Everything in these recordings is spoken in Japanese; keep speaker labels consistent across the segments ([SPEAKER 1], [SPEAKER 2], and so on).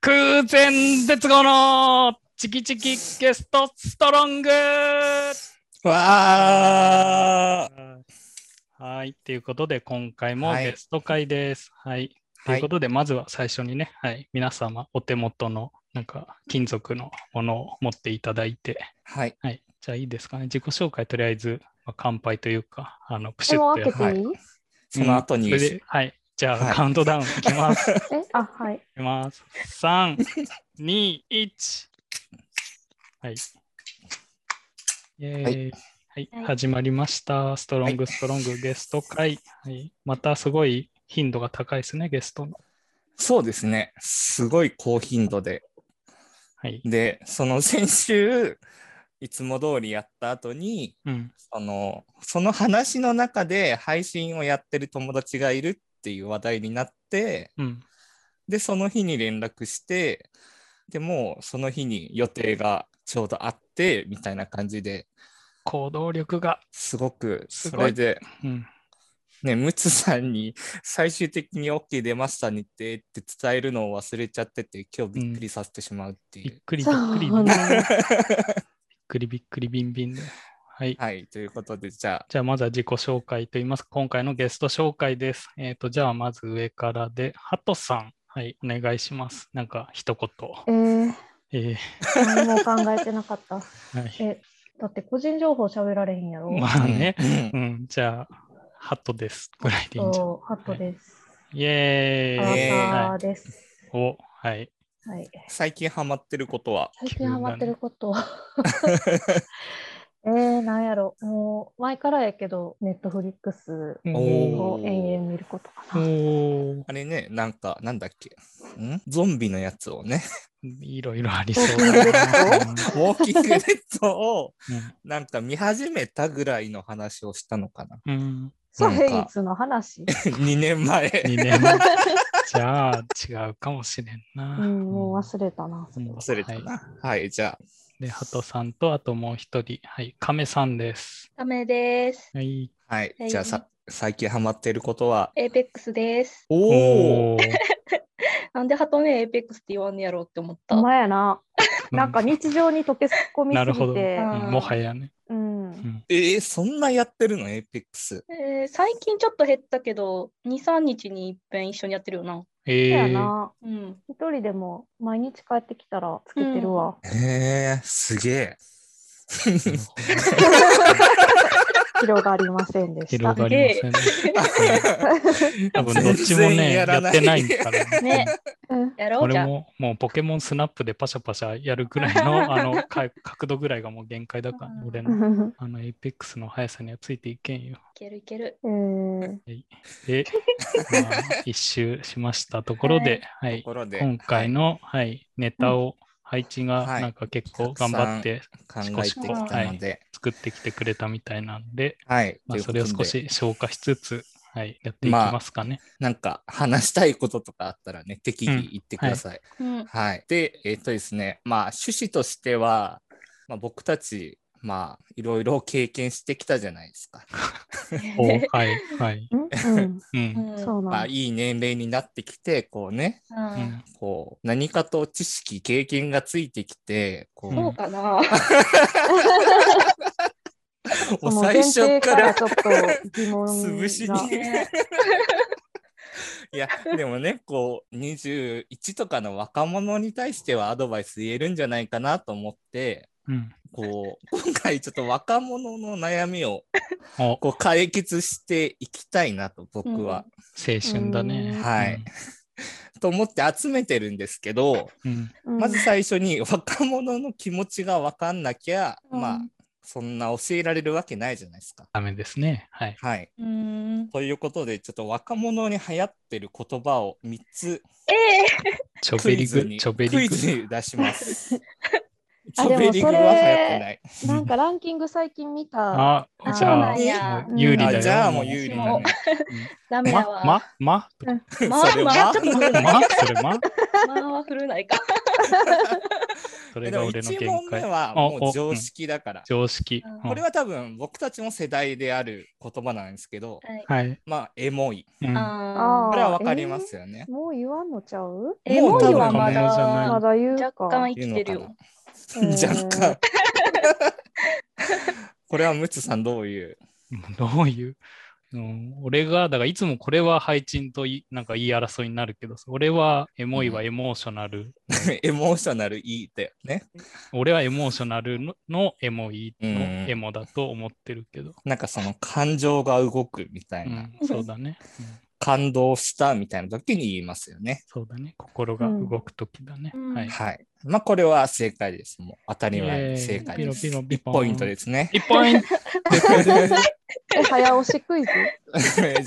[SPEAKER 1] 空前絶後のチキチキゲストストロング
[SPEAKER 2] わ
[SPEAKER 1] はい。ということで、今回も
[SPEAKER 2] はい
[SPEAKER 1] ゲスト会です。はい。
[SPEAKER 2] ー
[SPEAKER 1] ということで、まずは最初にね、はい。皆様、お手元のなんか金属のものを持っていただいて、
[SPEAKER 2] はい。
[SPEAKER 1] はい。じゃあいいですかね。自己紹介、とりあえず、まあ、乾杯というか、あの、プシ
[SPEAKER 3] で
[SPEAKER 1] ュ
[SPEAKER 3] も
[SPEAKER 1] ッと
[SPEAKER 3] 開
[SPEAKER 1] や
[SPEAKER 3] け
[SPEAKER 1] って
[SPEAKER 3] いい、
[SPEAKER 2] その後に、
[SPEAKER 1] それで、はい。じゃあ、
[SPEAKER 2] はい
[SPEAKER 1] カウントダウンいきます。い
[SPEAKER 3] え あ、はい。
[SPEAKER 1] きます。3、2、1。はい。イェーイはい
[SPEAKER 3] はい
[SPEAKER 1] 始まりました。ストロング、ストロング、ゲスト会、はい。またすごい頻度が高いですね、ゲストの。
[SPEAKER 2] そうですね。すごい高頻度で。
[SPEAKER 1] はい。
[SPEAKER 2] で、その先週、いつも通りやった後に、
[SPEAKER 1] うん。
[SPEAKER 2] その、その話の中で配信をやってる友達がいるっていう話題になって、
[SPEAKER 1] うん。
[SPEAKER 2] で、その日に連絡して、でもうその日に予定がちょうどあって、みたいな感じで、
[SPEAKER 1] 行動力が。
[SPEAKER 2] すごく、
[SPEAKER 1] す
[SPEAKER 2] そ
[SPEAKER 1] ごい
[SPEAKER 2] れで、
[SPEAKER 1] うん。
[SPEAKER 2] ね、ムツさんに最終的に OK 出ましたねってって伝えるのを忘れちゃってて、今日びっくりさせてしまうってい
[SPEAKER 1] びっ
[SPEAKER 2] う。
[SPEAKER 1] くりび
[SPEAKER 3] そ
[SPEAKER 1] っ
[SPEAKER 3] う
[SPEAKER 1] くり、び
[SPEAKER 3] な
[SPEAKER 1] っ
[SPEAKER 3] んだ
[SPEAKER 1] くりびっくりビンビンで。はい。
[SPEAKER 2] はい、ということで、じゃ
[SPEAKER 1] じゃあ、まずは自己紹介といいますか、今回のゲスト紹介です。えっ、と、じゃあ、まず上からで、ハトさん、はい、お願いします。なんか、一
[SPEAKER 3] えー、
[SPEAKER 1] 言。え
[SPEAKER 3] 何も考えてなかった。
[SPEAKER 1] ーはい、
[SPEAKER 3] え、だって個人情報喋られへんやろ。
[SPEAKER 1] ま
[SPEAKER 2] あ、
[SPEAKER 1] あね、
[SPEAKER 2] うん
[SPEAKER 1] うん、じゃあ、ハトです。ぐらいでいいんじゃ
[SPEAKER 3] そう、ハットです。
[SPEAKER 1] ん。イエ
[SPEAKER 2] あ
[SPEAKER 3] アラサ
[SPEAKER 1] ーイ。
[SPEAKER 3] ーです。
[SPEAKER 1] お、はい。
[SPEAKER 3] はい。
[SPEAKER 2] 最近ハマってることは、
[SPEAKER 3] 最近ハマってるこ とは。えー、なんやろ。もう前からやけど、ネットフリックス
[SPEAKER 2] お
[SPEAKER 3] を
[SPEAKER 2] ー
[SPEAKER 3] 延々見ることか
[SPEAKER 1] おー
[SPEAKER 2] あれね、なんか、なんだっけ、んゾンビのやつを ね、
[SPEAKER 1] いろいろありそうだな。
[SPEAKER 2] ウォーキングデッドを
[SPEAKER 1] うん
[SPEAKER 2] なんか見始めたぐらいの話をしたのかな。
[SPEAKER 1] うん、
[SPEAKER 3] な。ソ
[SPEAKER 2] なん
[SPEAKER 3] ヘ
[SPEAKER 2] か
[SPEAKER 3] イツの話。
[SPEAKER 2] 2年前。
[SPEAKER 1] 2年前。じゃあ、違うかもしれんな。
[SPEAKER 3] うん、もう忘れたな。
[SPEAKER 1] うん
[SPEAKER 2] 忘れた
[SPEAKER 1] はい
[SPEAKER 2] な。はい、じゃ
[SPEAKER 1] で、ハトさんと、あともう一人、はい、亀さんです。
[SPEAKER 4] ダメです。
[SPEAKER 1] はい。
[SPEAKER 2] あ、はい
[SPEAKER 4] は、い
[SPEAKER 2] じゃあさ、最近ハマってることは、
[SPEAKER 4] エーペックスです。
[SPEAKER 2] おお
[SPEAKER 1] おー。
[SPEAKER 4] なんでハトメエーペックスって言わんねやろうって思った。
[SPEAKER 3] お前やな。なんか日常に溶け込み
[SPEAKER 1] なる
[SPEAKER 3] す
[SPEAKER 1] ほ
[SPEAKER 3] ぎ
[SPEAKER 1] ど。
[SPEAKER 3] て。
[SPEAKER 4] あー
[SPEAKER 1] もはやね。
[SPEAKER 3] うん
[SPEAKER 1] うん
[SPEAKER 2] えー、そんなやってるのエーペックス。
[SPEAKER 4] えー最近ちょっと減ったけど、2、3日に一遍一緒にやってるよな。
[SPEAKER 1] え
[SPEAKER 3] そうや
[SPEAKER 1] ー、
[SPEAKER 3] な。
[SPEAKER 4] うん。
[SPEAKER 3] 一人でも毎日帰ってきたらつけてるわ。
[SPEAKER 2] へえ、すげえ。
[SPEAKER 3] 広がりませんでし
[SPEAKER 1] 広
[SPEAKER 3] た。
[SPEAKER 1] がりませんね。 多分どっちも
[SPEAKER 2] 全然
[SPEAKER 1] ね、
[SPEAKER 2] や
[SPEAKER 1] や
[SPEAKER 2] ら
[SPEAKER 1] っ
[SPEAKER 2] ない
[SPEAKER 1] てないんだからね。
[SPEAKER 4] ね、
[SPEAKER 3] うん
[SPEAKER 4] やろうじ
[SPEAKER 1] 俺
[SPEAKER 4] ゃん。
[SPEAKER 1] ももうポケモンスナップでパシャパシャやるぐらい のあのか角度ぐらいがもう限界だから、
[SPEAKER 4] うん
[SPEAKER 1] 俺の
[SPEAKER 3] う
[SPEAKER 1] あのエイペックスの速さにはついていけんよ。
[SPEAKER 4] いけるいける。
[SPEAKER 3] んえ
[SPEAKER 1] で、まあ、一周しましたところで、はい
[SPEAKER 2] ところで、
[SPEAKER 1] 今回の、はいネタを、配置が
[SPEAKER 2] はい
[SPEAKER 1] なんか結構頑張って
[SPEAKER 2] はい考えてきたので、
[SPEAKER 1] 作ってきてくれたみたいなんで、
[SPEAKER 2] はい。
[SPEAKER 1] まあ、
[SPEAKER 2] と
[SPEAKER 1] そ
[SPEAKER 2] い
[SPEAKER 1] れ
[SPEAKER 2] う
[SPEAKER 1] を
[SPEAKER 2] こと
[SPEAKER 1] 少
[SPEAKER 2] で
[SPEAKER 1] し消化しつつ、はい、やっていき
[SPEAKER 2] まあ
[SPEAKER 1] ますかね。
[SPEAKER 2] なんか話したいこととかあったらね、適宜言ってください。
[SPEAKER 4] うん。
[SPEAKER 2] はい、で、えっ、とですね、まあ趣旨としては、まあ、僕たち、まあいろいろ経験してきたじゃないですか。
[SPEAKER 1] おはい、はい。
[SPEAKER 3] うん
[SPEAKER 1] う。
[SPEAKER 4] うんん
[SPEAKER 3] そう
[SPEAKER 2] ま
[SPEAKER 3] な
[SPEAKER 2] あ
[SPEAKER 3] ん
[SPEAKER 2] いい年齢になってきて、こうね、
[SPEAKER 4] うん
[SPEAKER 1] うん
[SPEAKER 2] こう何かと知識、経験がついてきて、こう、
[SPEAKER 1] ん
[SPEAKER 4] そうかな。
[SPEAKER 2] もう最初から
[SPEAKER 3] その前提ちょっと疑問が
[SPEAKER 2] 潰しに
[SPEAKER 4] ね
[SPEAKER 2] いや、でもね、こう、21とかの若者に対してはアドバイス言えるんじゃないかなと思って、
[SPEAKER 1] うん。
[SPEAKER 2] こ う、今回ちょっと若者の悩みを、
[SPEAKER 1] お
[SPEAKER 2] こう、解決していきたいなと、僕は、
[SPEAKER 1] 青春だね。
[SPEAKER 3] うん
[SPEAKER 2] はい。と思って集めてるんですけど、
[SPEAKER 1] うん。
[SPEAKER 3] うん
[SPEAKER 2] まず最初に若者の気持ちが分かんなきゃ、
[SPEAKER 4] うん
[SPEAKER 2] まあ、そんな教えられるわけないじゃないですか。
[SPEAKER 1] ダメですね。はい。
[SPEAKER 2] はい。
[SPEAKER 4] うん。
[SPEAKER 2] ということで、ちょっと若者に流行ってる言葉を3つ
[SPEAKER 4] ええ
[SPEAKER 1] ちょ
[SPEAKER 2] ク
[SPEAKER 1] べ
[SPEAKER 2] イ
[SPEAKER 1] り
[SPEAKER 2] ズ
[SPEAKER 1] ぐ、
[SPEAKER 2] に
[SPEAKER 1] ちょべり
[SPEAKER 2] クイズ
[SPEAKER 1] ぐ。
[SPEAKER 2] に出します。
[SPEAKER 3] あでもそれ
[SPEAKER 2] ベリングは流行ってない。
[SPEAKER 3] なんかランキング最近見た。
[SPEAKER 1] あ
[SPEAKER 3] あ、
[SPEAKER 1] じ
[SPEAKER 3] そう
[SPEAKER 1] ゃ
[SPEAKER 3] な
[SPEAKER 1] あ、
[SPEAKER 3] んや
[SPEAKER 1] もう有利だよ。
[SPEAKER 2] あじゃあもう有利だね。
[SPEAKER 4] ダメだわ。
[SPEAKER 1] ま、ま、
[SPEAKER 4] ま
[SPEAKER 2] それ
[SPEAKER 4] ま
[SPEAKER 2] は
[SPEAKER 4] ちょっと古
[SPEAKER 1] ま、
[SPEAKER 4] ない。
[SPEAKER 1] ま、それま、
[SPEAKER 4] まあは古ないか。
[SPEAKER 1] そ
[SPEAKER 2] で
[SPEAKER 1] れが
[SPEAKER 2] も
[SPEAKER 1] 俺の
[SPEAKER 2] 1
[SPEAKER 1] 限
[SPEAKER 2] 問目
[SPEAKER 1] 界。
[SPEAKER 2] は
[SPEAKER 1] あ
[SPEAKER 2] もう常識だから。
[SPEAKER 1] 常識。
[SPEAKER 4] うん
[SPEAKER 1] うん
[SPEAKER 2] これは多分僕たちの世代である言葉なんですけど、
[SPEAKER 4] はい。
[SPEAKER 1] はい。
[SPEAKER 2] まあ、エモい。
[SPEAKER 1] うん
[SPEAKER 4] あ
[SPEAKER 2] これはわかりますよね。
[SPEAKER 3] もう言わんのちゃう
[SPEAKER 4] ーエ
[SPEAKER 2] もう
[SPEAKER 4] モ
[SPEAKER 2] 多
[SPEAKER 4] い
[SPEAKER 2] 分
[SPEAKER 4] はま
[SPEAKER 1] 可能じゃない
[SPEAKER 4] だ
[SPEAKER 3] まだ言うか。
[SPEAKER 4] 若干生きてる
[SPEAKER 2] 言うの
[SPEAKER 4] よ。
[SPEAKER 3] えー
[SPEAKER 2] 若干。 これはムツさんどういう
[SPEAKER 1] どういう、うん、俺が、だからいつもこれは配置といなんか言い争いになるけど、俺はエモいはエモーショナル、
[SPEAKER 2] エモーショナルいいだよね。
[SPEAKER 1] 俺はエモーショナルののエモいの
[SPEAKER 2] うん
[SPEAKER 1] エモだと思ってるけど、
[SPEAKER 2] なんかその感情が動くみた
[SPEAKER 1] う
[SPEAKER 2] いな、
[SPEAKER 1] ん、そうだね、うん
[SPEAKER 2] 感動したみたいな時に言いますよね。
[SPEAKER 1] そうだね、心が動くときだね、
[SPEAKER 4] うん
[SPEAKER 1] はい。
[SPEAKER 2] はい。まあこれは正解です。もう当たり前に正解です。
[SPEAKER 1] イエーイピロピロピ
[SPEAKER 2] 1
[SPEAKER 1] ポン。
[SPEAKER 2] ポイントですね
[SPEAKER 1] 一ポ イント
[SPEAKER 3] え早押しクイズ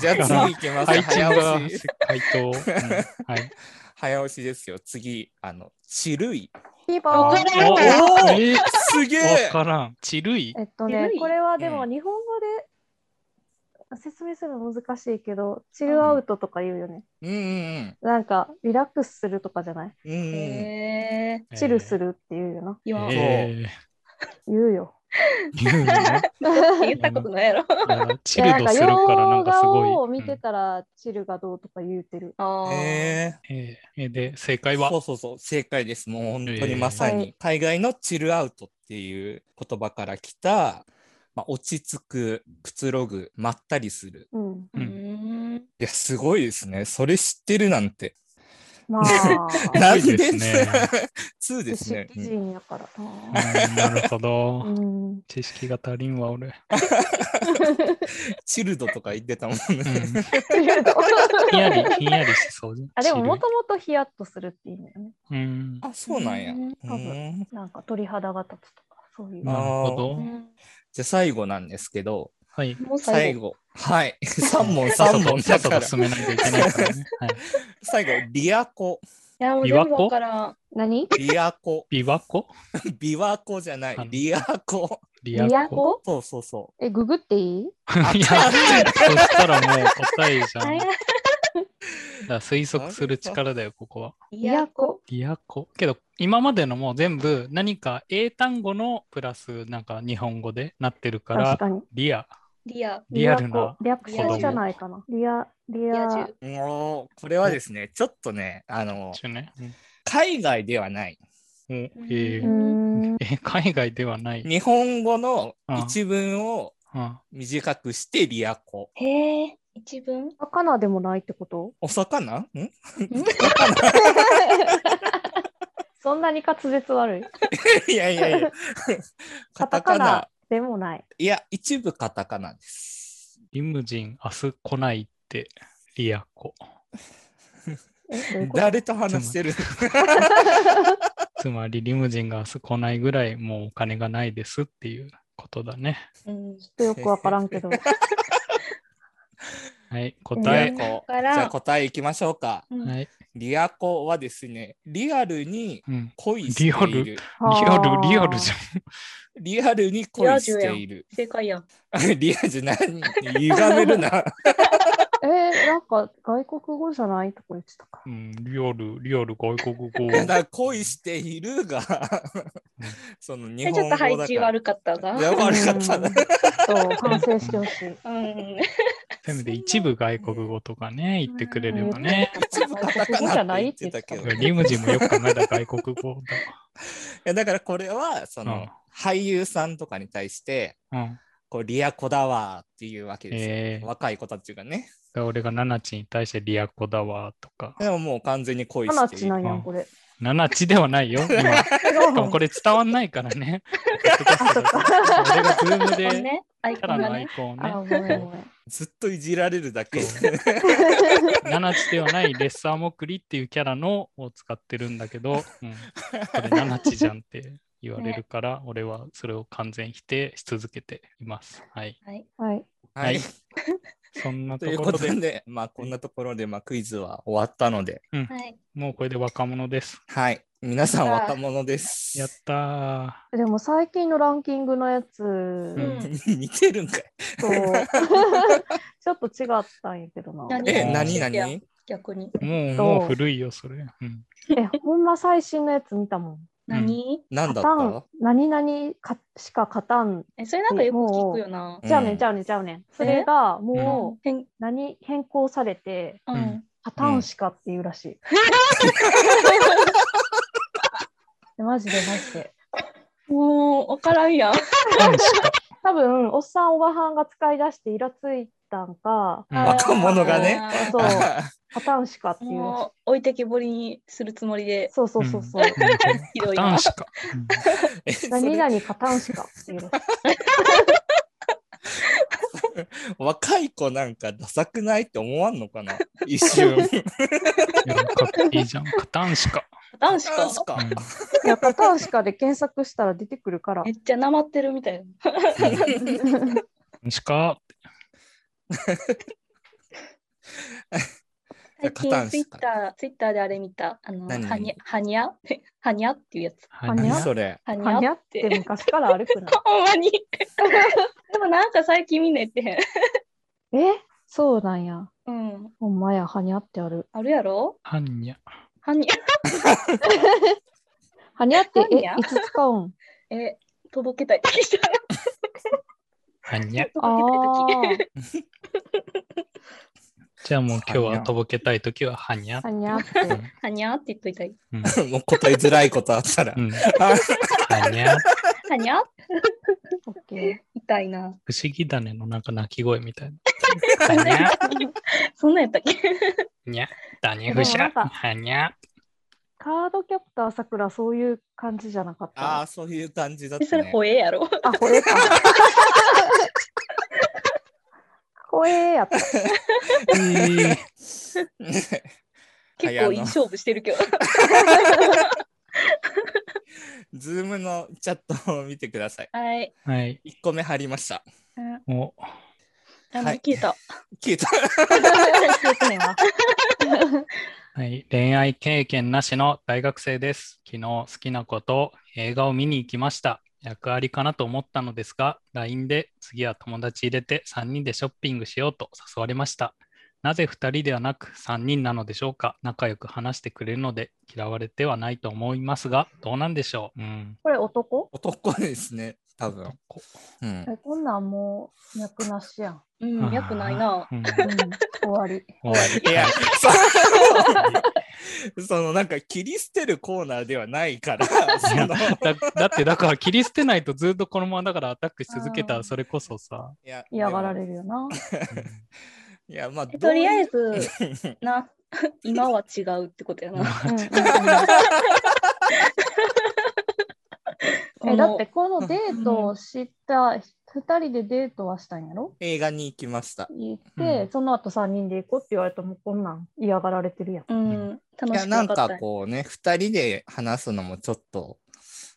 [SPEAKER 2] じゃあ次行きます。
[SPEAKER 1] 配置
[SPEAKER 2] 早
[SPEAKER 1] が
[SPEAKER 2] 押し。
[SPEAKER 1] 回答、うん はい。
[SPEAKER 2] 早押しですよ。次、あの、ち るい。
[SPEAKER 3] ピンポ
[SPEAKER 4] わ
[SPEAKER 3] ン
[SPEAKER 4] かんない
[SPEAKER 1] お
[SPEAKER 2] おー
[SPEAKER 1] えー
[SPEAKER 2] すげえ
[SPEAKER 1] わからん。ちるい
[SPEAKER 3] えっと
[SPEAKER 4] ず
[SPEAKER 3] ね
[SPEAKER 4] るい、
[SPEAKER 3] これはでも
[SPEAKER 2] うん
[SPEAKER 3] 日本語で説明するの難しいけど、チルアウトとか言うよね。
[SPEAKER 2] うんうん
[SPEAKER 3] なんかリラックスするとかじゃない
[SPEAKER 2] うん。うんうん
[SPEAKER 4] へえ。
[SPEAKER 3] チルするっていうよな。
[SPEAKER 4] 言わん。
[SPEAKER 2] え
[SPEAKER 1] え
[SPEAKER 3] 言うよ。
[SPEAKER 1] ー言うね
[SPEAKER 4] 言ったことないやろ。
[SPEAKER 1] いや チルドするからなんかすご
[SPEAKER 3] いやなんか洋画を
[SPEAKER 1] い。
[SPEAKER 3] 見てたら、チルがどうとか言うてる。
[SPEAKER 4] ああ。
[SPEAKER 2] えー
[SPEAKER 1] うんえーで、正解は
[SPEAKER 2] そうそうそう、正解です。もう本当にまさ
[SPEAKER 3] えーは
[SPEAKER 2] に、海外のチルアウトっていう言葉から来た、まあ、落ち着く、くつろぐ、まったりする。
[SPEAKER 3] うん。
[SPEAKER 4] うーん。
[SPEAKER 2] いや、すごいですね。それ知ってるなんて。
[SPEAKER 3] まあ、
[SPEAKER 2] なん
[SPEAKER 1] いです ね
[SPEAKER 2] 通ですね。
[SPEAKER 3] 知識人やから
[SPEAKER 1] うん
[SPEAKER 3] な。
[SPEAKER 1] なるほ
[SPEAKER 3] う
[SPEAKER 1] ど。
[SPEAKER 3] ん。
[SPEAKER 1] 知識が足りんわ、俺。
[SPEAKER 2] チルドとか言ってたもん
[SPEAKER 1] うん
[SPEAKER 2] ね。
[SPEAKER 3] チルド
[SPEAKER 1] ひんやり、ひんやりしそうじゃん。
[SPEAKER 3] あでも、も
[SPEAKER 1] チ
[SPEAKER 3] ともとヒヤッとするって意味だよね。
[SPEAKER 1] ルうん。
[SPEAKER 2] あ、そうなんや。
[SPEAKER 4] うん
[SPEAKER 3] 多分
[SPEAKER 2] うん
[SPEAKER 3] なんか鳥肌が立つとか、そういう。
[SPEAKER 1] なるほど
[SPEAKER 4] う。ん
[SPEAKER 2] じゃあ最後なんですけど、
[SPEAKER 1] はい。
[SPEAKER 4] もう
[SPEAKER 2] 最
[SPEAKER 4] 最後。
[SPEAKER 2] 後。 はい。3問、
[SPEAKER 1] さっ
[SPEAKER 2] 3
[SPEAKER 1] さと、
[SPEAKER 2] 問
[SPEAKER 1] さ
[SPEAKER 2] だ
[SPEAKER 1] っさ
[SPEAKER 2] から
[SPEAKER 1] と。進めないといけないからね。はい。
[SPEAKER 2] 最後、リアコ。
[SPEAKER 4] いやもう
[SPEAKER 1] 琵琶
[SPEAKER 4] 全
[SPEAKER 1] 湖
[SPEAKER 4] 部わからん。
[SPEAKER 3] 何
[SPEAKER 2] リアコ。
[SPEAKER 1] 琵琶湖
[SPEAKER 2] 琵琶湖じゃな
[SPEAKER 1] あ
[SPEAKER 2] い。
[SPEAKER 1] の
[SPEAKER 2] リアコ。
[SPEAKER 1] 琵琶湖
[SPEAKER 3] 都
[SPEAKER 2] そうそうそう。
[SPEAKER 3] え、ググってい い
[SPEAKER 1] いや、そしたらもう答えじゃ
[SPEAKER 4] あ
[SPEAKER 1] ん。
[SPEAKER 4] や
[SPEAKER 1] だから推測する力だよ、ここは。
[SPEAKER 4] 琵琶湖
[SPEAKER 3] 都。
[SPEAKER 1] 琵琶湖。けど、今までのもう全部何か英単語のプラスなんか日本語でなってるから
[SPEAKER 3] 確、かに。
[SPEAKER 1] リア、
[SPEAKER 4] リア。
[SPEAKER 1] リアルな。
[SPEAKER 3] 略称じゃないかな。リア、リ
[SPEAKER 4] リア
[SPEAKER 3] ア、
[SPEAKER 4] 充。
[SPEAKER 2] もうこれはですね、ちょっとね、あの、
[SPEAKER 1] 中ね。うん
[SPEAKER 2] 海外ではない。
[SPEAKER 1] おえ
[SPEAKER 3] う
[SPEAKER 1] ー
[SPEAKER 3] ーん。
[SPEAKER 1] え海外ではない。
[SPEAKER 2] 日本語の
[SPEAKER 1] うん
[SPEAKER 2] 一文を
[SPEAKER 1] うん
[SPEAKER 2] 短くしてリアコ。
[SPEAKER 4] へえ。一文。
[SPEAKER 3] 魚でもないってこと
[SPEAKER 2] お魚んえ
[SPEAKER 3] そんなに滑舌悪 い。
[SPEAKER 2] いやいやいや。カタ
[SPEAKER 3] カタ
[SPEAKER 2] カ
[SPEAKER 3] カ
[SPEAKER 2] ナ
[SPEAKER 3] ナ。でもない。
[SPEAKER 2] いや、一部カタカナです。
[SPEAKER 1] リムジン、明日来ないって、リアコ。
[SPEAKER 3] え、どういうこと
[SPEAKER 2] 誰と話してる
[SPEAKER 1] つまり、リムジンが明日来ないぐらい、もうお金がないですっていうことだね。
[SPEAKER 4] うん。
[SPEAKER 3] ちょっとよくわからんけど。
[SPEAKER 1] はい、
[SPEAKER 2] リ
[SPEAKER 1] 答
[SPEAKER 2] ア
[SPEAKER 1] え。
[SPEAKER 2] コ。じ
[SPEAKER 4] からん
[SPEAKER 2] ゃあ答えいきましょうか。
[SPEAKER 4] うん
[SPEAKER 1] はい、
[SPEAKER 2] リアコはですね、リアルに
[SPEAKER 1] うん。
[SPEAKER 2] 恋している。リ
[SPEAKER 1] リアル、リアルじ
[SPEAKER 3] ゃ
[SPEAKER 1] ゃん。
[SPEAKER 2] アルに恋している。
[SPEAKER 4] 正解やん。
[SPEAKER 2] リアじゃない。歪めるな。
[SPEAKER 3] ん。えーなんか外国語じゃないとこ言ってたか
[SPEAKER 1] うん、リアル、リアル外国語。
[SPEAKER 2] だ から恋しているが、その日
[SPEAKER 4] え
[SPEAKER 2] 本
[SPEAKER 4] ちょ
[SPEAKER 2] 語だ
[SPEAKER 4] っと
[SPEAKER 2] から。
[SPEAKER 4] 配置悪かったが。
[SPEAKER 2] いや
[SPEAKER 4] う
[SPEAKER 2] 悪かったな。
[SPEAKER 3] ら。そう、反省してほしい。
[SPEAKER 4] ん。
[SPEAKER 1] せめて一部外国語とかね、言ってくれればね。
[SPEAKER 2] 一部カタカナって言ってたけど。
[SPEAKER 3] う
[SPEAKER 2] い
[SPEAKER 1] リムジンもよく考えたら外国語
[SPEAKER 2] やだからこれは、そ
[SPEAKER 1] うん
[SPEAKER 2] の、俳優さんとかに対して、
[SPEAKER 1] だ。うん。
[SPEAKER 2] こう、リアコだわーっていうわけですよ。
[SPEAKER 1] えー
[SPEAKER 2] 若い子たちがね。
[SPEAKER 1] で俺がナナチに対してリアコだわとか。
[SPEAKER 2] でももう完全に恋
[SPEAKER 3] ハナ
[SPEAKER 2] して
[SPEAKER 3] チ
[SPEAKER 2] い
[SPEAKER 3] な
[SPEAKER 2] る。
[SPEAKER 3] んやん、これ。
[SPEAKER 1] ナナチではない よ、今。しかもこれ伝わんないからね。
[SPEAKER 3] あ、そっ か。
[SPEAKER 1] 俺がズーム
[SPEAKER 4] アイコ
[SPEAKER 1] で
[SPEAKER 4] ンね。アイ
[SPEAKER 1] キャ
[SPEAKER 4] コ
[SPEAKER 1] ラ
[SPEAKER 4] ンが
[SPEAKER 1] のアイ
[SPEAKER 4] ね。
[SPEAKER 1] コンをね
[SPEAKER 3] あ、、ごめん ごめん。
[SPEAKER 2] ずっといじられるだけ。
[SPEAKER 1] ナナチではないレッサーモクリっていうキャラのを使ってるんだけ ど、うん、これナナチじゃんって言われるから、俺はそれを完全否定し続けています。はい。
[SPEAKER 4] はい。
[SPEAKER 3] はい。
[SPEAKER 2] はい。
[SPEAKER 1] そんな
[SPEAKER 2] と
[SPEAKER 1] と
[SPEAKER 2] いう
[SPEAKER 1] こ
[SPEAKER 2] こ
[SPEAKER 1] ろ
[SPEAKER 2] と
[SPEAKER 1] で、
[SPEAKER 2] で、まあこんなところで、まあクイズは終わったので、
[SPEAKER 4] はい。
[SPEAKER 1] もうこれで若者です。
[SPEAKER 2] はい。皆さん若者です。
[SPEAKER 1] やったー。
[SPEAKER 3] でも最近のランキングのやつ
[SPEAKER 1] ん
[SPEAKER 2] 似てるんかい。
[SPEAKER 3] と、ちょっと違ったんやけどな。
[SPEAKER 4] 何
[SPEAKER 2] え、なに
[SPEAKER 4] 何
[SPEAKER 2] なに
[SPEAKER 4] 逆に。
[SPEAKER 1] もう、
[SPEAKER 3] と
[SPEAKER 1] もう古いよ、それ。うん、
[SPEAKER 3] え、ほんま最新のやつ見たもん。
[SPEAKER 4] 何、
[SPEAKER 2] なんだっ
[SPEAKER 3] カタン
[SPEAKER 2] た、
[SPEAKER 3] 何々かしか勝たん。
[SPEAKER 4] えそれなんかよく聞くよな。
[SPEAKER 2] うん
[SPEAKER 3] ちゃうねん、ちゃうねん、ちゃうねん。それがもう
[SPEAKER 4] へん
[SPEAKER 3] 何変更されて、
[SPEAKER 4] うんん、
[SPEAKER 3] 勝たんしかっていうらし い。マジでマジで。
[SPEAKER 4] もう分からんやん。
[SPEAKER 1] パンしか。
[SPEAKER 3] 多分、おっさん、おばはんが使い出してイラついたんか、
[SPEAKER 1] うん
[SPEAKER 2] 若者がね
[SPEAKER 4] あ
[SPEAKER 3] そう、勝
[SPEAKER 2] あ
[SPEAKER 3] たんしかって
[SPEAKER 4] ー
[SPEAKER 3] いうらしい
[SPEAKER 4] も。う置いてけぼりにするつもりで。
[SPEAKER 3] そうそうそうそう。
[SPEAKER 4] ひどい
[SPEAKER 1] パ
[SPEAKER 4] な
[SPEAKER 1] ン。しか。うん
[SPEAKER 2] えそれ
[SPEAKER 3] 何々勝たんしかっていうらしい。
[SPEAKER 2] 若い子なんかダサくないって思わんのかな一瞬。
[SPEAKER 1] いやかっこいいじゃん。カタンしか。
[SPEAKER 4] 男子か
[SPEAKER 2] ダ。サ か
[SPEAKER 1] うん
[SPEAKER 3] いや、カタンシカで検索したら出てくるから
[SPEAKER 4] め。っちゃなまってるみたいな。
[SPEAKER 1] しか。
[SPEAKER 4] 最
[SPEAKER 2] カタン
[SPEAKER 4] 近ツイ
[SPEAKER 2] シ
[SPEAKER 4] ッ
[SPEAKER 2] カ
[SPEAKER 4] ター、ツイッターであれ見た。あの、
[SPEAKER 2] 何
[SPEAKER 4] はにゃ、はに ゃ、はにゃっていうやつ。
[SPEAKER 1] は
[SPEAKER 3] に
[SPEAKER 2] 何
[SPEAKER 3] ゃ
[SPEAKER 2] それ。
[SPEAKER 4] はに
[SPEAKER 3] はに
[SPEAKER 4] ゃ
[SPEAKER 3] ゃ
[SPEAKER 4] っ。
[SPEAKER 3] ってて昔からあるくな
[SPEAKER 4] ほんまに。 でもなんか最近みんな言ってへん。
[SPEAKER 3] い。えそうなんや。
[SPEAKER 4] うん。
[SPEAKER 3] ほんまや、はにゃってある。
[SPEAKER 4] あるやろ
[SPEAKER 1] はにゃ。
[SPEAKER 4] はに
[SPEAKER 3] はにゃって、え、
[SPEAKER 4] はにゃ
[SPEAKER 3] いつ使 うん
[SPEAKER 4] え、届けたい 時した。
[SPEAKER 1] はにゃ。
[SPEAKER 3] あ
[SPEAKER 4] 届けたい 時。
[SPEAKER 1] じゃあもう今日はとぼけたいときははにゃ
[SPEAKER 3] あー。はにゃって。
[SPEAKER 4] はにゃって言っといたい。
[SPEAKER 2] もう答えづらいことあったら
[SPEAKER 1] う。ん
[SPEAKER 2] あ
[SPEAKER 1] はにゃ。
[SPEAKER 4] はにゃ
[SPEAKER 3] オッケ
[SPEAKER 4] みたいな。
[SPEAKER 1] 不思議だねのなんか鳴き声み たいな。はにゃ。
[SPEAKER 4] そんなんやったっけ
[SPEAKER 1] にゃ。だにふし
[SPEAKER 3] でもな
[SPEAKER 1] ゃ。
[SPEAKER 3] んか
[SPEAKER 1] はにゃ。
[SPEAKER 3] ー。カードキャプターさくら、そういう感じじゃなかっ
[SPEAKER 2] あー、
[SPEAKER 3] た。
[SPEAKER 2] そういう感じだっ
[SPEAKER 4] えそ
[SPEAKER 2] た、
[SPEAKER 4] れ
[SPEAKER 2] ね。
[SPEAKER 4] ほえやろ。
[SPEAKER 3] あ、これか。 怖えやった。
[SPEAKER 1] えー
[SPEAKER 4] 結
[SPEAKER 2] はや
[SPEAKER 4] 構
[SPEAKER 2] の
[SPEAKER 4] いい勝負してるけど。
[SPEAKER 2] ズームのチャットを見てください。
[SPEAKER 4] はい。
[SPEAKER 1] はい。
[SPEAKER 2] 1個目貼りました。
[SPEAKER 4] うん
[SPEAKER 1] お。
[SPEAKER 4] あの、
[SPEAKER 2] はい
[SPEAKER 4] 消えた。
[SPEAKER 2] 消えた。
[SPEAKER 3] 消えてねえわ
[SPEAKER 1] はい、恋愛経験なしの大学生です。昨日好きな子と映画を見に行きました。役割かなと思ったのですが、LINE で次は友達入れて3人でショッピングしようと誘われました。なぜ2人ではなく3人なのでしょうか仲良く話してくれるので嫌われてはないと思いますが、どうなんでしょううん。
[SPEAKER 3] これ男
[SPEAKER 2] 男ですね、多分。うん
[SPEAKER 3] え、こんなんもう、脈なしや ん。
[SPEAKER 4] うん、よくない
[SPEAKER 1] あ。
[SPEAKER 4] な
[SPEAKER 1] ーうん
[SPEAKER 3] うん、終わり。
[SPEAKER 1] 終わり
[SPEAKER 2] いや、 そそのなんか切り捨てるコーナーではないから、そ
[SPEAKER 1] いや
[SPEAKER 2] のい
[SPEAKER 1] だだってだから切り捨てないとずっとこのままだからアタックし続けたらそれこそさ、
[SPEAKER 2] や
[SPEAKER 3] 嫌がられるよな。
[SPEAKER 2] いや、まあ、
[SPEAKER 4] えとりあえ
[SPEAKER 2] ず。
[SPEAKER 4] ず、な、 今は違うってことやな。
[SPEAKER 3] うん うんうん
[SPEAKER 4] あ
[SPEAKER 3] えだ
[SPEAKER 4] の
[SPEAKER 3] ってこのデートを知った2人でデートはしたんやろ
[SPEAKER 2] 映画に行きました。
[SPEAKER 3] 言って、
[SPEAKER 1] う
[SPEAKER 3] その後3人で行こうって言われたらもうこんなん嫌がられてるやん。
[SPEAKER 4] うん、
[SPEAKER 2] い
[SPEAKER 4] 楽
[SPEAKER 2] や、
[SPEAKER 4] しく
[SPEAKER 2] な
[SPEAKER 4] なんかった
[SPEAKER 2] か。こうね、二人で話すのもちょっと、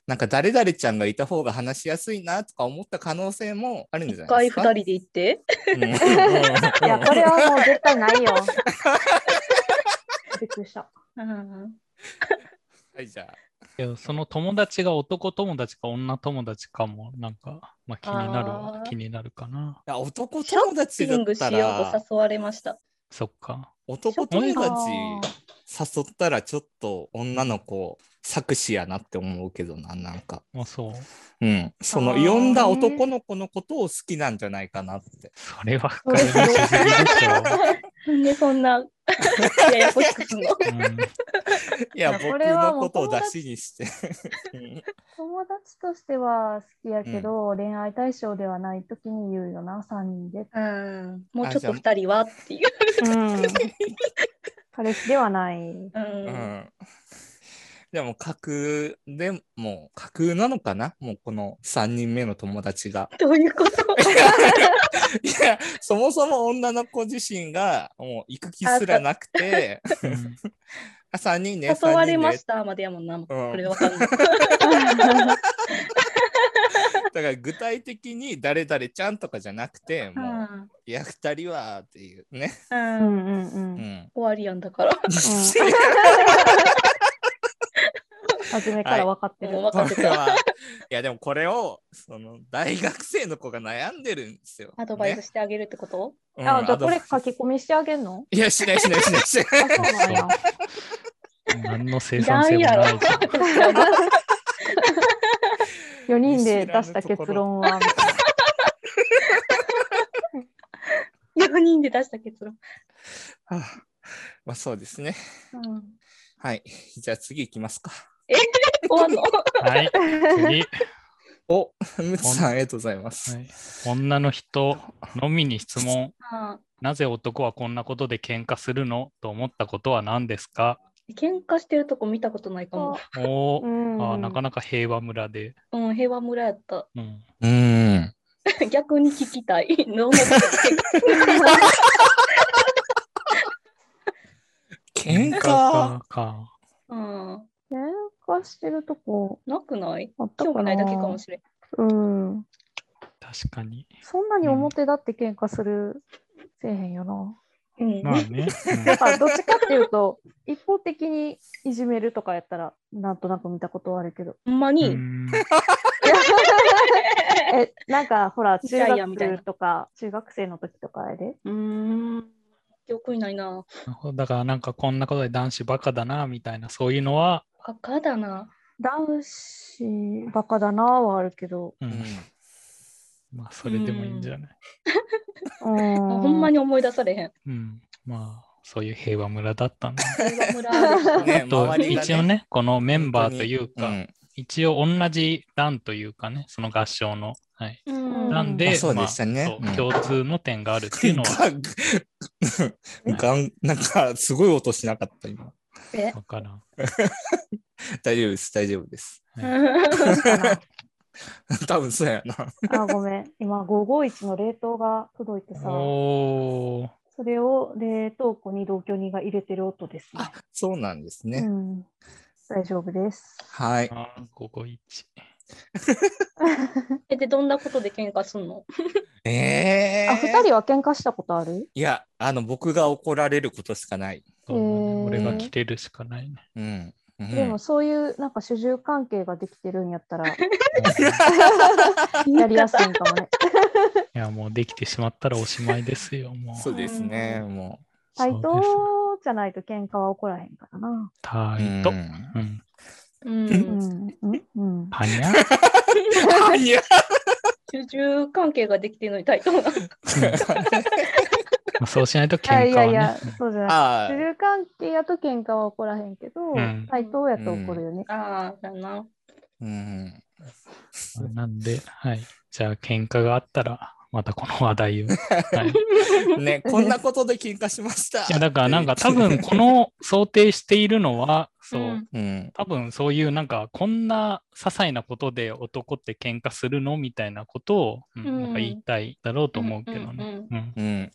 [SPEAKER 2] なんか誰々ちゃんがいた方が話しやすいなとか思った可能性もあるんじ
[SPEAKER 4] 一
[SPEAKER 2] ゃない
[SPEAKER 4] 回
[SPEAKER 2] です
[SPEAKER 4] 二
[SPEAKER 2] か。
[SPEAKER 4] 人で行って、
[SPEAKER 2] 人。
[SPEAKER 3] いやこれはもう絶対ない よ。びっくりした。
[SPEAKER 4] うん、
[SPEAKER 2] はい、じゃあ。
[SPEAKER 1] けどその友達が男友達か女友達かもなんか、まあ、気になるわ
[SPEAKER 4] あー
[SPEAKER 1] 気になるかない
[SPEAKER 2] や男
[SPEAKER 4] ショ
[SPEAKER 2] 友達
[SPEAKER 4] シ
[SPEAKER 2] だ
[SPEAKER 4] ン
[SPEAKER 2] っ
[SPEAKER 4] グしたようと
[SPEAKER 2] ら、
[SPEAKER 4] 誘われました。
[SPEAKER 1] そっか
[SPEAKER 2] 男友達誘ったらちょっと女の子作詞やなって思うけどな、なんか。
[SPEAKER 1] あそう
[SPEAKER 2] うん。その
[SPEAKER 3] あー
[SPEAKER 2] 呼んだ男の子のことを好きなんじゃないかなって。
[SPEAKER 1] それは深読みしすぎでし
[SPEAKER 4] なんでそんなややこしくすんの
[SPEAKER 1] ょ、うん、
[SPEAKER 2] いや、
[SPEAKER 3] いや
[SPEAKER 2] 僕
[SPEAKER 3] これは
[SPEAKER 2] の
[SPEAKER 3] もう
[SPEAKER 2] ことを出しにして。
[SPEAKER 3] 友達としては好きやけど、恋愛対象ではない時に言うよな3人で。
[SPEAKER 4] うん、もうちょっ
[SPEAKER 2] あ
[SPEAKER 4] と二人はっていう。
[SPEAKER 3] うん、 彼氏ではない。
[SPEAKER 4] う
[SPEAKER 2] うんん。でも架空でもう架空なのかなもうこの3人目の友達が。
[SPEAKER 4] どういうこと
[SPEAKER 2] いや、そもそも女の子自身がもう行く気すらなくて、
[SPEAKER 1] うん
[SPEAKER 2] あ3人ね、
[SPEAKER 4] 誘われま
[SPEAKER 2] た
[SPEAKER 4] したまでやもんな。こ
[SPEAKER 2] うん
[SPEAKER 4] れわかんない。
[SPEAKER 2] だから具体的に誰々ちゃんとかじゃなくて、
[SPEAKER 4] う
[SPEAKER 2] もう、
[SPEAKER 4] ん
[SPEAKER 2] いや、二人はっていうね。
[SPEAKER 3] う
[SPEAKER 4] う
[SPEAKER 3] ん
[SPEAKER 4] ん
[SPEAKER 3] うんう。
[SPEAKER 2] うんん。
[SPEAKER 4] 終わりやんだから。
[SPEAKER 2] い
[SPEAKER 3] 初めから分かってる。
[SPEAKER 4] もう分かっ て
[SPEAKER 2] これ
[SPEAKER 4] た。
[SPEAKER 2] はいやでもこれをその大学生の子が悩んでるんですよ。
[SPEAKER 4] アドバイ
[SPEAKER 2] ね
[SPEAKER 4] スしてあげるってこと、
[SPEAKER 2] うん
[SPEAKER 3] あ、じゃ
[SPEAKER 2] ア
[SPEAKER 3] あ
[SPEAKER 2] ド
[SPEAKER 3] こ
[SPEAKER 2] バ
[SPEAKER 3] れ
[SPEAKER 2] イ
[SPEAKER 3] 書き込みしてあげんの
[SPEAKER 2] いやしないしないしないしな
[SPEAKER 3] あ、
[SPEAKER 2] い。
[SPEAKER 3] そうなんや。
[SPEAKER 1] 何の生産性もないじゃん。
[SPEAKER 3] 4人で出した結論は。
[SPEAKER 4] ?4 人で出した結論。
[SPEAKER 2] はあまあそうですね。
[SPEAKER 4] うん、
[SPEAKER 2] はい。じゃあ次行きますか。
[SPEAKER 4] 終わんの
[SPEAKER 1] はい、次。
[SPEAKER 2] お、ムツさんありがとうございます。
[SPEAKER 1] はい女の人のみに質問。
[SPEAKER 4] あ
[SPEAKER 1] なぜ男はこんなことで喧嘩するのと思ったことは何ですか
[SPEAKER 4] ー喧嘩してるとこ見たことないかも。
[SPEAKER 1] おー、あー
[SPEAKER 3] ん
[SPEAKER 1] なかなか平和村で。
[SPEAKER 4] うん、平和村やった。
[SPEAKER 1] うん、
[SPEAKER 2] うーん。
[SPEAKER 4] 逆に聞き たい。どんなことで喧嘩
[SPEAKER 2] 喧嘩
[SPEAKER 1] かか。
[SPEAKER 4] うん、
[SPEAKER 3] 喧嘩してるとこ
[SPEAKER 4] なくない
[SPEAKER 3] あった
[SPEAKER 4] 興
[SPEAKER 3] かな
[SPEAKER 4] 味ないだけかもしれん。
[SPEAKER 3] うん。
[SPEAKER 1] 確かに。
[SPEAKER 3] そんなに表立って喧嘩する、せえへんよな。
[SPEAKER 4] うん
[SPEAKER 1] まあね。
[SPEAKER 3] だからどっちかっていうと、 一方的にいじめるとかやったら、なんとなく見たことはある けど。
[SPEAKER 4] ほんま
[SPEAKER 1] うん
[SPEAKER 4] に、
[SPEAKER 1] うん
[SPEAKER 3] え、なんかほら、
[SPEAKER 4] イ
[SPEAKER 3] 中
[SPEAKER 4] タリアンみたいな
[SPEAKER 3] 学とか、中学生の時とかあれで。
[SPEAKER 4] うーん、記憶にないな。
[SPEAKER 1] だからなんかこんなことで男子バカだなみたいなそういうのは、
[SPEAKER 4] バカだな。
[SPEAKER 3] 男子バカだなぁはあるけど、
[SPEAKER 1] うんまあそれでもいいんじゃない、
[SPEAKER 3] うん
[SPEAKER 4] ほんま
[SPEAKER 3] に
[SPEAKER 4] に思い出されへん。
[SPEAKER 1] うんまあそういう平和村だったんだ。
[SPEAKER 4] 平和村 でした。
[SPEAKER 2] ね
[SPEAKER 1] あと
[SPEAKER 2] 周りがね
[SPEAKER 1] 一応ねこのメンバーという
[SPEAKER 2] う
[SPEAKER 1] か、
[SPEAKER 2] ん。
[SPEAKER 1] 一応同じ段というかねその合唱の。はい、
[SPEAKER 4] うん
[SPEAKER 1] なんで、
[SPEAKER 2] あそうでしたね
[SPEAKER 1] まあそう
[SPEAKER 2] うん
[SPEAKER 1] 共通の点があるっていうのは
[SPEAKER 2] ががん なんかすごい音しなかった今。
[SPEAKER 4] え
[SPEAKER 1] わからん。
[SPEAKER 2] 大丈夫です、大丈夫です。 多分そうやな。
[SPEAKER 3] あ、ごめん。今、551の冷凍が届いてさ、
[SPEAKER 1] おー
[SPEAKER 3] それを冷凍庫に同居人が入れてる音ですね。
[SPEAKER 2] そうなんですね。
[SPEAKER 3] うん、大丈夫です。
[SPEAKER 2] はい。
[SPEAKER 1] あー、ここ一。
[SPEAKER 4] えで、どんなことで喧嘩すんの
[SPEAKER 2] ええ
[SPEAKER 3] あ、二人は喧嘩したことある
[SPEAKER 2] いや、あの、僕が怒られることしかない。
[SPEAKER 1] そうだね
[SPEAKER 3] へー
[SPEAKER 1] 俺が切れるしかないね。
[SPEAKER 2] うん。うん
[SPEAKER 3] でも そういうなんか主従関係ができてるんやったらやりやすいんかもね。
[SPEAKER 1] いや、もうできてしまったらおしまいですよ、もう。
[SPEAKER 2] そうですね、も
[SPEAKER 3] 対
[SPEAKER 1] そうです
[SPEAKER 3] 等じゃないと喧嘩は起こらへんから
[SPEAKER 2] う。
[SPEAKER 3] な。
[SPEAKER 1] 対等。
[SPEAKER 2] うん
[SPEAKER 1] うん。
[SPEAKER 3] う
[SPEAKER 4] う。
[SPEAKER 3] んん、うん、うん。
[SPEAKER 1] パニャ
[SPEAKER 2] いや、
[SPEAKER 4] 主従関係ができてるのに対等な。
[SPEAKER 1] まあそうし ないと
[SPEAKER 3] いや
[SPEAKER 1] 喧
[SPEAKER 3] い
[SPEAKER 1] 嘩は
[SPEAKER 3] や
[SPEAKER 1] ね。
[SPEAKER 3] いや、そうじゃない。
[SPEAKER 2] あ
[SPEAKER 3] 主従関係やと喧嘩は起こらへんけど
[SPEAKER 1] うん、
[SPEAKER 3] 対等やと起こるよね。
[SPEAKER 4] ああ、だな。
[SPEAKER 2] ーうん。
[SPEAKER 1] なんで、はい。じゃあ、喧嘩があったら、またこの話題を。はい、い
[SPEAKER 2] ね、こんなことで喧嘩しました。
[SPEAKER 1] や、だからなんか多分この想定しているのは、そう。
[SPEAKER 4] うん
[SPEAKER 2] うん。
[SPEAKER 1] 多分そういうなんかこんな些細なことで男って喧嘩するのみたいなことを、うん
[SPEAKER 4] うん
[SPEAKER 1] なんか言いたいだろうと思うけどね。う
[SPEAKER 4] う
[SPEAKER 1] ん
[SPEAKER 2] うん。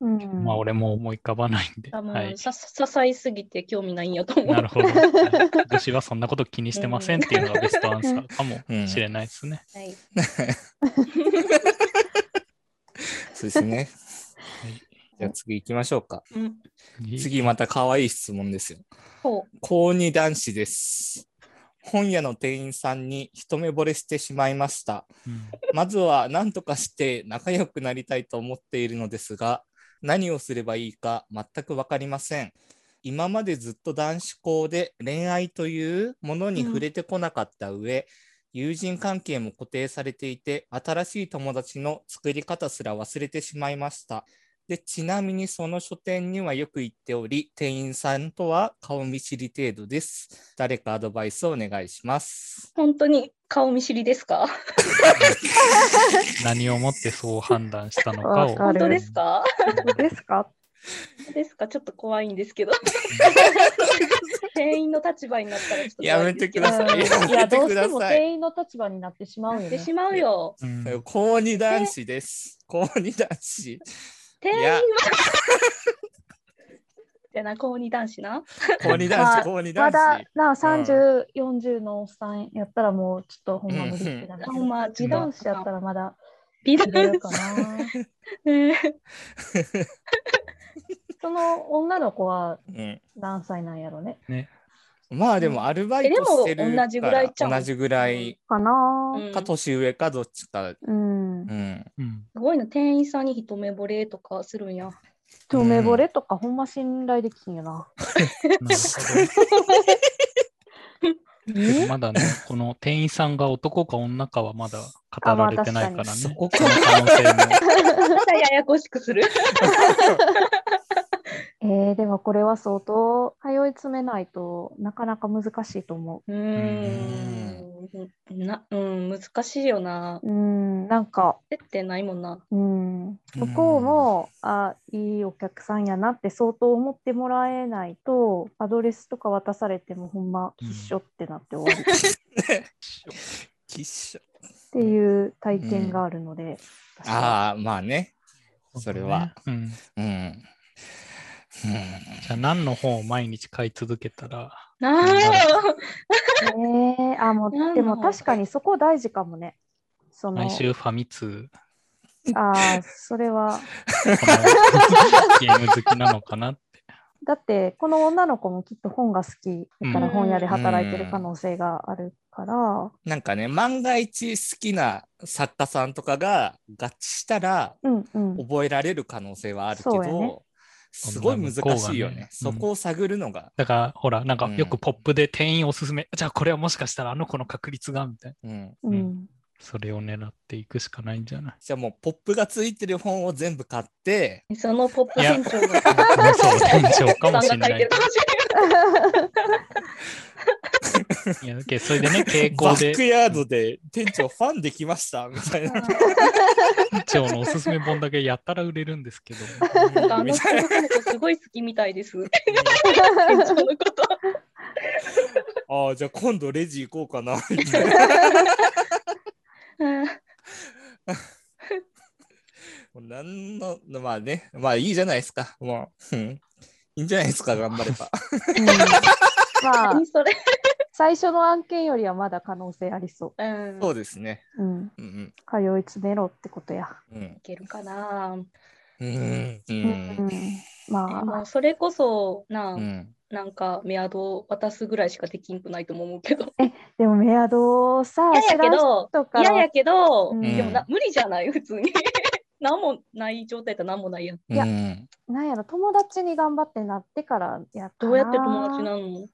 [SPEAKER 3] うん
[SPEAKER 1] まあ俺も思い浮かばないんで。
[SPEAKER 4] 多分、
[SPEAKER 1] はい、
[SPEAKER 4] ささ支えすぎて興味ないんやと思う。
[SPEAKER 1] なるほど。はい私はそんなこと気にしてませんっていうのがベストアンサーかもしれないですね。
[SPEAKER 4] はい、
[SPEAKER 2] そうですね。
[SPEAKER 1] はい
[SPEAKER 2] じゃあ次行きましょうか。
[SPEAKER 4] うん。
[SPEAKER 2] 次また可愛い質問ですよ。
[SPEAKER 4] ほ
[SPEAKER 2] 高2男子です。本屋の店員さんに一目惚れしてしまいました。
[SPEAKER 1] うん
[SPEAKER 2] まずは何とかして仲良くなりたいと思っているのですが、何をすればいいか全く分かりません。今までずっと男子校で恋愛というものに触れてこなかった上、友人関係も固定されていて、新しい友達の作り方すら忘れてしまいました。でちなみにその書店にはよく行っており、店員さんとは顔見知り程度です。誰かアドバイスをお願いします。
[SPEAKER 4] う。本当に顔見知りですか
[SPEAKER 1] 何をもってそう判断したのか
[SPEAKER 3] わ
[SPEAKER 1] を。
[SPEAKER 3] か
[SPEAKER 4] 本
[SPEAKER 3] る
[SPEAKER 4] 当ですか
[SPEAKER 3] そうですか
[SPEAKER 4] 本当ですかちょっと怖いんです けど。店員の立場になったらちょっと
[SPEAKER 2] や
[SPEAKER 4] 怖
[SPEAKER 2] め
[SPEAKER 4] いんです
[SPEAKER 2] てく
[SPEAKER 4] けど
[SPEAKER 2] ださい。や
[SPEAKER 3] いや、
[SPEAKER 2] めてく
[SPEAKER 3] どうして
[SPEAKER 2] だ
[SPEAKER 3] も
[SPEAKER 2] さい。
[SPEAKER 3] 店員の立場になってしまうよ
[SPEAKER 4] やって
[SPEAKER 3] ね。
[SPEAKER 4] しまうよ。
[SPEAKER 1] うん
[SPEAKER 2] 高2男子です。高2男子。
[SPEAKER 4] 店員
[SPEAKER 2] いや
[SPEAKER 4] は。じゃな、高二男子な。
[SPEAKER 2] 高2男
[SPEAKER 3] ま
[SPEAKER 2] 子、
[SPEAKER 3] あ
[SPEAKER 2] 高2
[SPEAKER 3] ま
[SPEAKER 2] 男
[SPEAKER 3] だ
[SPEAKER 2] 子。
[SPEAKER 3] な30、40のおっさんやったらもうちょっとほんま無理ってなるけど。
[SPEAKER 4] ほんま、自
[SPEAKER 3] 自
[SPEAKER 4] 動
[SPEAKER 3] 動
[SPEAKER 4] 車
[SPEAKER 3] 車
[SPEAKER 4] や
[SPEAKER 3] や
[SPEAKER 4] っ
[SPEAKER 3] ったた
[SPEAKER 4] ら。
[SPEAKER 3] らまだ
[SPEAKER 4] 美
[SPEAKER 3] 入れる
[SPEAKER 4] 男
[SPEAKER 3] か
[SPEAKER 4] 子
[SPEAKER 3] な。
[SPEAKER 4] ね
[SPEAKER 3] その女の子は
[SPEAKER 2] うん、
[SPEAKER 3] 何歳なんやろね。
[SPEAKER 2] まあでもアルバイトしてる
[SPEAKER 4] えでも同じぐらいちゃう
[SPEAKER 2] 同じぐらい
[SPEAKER 3] かな
[SPEAKER 4] うん
[SPEAKER 2] か年上かどっちか。
[SPEAKER 3] うん
[SPEAKER 2] う。ん。
[SPEAKER 1] うん。
[SPEAKER 4] すごいな、店員さんに一目惚れとかするんや。
[SPEAKER 3] 一目惚れとかほんま信頼できひんよな。
[SPEAKER 1] なるほど。でもまだね、この店員さんが男か女かはまだ語られてないから
[SPEAKER 3] あまあ確か
[SPEAKER 1] ね。
[SPEAKER 3] に
[SPEAKER 2] そこ
[SPEAKER 1] その可能性も。
[SPEAKER 4] またややこしくする。
[SPEAKER 3] えー、でもこれは相当通い詰めないとなかなか難しいと思
[SPEAKER 4] うーん。な、うん、難しいよな。
[SPEAKER 3] う。うん、なんか、
[SPEAKER 4] えってないもんな。
[SPEAKER 3] うん、
[SPEAKER 2] うん
[SPEAKER 3] 向こうも、あいいお客さんやなって相当思ってもらえないと、アドレスとか渡されてもほんま、
[SPEAKER 1] うん
[SPEAKER 3] きっしょってなって終わる
[SPEAKER 2] きっしょ
[SPEAKER 3] っていう体験があるので。私は
[SPEAKER 2] ああ、まあね。それは。
[SPEAKER 1] うん。
[SPEAKER 2] うん。うん
[SPEAKER 1] じゃあ何の本を毎日買い続けたら、
[SPEAKER 4] なあ。
[SPEAKER 3] ねえあも
[SPEAKER 4] なんだろ
[SPEAKER 3] う
[SPEAKER 4] う
[SPEAKER 3] でも確かにそこ大事かもね。その
[SPEAKER 1] 毎週ファミ通、
[SPEAKER 3] ああそれは
[SPEAKER 1] このゲーム好きなのかな って。
[SPEAKER 3] だってこの女の子もきっと本が好きだから
[SPEAKER 1] うん
[SPEAKER 3] 本屋で働いてる可能性があるから、
[SPEAKER 2] なんかね、万が一好きな作家さんとかが合致したら
[SPEAKER 3] うんうん
[SPEAKER 2] 覚えられる可能性はあるけ
[SPEAKER 3] そ
[SPEAKER 2] ど、
[SPEAKER 3] うやね
[SPEAKER 2] すごい難しい
[SPEAKER 1] こんな向こうが
[SPEAKER 2] よね。
[SPEAKER 1] ねうん
[SPEAKER 2] そこを探るのが。
[SPEAKER 1] だから、ほら、なんか
[SPEAKER 2] うん
[SPEAKER 1] よくポップで店員おすすめ、じゃあこれはもしかしたらあの子の確率がみたいな。
[SPEAKER 2] うん
[SPEAKER 3] う
[SPEAKER 1] うんそれを狙っていくしかないんじゃない
[SPEAKER 2] じゃあもうポップがついてる本を全部買って、
[SPEAKER 4] そのポップ店長が。
[SPEAKER 1] もうそう、店長かもしれ
[SPEAKER 4] さんが
[SPEAKER 1] な
[SPEAKER 4] 書い
[SPEAKER 1] い
[SPEAKER 4] てるかもしれない。
[SPEAKER 1] いや、けそれ でね、傾向
[SPEAKER 2] バ
[SPEAKER 1] で
[SPEAKER 2] ックヤードで店長ファンできましたみたいな。
[SPEAKER 1] 店長のおすすめ本だけやったら売れるんですけど、
[SPEAKER 4] なんかあの
[SPEAKER 2] み
[SPEAKER 4] 人
[SPEAKER 2] たいな
[SPEAKER 4] のことすごい好きみたいです。店長のこと。
[SPEAKER 2] ああ、じゃあ今度レジ行こうかなみたいな。
[SPEAKER 4] うん
[SPEAKER 2] もうなんの、まあね、まあいいじゃないですか。もう、うんいいんじゃないですか、頑張れば。
[SPEAKER 3] うんまあ
[SPEAKER 4] 何それ。
[SPEAKER 3] 最初の案件よりはまだ可能性ありそ
[SPEAKER 4] うん。
[SPEAKER 2] そう
[SPEAKER 4] い
[SPEAKER 2] ですね。
[SPEAKER 3] う、うん、
[SPEAKER 2] うん
[SPEAKER 3] 通い詰めろってことや、
[SPEAKER 2] うんうん
[SPEAKER 4] けるかな。
[SPEAKER 2] うんう
[SPEAKER 3] うん
[SPEAKER 2] ん
[SPEAKER 3] ま
[SPEAKER 4] も
[SPEAKER 3] あ
[SPEAKER 4] うそれこそ、な
[SPEAKER 2] う、ん
[SPEAKER 4] なんかメアドを渡すぐらいしかできんくないとも思うけど。
[SPEAKER 3] でもメアドをさ
[SPEAKER 4] 嫌や
[SPEAKER 3] 知ら
[SPEAKER 4] け
[SPEAKER 3] ん人
[SPEAKER 4] ど、
[SPEAKER 3] から
[SPEAKER 4] 嫌やけど、
[SPEAKER 3] うん
[SPEAKER 4] でもな無理じゃない、普通に。 何もない状態だったら何もないやん。
[SPEAKER 3] いや
[SPEAKER 2] うん
[SPEAKER 3] なんやろ友達に頑張ってなってからやった
[SPEAKER 4] どうやって友達なの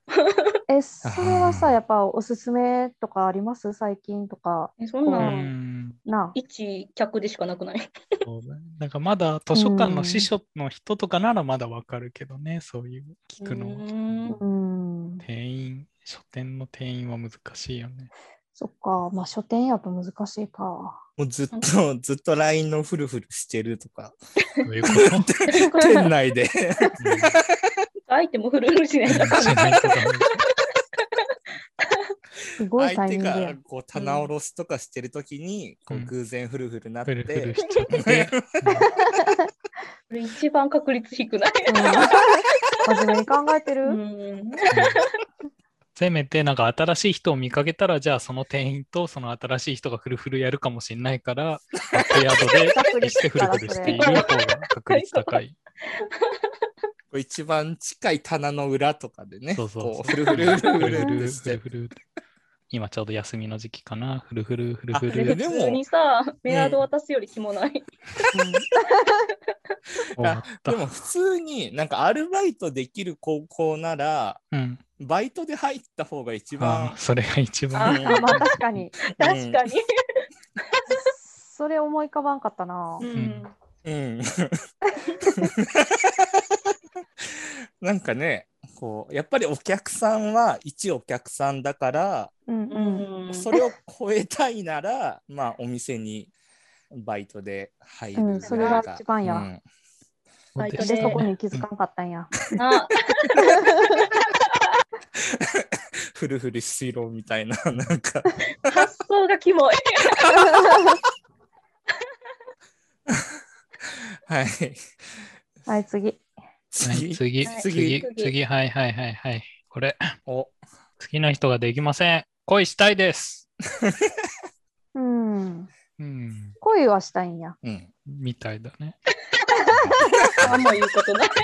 [SPEAKER 3] えそれは
[SPEAKER 2] あ
[SPEAKER 3] さ
[SPEAKER 2] ー
[SPEAKER 3] やっぱおすすめとかあります最近とか
[SPEAKER 4] えそん
[SPEAKER 1] う
[SPEAKER 4] なん
[SPEAKER 1] ん、
[SPEAKER 3] なあ
[SPEAKER 4] 一客でしかなくない。
[SPEAKER 1] そうだねなんかまだ図書館の司書の人とかならまだわかるけどね、そういう聞くの
[SPEAKER 4] う
[SPEAKER 1] は。
[SPEAKER 4] ーん
[SPEAKER 3] うん
[SPEAKER 1] 店員、書店の店員は難しいよ ね。
[SPEAKER 3] そっかまあ書店やと難しいか
[SPEAKER 2] もうずっと、ずっと LINE のフルフルしてるとか、
[SPEAKER 1] どういうこと
[SPEAKER 2] 店内で。
[SPEAKER 1] うん
[SPEAKER 4] 相手もフルフルしない
[SPEAKER 1] しないとダメ
[SPEAKER 3] すごいタ
[SPEAKER 2] 相手
[SPEAKER 3] イミングや
[SPEAKER 2] がこう棚卸しとかしてるときに、こ
[SPEAKER 1] う
[SPEAKER 2] うん偶然フルフルなっ
[SPEAKER 1] ふるふ
[SPEAKER 2] て
[SPEAKER 1] る、しちゃって。
[SPEAKER 4] これ一番確率低くない。
[SPEAKER 3] うん真面目に考えて
[SPEAKER 4] う
[SPEAKER 3] る、
[SPEAKER 4] ん
[SPEAKER 1] せめてなんか新しい人を見かけたら、じゃあその店員とその新しい人がフルフルやるかもしれないから、バックヤードで
[SPEAKER 3] 確率
[SPEAKER 1] してフルフルしている方が確率高い。
[SPEAKER 2] こう一番近い棚の裏とかでね、
[SPEAKER 1] そうそうそ
[SPEAKER 2] こ
[SPEAKER 1] う。
[SPEAKER 2] うフルフルフルフル
[SPEAKER 1] フ
[SPEAKER 2] フ
[SPEAKER 1] ル
[SPEAKER 2] ルし
[SPEAKER 1] フルフ
[SPEAKER 2] て
[SPEAKER 1] ルフル今ちょうど休みの時期かな。フルフルフル
[SPEAKER 2] あ
[SPEAKER 1] フ
[SPEAKER 4] それで
[SPEAKER 1] ル。
[SPEAKER 2] で
[SPEAKER 4] 普
[SPEAKER 2] も
[SPEAKER 4] 通にさ、メアド渡すより気もない。
[SPEAKER 1] 終わった
[SPEAKER 2] でも普通になんかアルバイトできる高校なら
[SPEAKER 1] うん。
[SPEAKER 2] バイトで入った方が一
[SPEAKER 1] あ
[SPEAKER 2] 番
[SPEAKER 1] ーそれが一番。
[SPEAKER 2] うん
[SPEAKER 3] あまあ確かに
[SPEAKER 4] 確かに。
[SPEAKER 3] それ思い浮かばんかったな
[SPEAKER 4] う、ん
[SPEAKER 1] ん
[SPEAKER 2] うん、なんかねこうやっぱりお客さんは一お客さんだから、
[SPEAKER 3] うんうん、
[SPEAKER 4] うん
[SPEAKER 2] それを超えたいならまあお店にバイトで入るぐらいが、
[SPEAKER 3] うんそれが一番や
[SPEAKER 2] うん
[SPEAKER 4] バイト
[SPEAKER 3] で
[SPEAKER 4] で
[SPEAKER 3] そこに気づかんかったんや、
[SPEAKER 4] な
[SPEAKER 2] フルフルしろみたいななんか
[SPEAKER 4] 発想がキモい。
[SPEAKER 2] はい
[SPEAKER 3] はい次
[SPEAKER 1] はい
[SPEAKER 2] 次
[SPEAKER 1] 次、
[SPEAKER 4] はい
[SPEAKER 1] 次
[SPEAKER 4] 次、
[SPEAKER 1] 次、はいはいはいはい。これ、
[SPEAKER 2] お
[SPEAKER 1] 好きな人ができません。恋したいです。
[SPEAKER 3] うん
[SPEAKER 1] うん。
[SPEAKER 3] 恋はしたいんや
[SPEAKER 2] うん
[SPEAKER 1] みたいだね。
[SPEAKER 4] 何も言うことない。好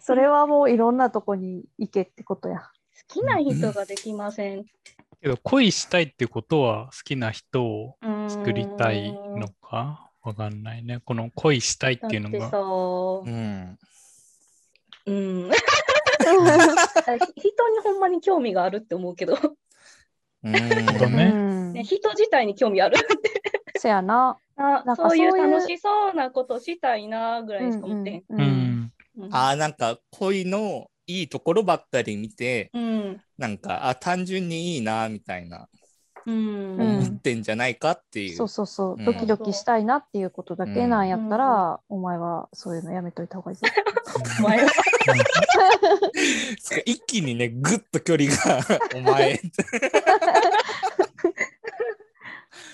[SPEAKER 3] それはもういろんなとこに行けってことや。
[SPEAKER 4] きな人ができません。
[SPEAKER 1] けど恋したいってことは好きな人を
[SPEAKER 4] うーん
[SPEAKER 1] 作りたいのかわかんないね。この恋したいっ
[SPEAKER 4] だって
[SPEAKER 1] いうの
[SPEAKER 4] てさ
[SPEAKER 1] が。、
[SPEAKER 2] うん。
[SPEAKER 4] うん。人にほんまに興味があるって思うけど、
[SPEAKER 2] う
[SPEAKER 1] ほど
[SPEAKER 2] ん。
[SPEAKER 1] ね
[SPEAKER 3] うん
[SPEAKER 4] ね、人自体に興味あるって
[SPEAKER 3] せやな。
[SPEAKER 4] あ
[SPEAKER 3] なんか
[SPEAKER 4] そういう
[SPEAKER 3] そういう
[SPEAKER 4] 楽しそうなことしたいなぐらいしか思ってへん。
[SPEAKER 3] う
[SPEAKER 1] うんん。
[SPEAKER 4] うん
[SPEAKER 2] ああ、なんか恋のいいところばっかり見て、
[SPEAKER 4] うん
[SPEAKER 2] なんか、あ、単純にいいな、みたいな、
[SPEAKER 4] う
[SPEAKER 3] う
[SPEAKER 4] ん
[SPEAKER 3] ん
[SPEAKER 2] 思ってんじゃないかっていう。
[SPEAKER 3] そうそうそうう、
[SPEAKER 2] ん
[SPEAKER 3] ドキドキしたいなっていうことだけなんやったら、お前はそういうのやめといた方がいい ぞ。
[SPEAKER 4] お前は
[SPEAKER 2] つか一気にね、ぐっと距離が、 お前、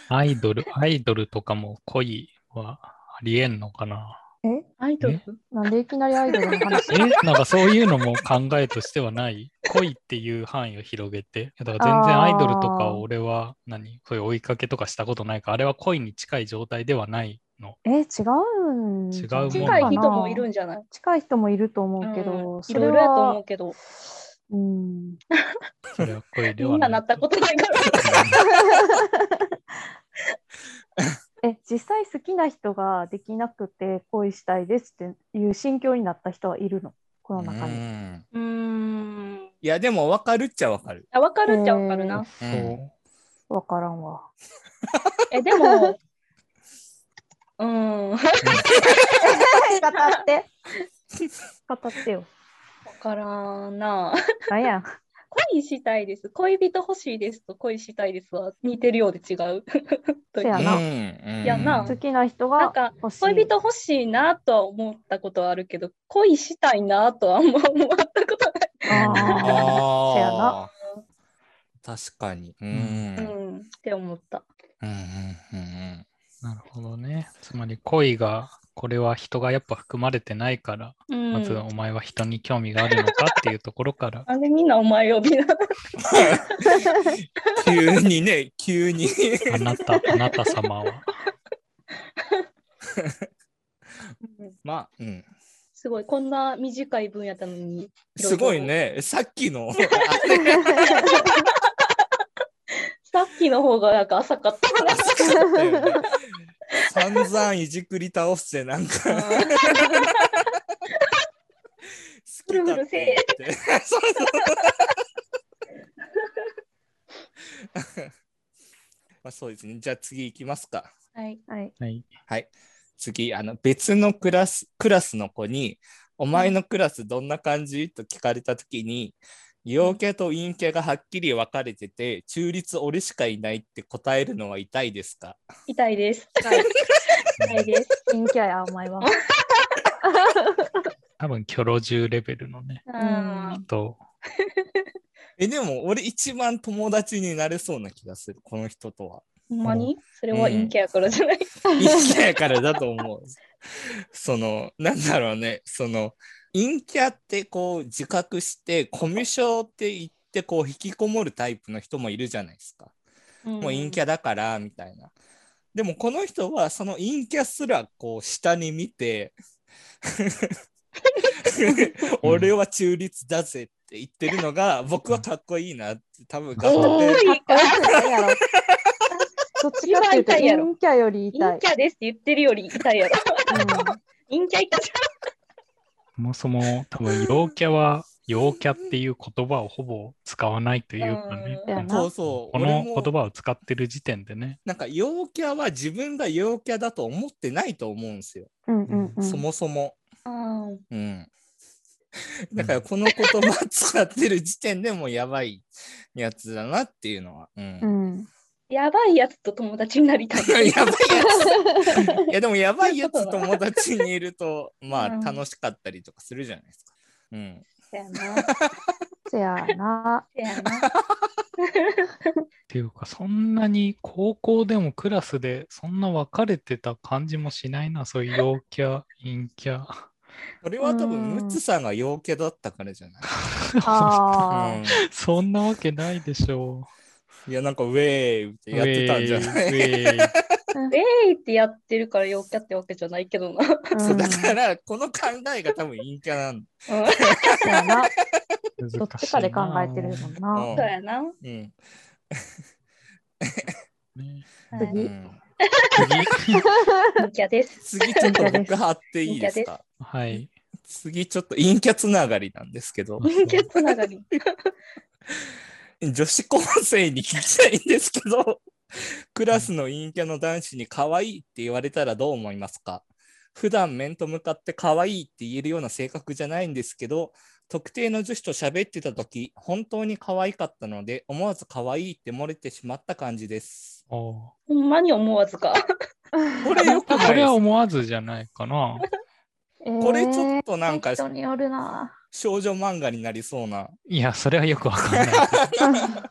[SPEAKER 1] アイドル、アイドルとかも恋はありえんのかな。
[SPEAKER 3] え
[SPEAKER 4] アイドル
[SPEAKER 3] なんでいきなりアイドルの話
[SPEAKER 1] え なんかそういうのも考えとしてはない恋っていう範囲を広げてだから全然アイドルとかを俺は何そういう追いかけとかしたことないからあれは恋に近い状態ではないの
[SPEAKER 3] え、違うんじゃな
[SPEAKER 1] 違うも
[SPEAKER 3] い
[SPEAKER 1] ん
[SPEAKER 4] 近い人もい
[SPEAKER 3] か
[SPEAKER 4] る
[SPEAKER 3] なん
[SPEAKER 4] じゃない
[SPEAKER 3] 近い人もいると思うけ
[SPEAKER 4] う
[SPEAKER 3] ど、
[SPEAKER 4] ん
[SPEAKER 3] そ
[SPEAKER 4] いろ
[SPEAKER 3] れ
[SPEAKER 4] い
[SPEAKER 3] は
[SPEAKER 4] ろやと思うけど、
[SPEAKER 3] うん。
[SPEAKER 1] それは恋で
[SPEAKER 4] み
[SPEAKER 1] は
[SPEAKER 4] んな
[SPEAKER 1] な
[SPEAKER 4] ないったことないから。
[SPEAKER 3] え、実際好きな人ができなくて恋したいですっていう心境になった人はいるの、この中
[SPEAKER 2] う
[SPEAKER 3] に。
[SPEAKER 2] ん
[SPEAKER 4] うーん。
[SPEAKER 2] いや、でも分かるっちゃ分かる。
[SPEAKER 4] あ、わかるっちゃわかるな。
[SPEAKER 1] そうう
[SPEAKER 3] わからん わ。
[SPEAKER 4] え、でも、うん、
[SPEAKER 3] 語っ
[SPEAKER 4] わ
[SPEAKER 3] て。語ってよ。
[SPEAKER 4] からんな。
[SPEAKER 3] なん やん。
[SPEAKER 4] 恋したいです。恋人欲しいですと恋したいですは似てるようで違う。
[SPEAKER 3] せや
[SPEAKER 2] う
[SPEAKER 3] な。
[SPEAKER 2] ん。
[SPEAKER 4] やな
[SPEAKER 3] 好きな人
[SPEAKER 4] な
[SPEAKER 3] が
[SPEAKER 4] んか
[SPEAKER 3] 欲しい。
[SPEAKER 4] 恋人欲しいなとは思ったことはあるけど、恋したいなとはあんま思ったことない。
[SPEAKER 3] あー
[SPEAKER 2] ああ。
[SPEAKER 3] せやな
[SPEAKER 2] 確かに。うん。
[SPEAKER 1] ん
[SPEAKER 2] うん
[SPEAKER 4] うん、って思った。
[SPEAKER 2] うんうん
[SPEAKER 1] なるほどねつまり恋がこれは人がやっぱ含まれてないから、
[SPEAKER 4] うん、
[SPEAKER 1] まずお前は人に興味があるのかっていうところ から
[SPEAKER 4] なんでみんなお前呼びなの
[SPEAKER 2] 急にね、急に。
[SPEAKER 1] あなたあなた様は
[SPEAKER 4] うん
[SPEAKER 2] まあ、うん。
[SPEAKER 4] すごい、こんな短い分野なのに。
[SPEAKER 2] すごいね。さっきの、あ
[SPEAKER 4] さっきの方がなんか浅かった。
[SPEAKER 2] そうだよね散々いじくり倒して、なんか、好きだって言 って。そうそうまあそうですね。じゃあ次行きますか。
[SPEAKER 4] はい。
[SPEAKER 3] はい。
[SPEAKER 1] はい
[SPEAKER 2] 次あの別のクラスクラスの子に「お前のクラスどんな感じ?」と聞かれた時に陽気と陰気がはっきり分かれてて中立俺しかいないって答えるのは痛いですか
[SPEAKER 4] 痛いです。痛いです。
[SPEAKER 3] 陰キャや、お前は。
[SPEAKER 1] 多分キョロ獣レベルのね
[SPEAKER 4] うん。
[SPEAKER 1] 人
[SPEAKER 2] えでも俺一番友達になれそうな気がするこの人とは。
[SPEAKER 4] ほんまにそれは陰キャやからじゃない。
[SPEAKER 2] 陰キャやからだと思う。そのなんだろうねその陰キャってこう自覚してコミュ障って言ってこう引きこもるタイプの人もいるじゃないですか。もう陰キ
[SPEAKER 4] ャ。
[SPEAKER 2] ャだからみたいな。でもこの人はその陰キャすらこう下に見て 俺は中立だぜって言ってるのが僕はかっこいいなって多分
[SPEAKER 3] かっ
[SPEAKER 2] 頑
[SPEAKER 3] こ
[SPEAKER 2] 張
[SPEAKER 3] よ
[SPEAKER 2] って
[SPEAKER 4] えー
[SPEAKER 3] くないやろ。どっちかっていうと、
[SPEAKER 4] 一番痛いやろ
[SPEAKER 3] 陰キャより痛
[SPEAKER 4] 陰
[SPEAKER 3] い。
[SPEAKER 4] キャですって言ってるより痛いやろ。陰キャ痛い
[SPEAKER 1] そもそも多分陽キャは陽キャっていう言葉をほぼ使わないというかね。
[SPEAKER 3] うんだよな
[SPEAKER 2] そうそう
[SPEAKER 1] こ
[SPEAKER 2] 俺
[SPEAKER 1] の
[SPEAKER 2] も
[SPEAKER 1] 言葉を使ってる時点でね。
[SPEAKER 2] なんか陽キャは自分が陽キャだと思ってないと思うんですよ、
[SPEAKER 3] うんうんうん。
[SPEAKER 2] そもそも。
[SPEAKER 4] うん。
[SPEAKER 2] うん、だからこの言葉使ってる時点でもうやばいやつだなっていうのは。うん
[SPEAKER 3] うん。
[SPEAKER 4] やばいやつと友達になりた い。
[SPEAKER 2] やばいやつ。いやでもやばいやつ友達にいるとまあ
[SPEAKER 4] うん
[SPEAKER 2] 楽しかったりとかするじゃないですか。うん。
[SPEAKER 4] せやな。
[SPEAKER 3] せや な。
[SPEAKER 4] せやな。
[SPEAKER 1] っていうか、そんなに高校でもクラスでそんな分かれてた感じもしないな、そういう陽キャ、陰キャ。
[SPEAKER 2] これは多分
[SPEAKER 3] うん
[SPEAKER 2] ムッツさんが陽キャだったからじゃない。
[SPEAKER 3] ああ。
[SPEAKER 1] そんなわけないでしょ
[SPEAKER 2] うん、いやなんかウェーイって
[SPEAKER 1] う。
[SPEAKER 2] やってたんじゃない
[SPEAKER 1] ウェイウェイ
[SPEAKER 4] えいってやってるから陽キャってわけじゃないけどな。
[SPEAKER 2] そうだからこの考えが多分陰キャなの。
[SPEAKER 4] うん
[SPEAKER 3] そうやな
[SPEAKER 1] 難しい
[SPEAKER 3] ど
[SPEAKER 1] な
[SPEAKER 3] っちかで考えてるもん
[SPEAKER 2] う
[SPEAKER 3] な。
[SPEAKER 2] ん
[SPEAKER 4] そうやな。は
[SPEAKER 2] うん
[SPEAKER 1] ね
[SPEAKER 2] う
[SPEAKER 3] 次
[SPEAKER 4] い
[SPEAKER 2] ん、
[SPEAKER 1] 次。
[SPEAKER 4] 陰キャです。
[SPEAKER 2] 次ちょっと僕貼っていいです
[SPEAKER 4] 陰キ
[SPEAKER 2] か
[SPEAKER 1] はい。
[SPEAKER 2] 次ちょっと陰キャつながりなんですけど
[SPEAKER 4] 陰キャつながり。
[SPEAKER 2] 女子高生に聞きたいんですけどクラスの陰キャの男子に可愛いって言われたらどう思いますか普段面と向かって可愛いって言えるような性格じゃないんですけど特定の女子と喋ってた時本当に可愛かったので思わず可愛いって漏れてしまった感じです
[SPEAKER 1] おー
[SPEAKER 4] ほんまに思わずか。
[SPEAKER 2] これよくないです
[SPEAKER 1] これは思わずじゃないかな。
[SPEAKER 2] これちょっとなんか
[SPEAKER 3] えー人によるな。
[SPEAKER 2] 少女漫画になりそうない
[SPEAKER 1] や、それはよくわかんな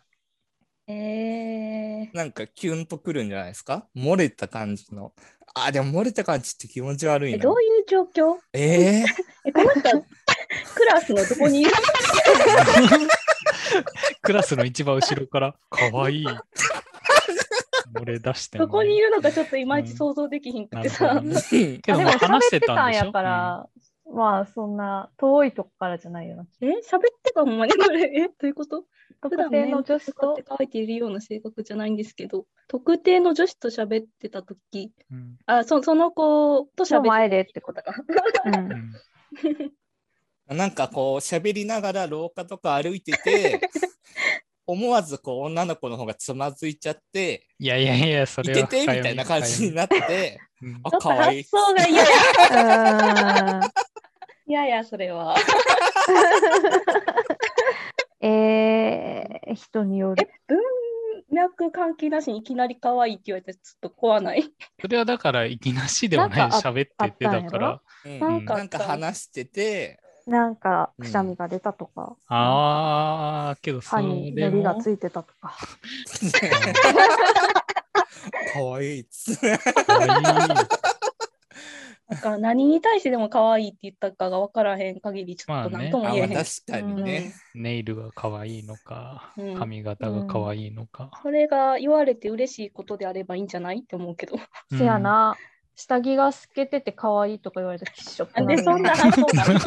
[SPEAKER 1] い。
[SPEAKER 4] ええ
[SPEAKER 2] なんかキュンとくるんじゃないですか漏れた感じの。あ、でも漏れた感じって気持ち悪い
[SPEAKER 4] え、
[SPEAKER 2] な
[SPEAKER 4] ど。ういう状況
[SPEAKER 2] え
[SPEAKER 4] え、この人、 クラスのどこにいる
[SPEAKER 1] クラスの一番後ろから、かわいい。俺出してんの
[SPEAKER 4] どこにいるのかちょっといまいち想像できひんく
[SPEAKER 1] な
[SPEAKER 4] て
[SPEAKER 1] るほど
[SPEAKER 4] さ。
[SPEAKER 1] ね
[SPEAKER 2] ー
[SPEAKER 1] けども
[SPEAKER 3] 喋
[SPEAKER 1] 話
[SPEAKER 3] っ
[SPEAKER 1] して
[SPEAKER 3] て
[SPEAKER 1] た
[SPEAKER 3] た
[SPEAKER 1] ん
[SPEAKER 3] ん
[SPEAKER 1] でしょ
[SPEAKER 3] やか、ら、まあそんな遠いとこからじゃないよな。
[SPEAKER 4] え、喋ってたほんまにこれ。 え、どういうこと
[SPEAKER 3] 特
[SPEAKER 4] 普段
[SPEAKER 3] 定
[SPEAKER 4] ね、
[SPEAKER 3] の女子
[SPEAKER 4] とかっ
[SPEAKER 3] と
[SPEAKER 4] て。書いているような性格じゃないんですけど、特定の女子と喋ってた時
[SPEAKER 1] うんうん
[SPEAKER 4] あ、そその子と喋
[SPEAKER 3] の
[SPEAKER 4] ってた
[SPEAKER 3] 前でってこ。
[SPEAKER 4] こととか。
[SPEAKER 3] うん
[SPEAKER 1] うん
[SPEAKER 2] なんかこう喋りながら廊下とか歩いて て、思わずこう女の子の方がつまずいちゃって、
[SPEAKER 1] いやいやいや、そ
[SPEAKER 2] い
[SPEAKER 1] れ
[SPEAKER 2] け
[SPEAKER 1] は
[SPEAKER 2] てみたいな感じになって、
[SPEAKER 1] 深読み。深読みうん
[SPEAKER 2] あ、
[SPEAKER 4] ちょっと
[SPEAKER 2] かわいい
[SPEAKER 4] 発。想が嫌や。
[SPEAKER 3] うーん
[SPEAKER 4] いやいや、それは。
[SPEAKER 3] えー、人による。
[SPEAKER 4] 脈関係なしにいきなり可愛いって言われたらちょっと怖ない。
[SPEAKER 1] それはだから、いきなしではない、
[SPEAKER 3] なんかあ
[SPEAKER 1] 喋ってて、
[SPEAKER 3] あったん
[SPEAKER 1] だ
[SPEAKER 3] やろ
[SPEAKER 1] から。
[SPEAKER 2] うん
[SPEAKER 4] なんか
[SPEAKER 2] なんか話して て、
[SPEAKER 3] なんかくしゃみが出たとか、
[SPEAKER 1] あー、けどそ
[SPEAKER 3] 歯
[SPEAKER 1] れ
[SPEAKER 3] に
[SPEAKER 1] で
[SPEAKER 3] 糊が
[SPEAKER 1] も
[SPEAKER 3] つ、いてたとか。
[SPEAKER 2] かわいいっつって。
[SPEAKER 1] かわいい
[SPEAKER 4] なんか何に対してでも可愛いって言ったかが分からへん限り、ちょっと
[SPEAKER 1] まあね
[SPEAKER 4] 何と
[SPEAKER 2] あ、ま
[SPEAKER 4] も
[SPEAKER 2] あ
[SPEAKER 4] 言えへん。
[SPEAKER 2] 確かにね。
[SPEAKER 1] ネイルが可愛いのか
[SPEAKER 4] う、ん
[SPEAKER 1] 髪型が可愛いのか。
[SPEAKER 4] それが言われて嬉しいことであればいいんじゃないって思う けど。
[SPEAKER 1] うん
[SPEAKER 3] せや。な、下着が透けてて可愛いとか言われたらきっしょって
[SPEAKER 4] なん
[SPEAKER 3] な
[SPEAKER 4] で
[SPEAKER 3] る
[SPEAKER 4] そんな反応なの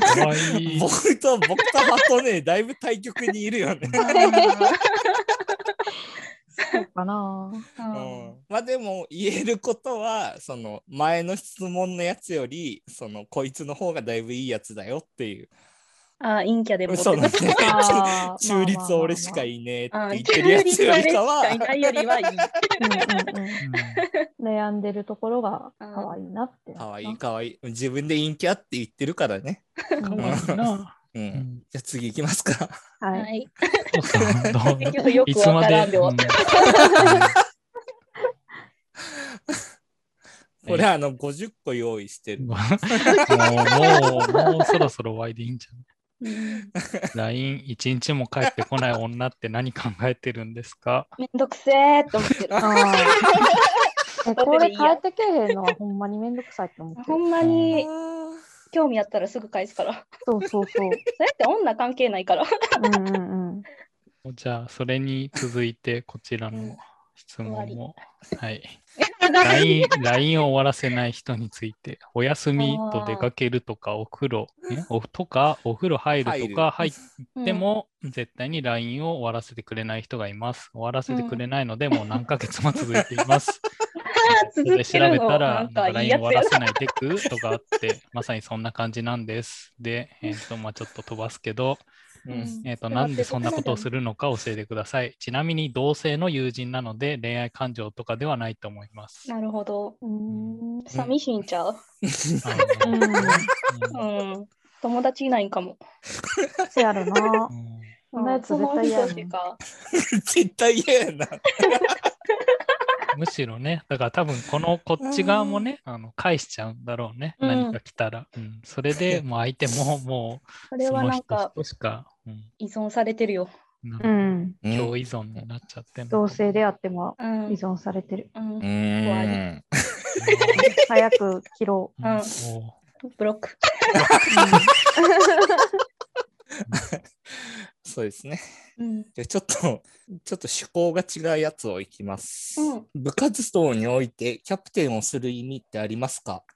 [SPEAKER 1] 可愛い。
[SPEAKER 2] 僕と僕とハトね、だいぶ対極にいるよね。
[SPEAKER 3] そうか
[SPEAKER 2] う
[SPEAKER 3] な。
[SPEAKER 2] んまあでも言えることはその前の質問のやつよりそのこいつの方がだいぶいいやつだよっていう
[SPEAKER 4] ああ、陰キャでも。
[SPEAKER 2] そのね
[SPEAKER 3] あー
[SPEAKER 2] 中立俺しかいねえって
[SPEAKER 4] ああ、
[SPEAKER 2] 言っ
[SPEAKER 4] 中
[SPEAKER 2] てるやつ
[SPEAKER 4] 立
[SPEAKER 2] よ
[SPEAKER 4] は
[SPEAKER 2] り
[SPEAKER 4] し
[SPEAKER 2] か
[SPEAKER 4] か
[SPEAKER 2] はい
[SPEAKER 4] ないよりはいい。
[SPEAKER 3] うんうんうん悩んでるところが
[SPEAKER 4] うん
[SPEAKER 3] 可愛いなって。
[SPEAKER 2] かわいいかわいい自分で陰キャって言ってるからね、
[SPEAKER 3] うん
[SPEAKER 1] うん可愛いな。
[SPEAKER 2] うん
[SPEAKER 1] うん
[SPEAKER 2] じゃあ次行きますか
[SPEAKER 3] は。
[SPEAKER 4] はいい。
[SPEAKER 1] そうそうどう
[SPEAKER 4] 結局よ
[SPEAKER 1] い
[SPEAKER 4] く
[SPEAKER 1] つ
[SPEAKER 4] 分
[SPEAKER 1] ま
[SPEAKER 4] から
[SPEAKER 1] で
[SPEAKER 4] んで終わった。
[SPEAKER 2] これあの50個用意して
[SPEAKER 1] うん
[SPEAKER 2] る
[SPEAKER 1] もう、もう、もうそろそろ終わりでいいんじゃない
[SPEAKER 4] うん
[SPEAKER 1] ライン一日も帰ってこない女って何考えてるんですか
[SPEAKER 4] めんどくせえって思ってる。
[SPEAKER 3] あ ーえこれ変えてけえへんのはほんまにめんどくさいって思って
[SPEAKER 4] ほ
[SPEAKER 3] る。
[SPEAKER 4] んま
[SPEAKER 2] あ
[SPEAKER 4] に
[SPEAKER 2] ー
[SPEAKER 4] 興味あったらすぐ返すから。
[SPEAKER 3] そうそうそう。
[SPEAKER 4] それって女関係ないから。
[SPEAKER 3] うんうんうん。
[SPEAKER 1] じゃあ、それに続いて、こちらの質問も。はい。LINE LINE を終わらせない人について、お休みと出かけるとか、お風呂、ね、おとか、お風呂入るとか、入っても、絶対に LINE を終わらせてくれない人がいます。終わらせてくれないので、もう何ヶ月も続いています。
[SPEAKER 4] 続
[SPEAKER 1] で
[SPEAKER 4] け
[SPEAKER 1] 調
[SPEAKER 4] る
[SPEAKER 1] べ
[SPEAKER 4] の
[SPEAKER 1] た
[SPEAKER 4] な
[SPEAKER 1] ら、
[SPEAKER 4] ん
[SPEAKER 1] な
[SPEAKER 4] か
[SPEAKER 1] んか
[SPEAKER 4] い
[SPEAKER 1] LINE
[SPEAKER 4] いや
[SPEAKER 1] 終
[SPEAKER 4] つ
[SPEAKER 1] わ
[SPEAKER 4] や
[SPEAKER 1] らせないテクとかあって、 まさにそんな感じなんです。で、えっ、と、まあちょっと飛ばすけど、
[SPEAKER 2] う
[SPEAKER 4] うんん
[SPEAKER 1] えっ、と、なんでそんなことをするのか教えてください。ちなみに同性の友人なので、恋愛感情とかではないと思います。
[SPEAKER 4] なるほど。
[SPEAKER 3] うーん。
[SPEAKER 4] 寂しいんちゃう、
[SPEAKER 1] あ
[SPEAKER 3] う
[SPEAKER 1] の
[SPEAKER 3] ん。
[SPEAKER 1] うん
[SPEAKER 4] うん、友達いないんかも。
[SPEAKER 3] せやろな。 そんなやつ
[SPEAKER 4] その
[SPEAKER 3] 絶対嫌や
[SPEAKER 4] 人し
[SPEAKER 3] な。
[SPEAKER 4] か。
[SPEAKER 2] 絶対嫌やな
[SPEAKER 1] むしろね、だから多分このこっち側もね、あの返しちゃうんだろうね、
[SPEAKER 4] うん
[SPEAKER 1] 何か来たら。うん、それでもう相手もも
[SPEAKER 4] そうれ
[SPEAKER 1] そ
[SPEAKER 4] は
[SPEAKER 1] の
[SPEAKER 4] なん
[SPEAKER 1] 人
[SPEAKER 4] か
[SPEAKER 1] としか、うん
[SPEAKER 4] 依存されてるよ。
[SPEAKER 1] なん
[SPEAKER 3] う
[SPEAKER 1] か
[SPEAKER 3] ん。
[SPEAKER 1] 共依存になっちゃってんのかな
[SPEAKER 3] 同性であっても
[SPEAKER 4] うん。
[SPEAKER 3] 依存されてる。
[SPEAKER 4] うん
[SPEAKER 2] う。ん
[SPEAKER 3] 早く切ろ
[SPEAKER 1] うん
[SPEAKER 4] うん
[SPEAKER 1] もう
[SPEAKER 4] ブロック。
[SPEAKER 2] そうですね。
[SPEAKER 4] うん。
[SPEAKER 2] じゃあちょっと、ち ょっと趣向が違うやつをいきます。
[SPEAKER 4] うん
[SPEAKER 2] 部活動においてキャプテンをする意味ってありますか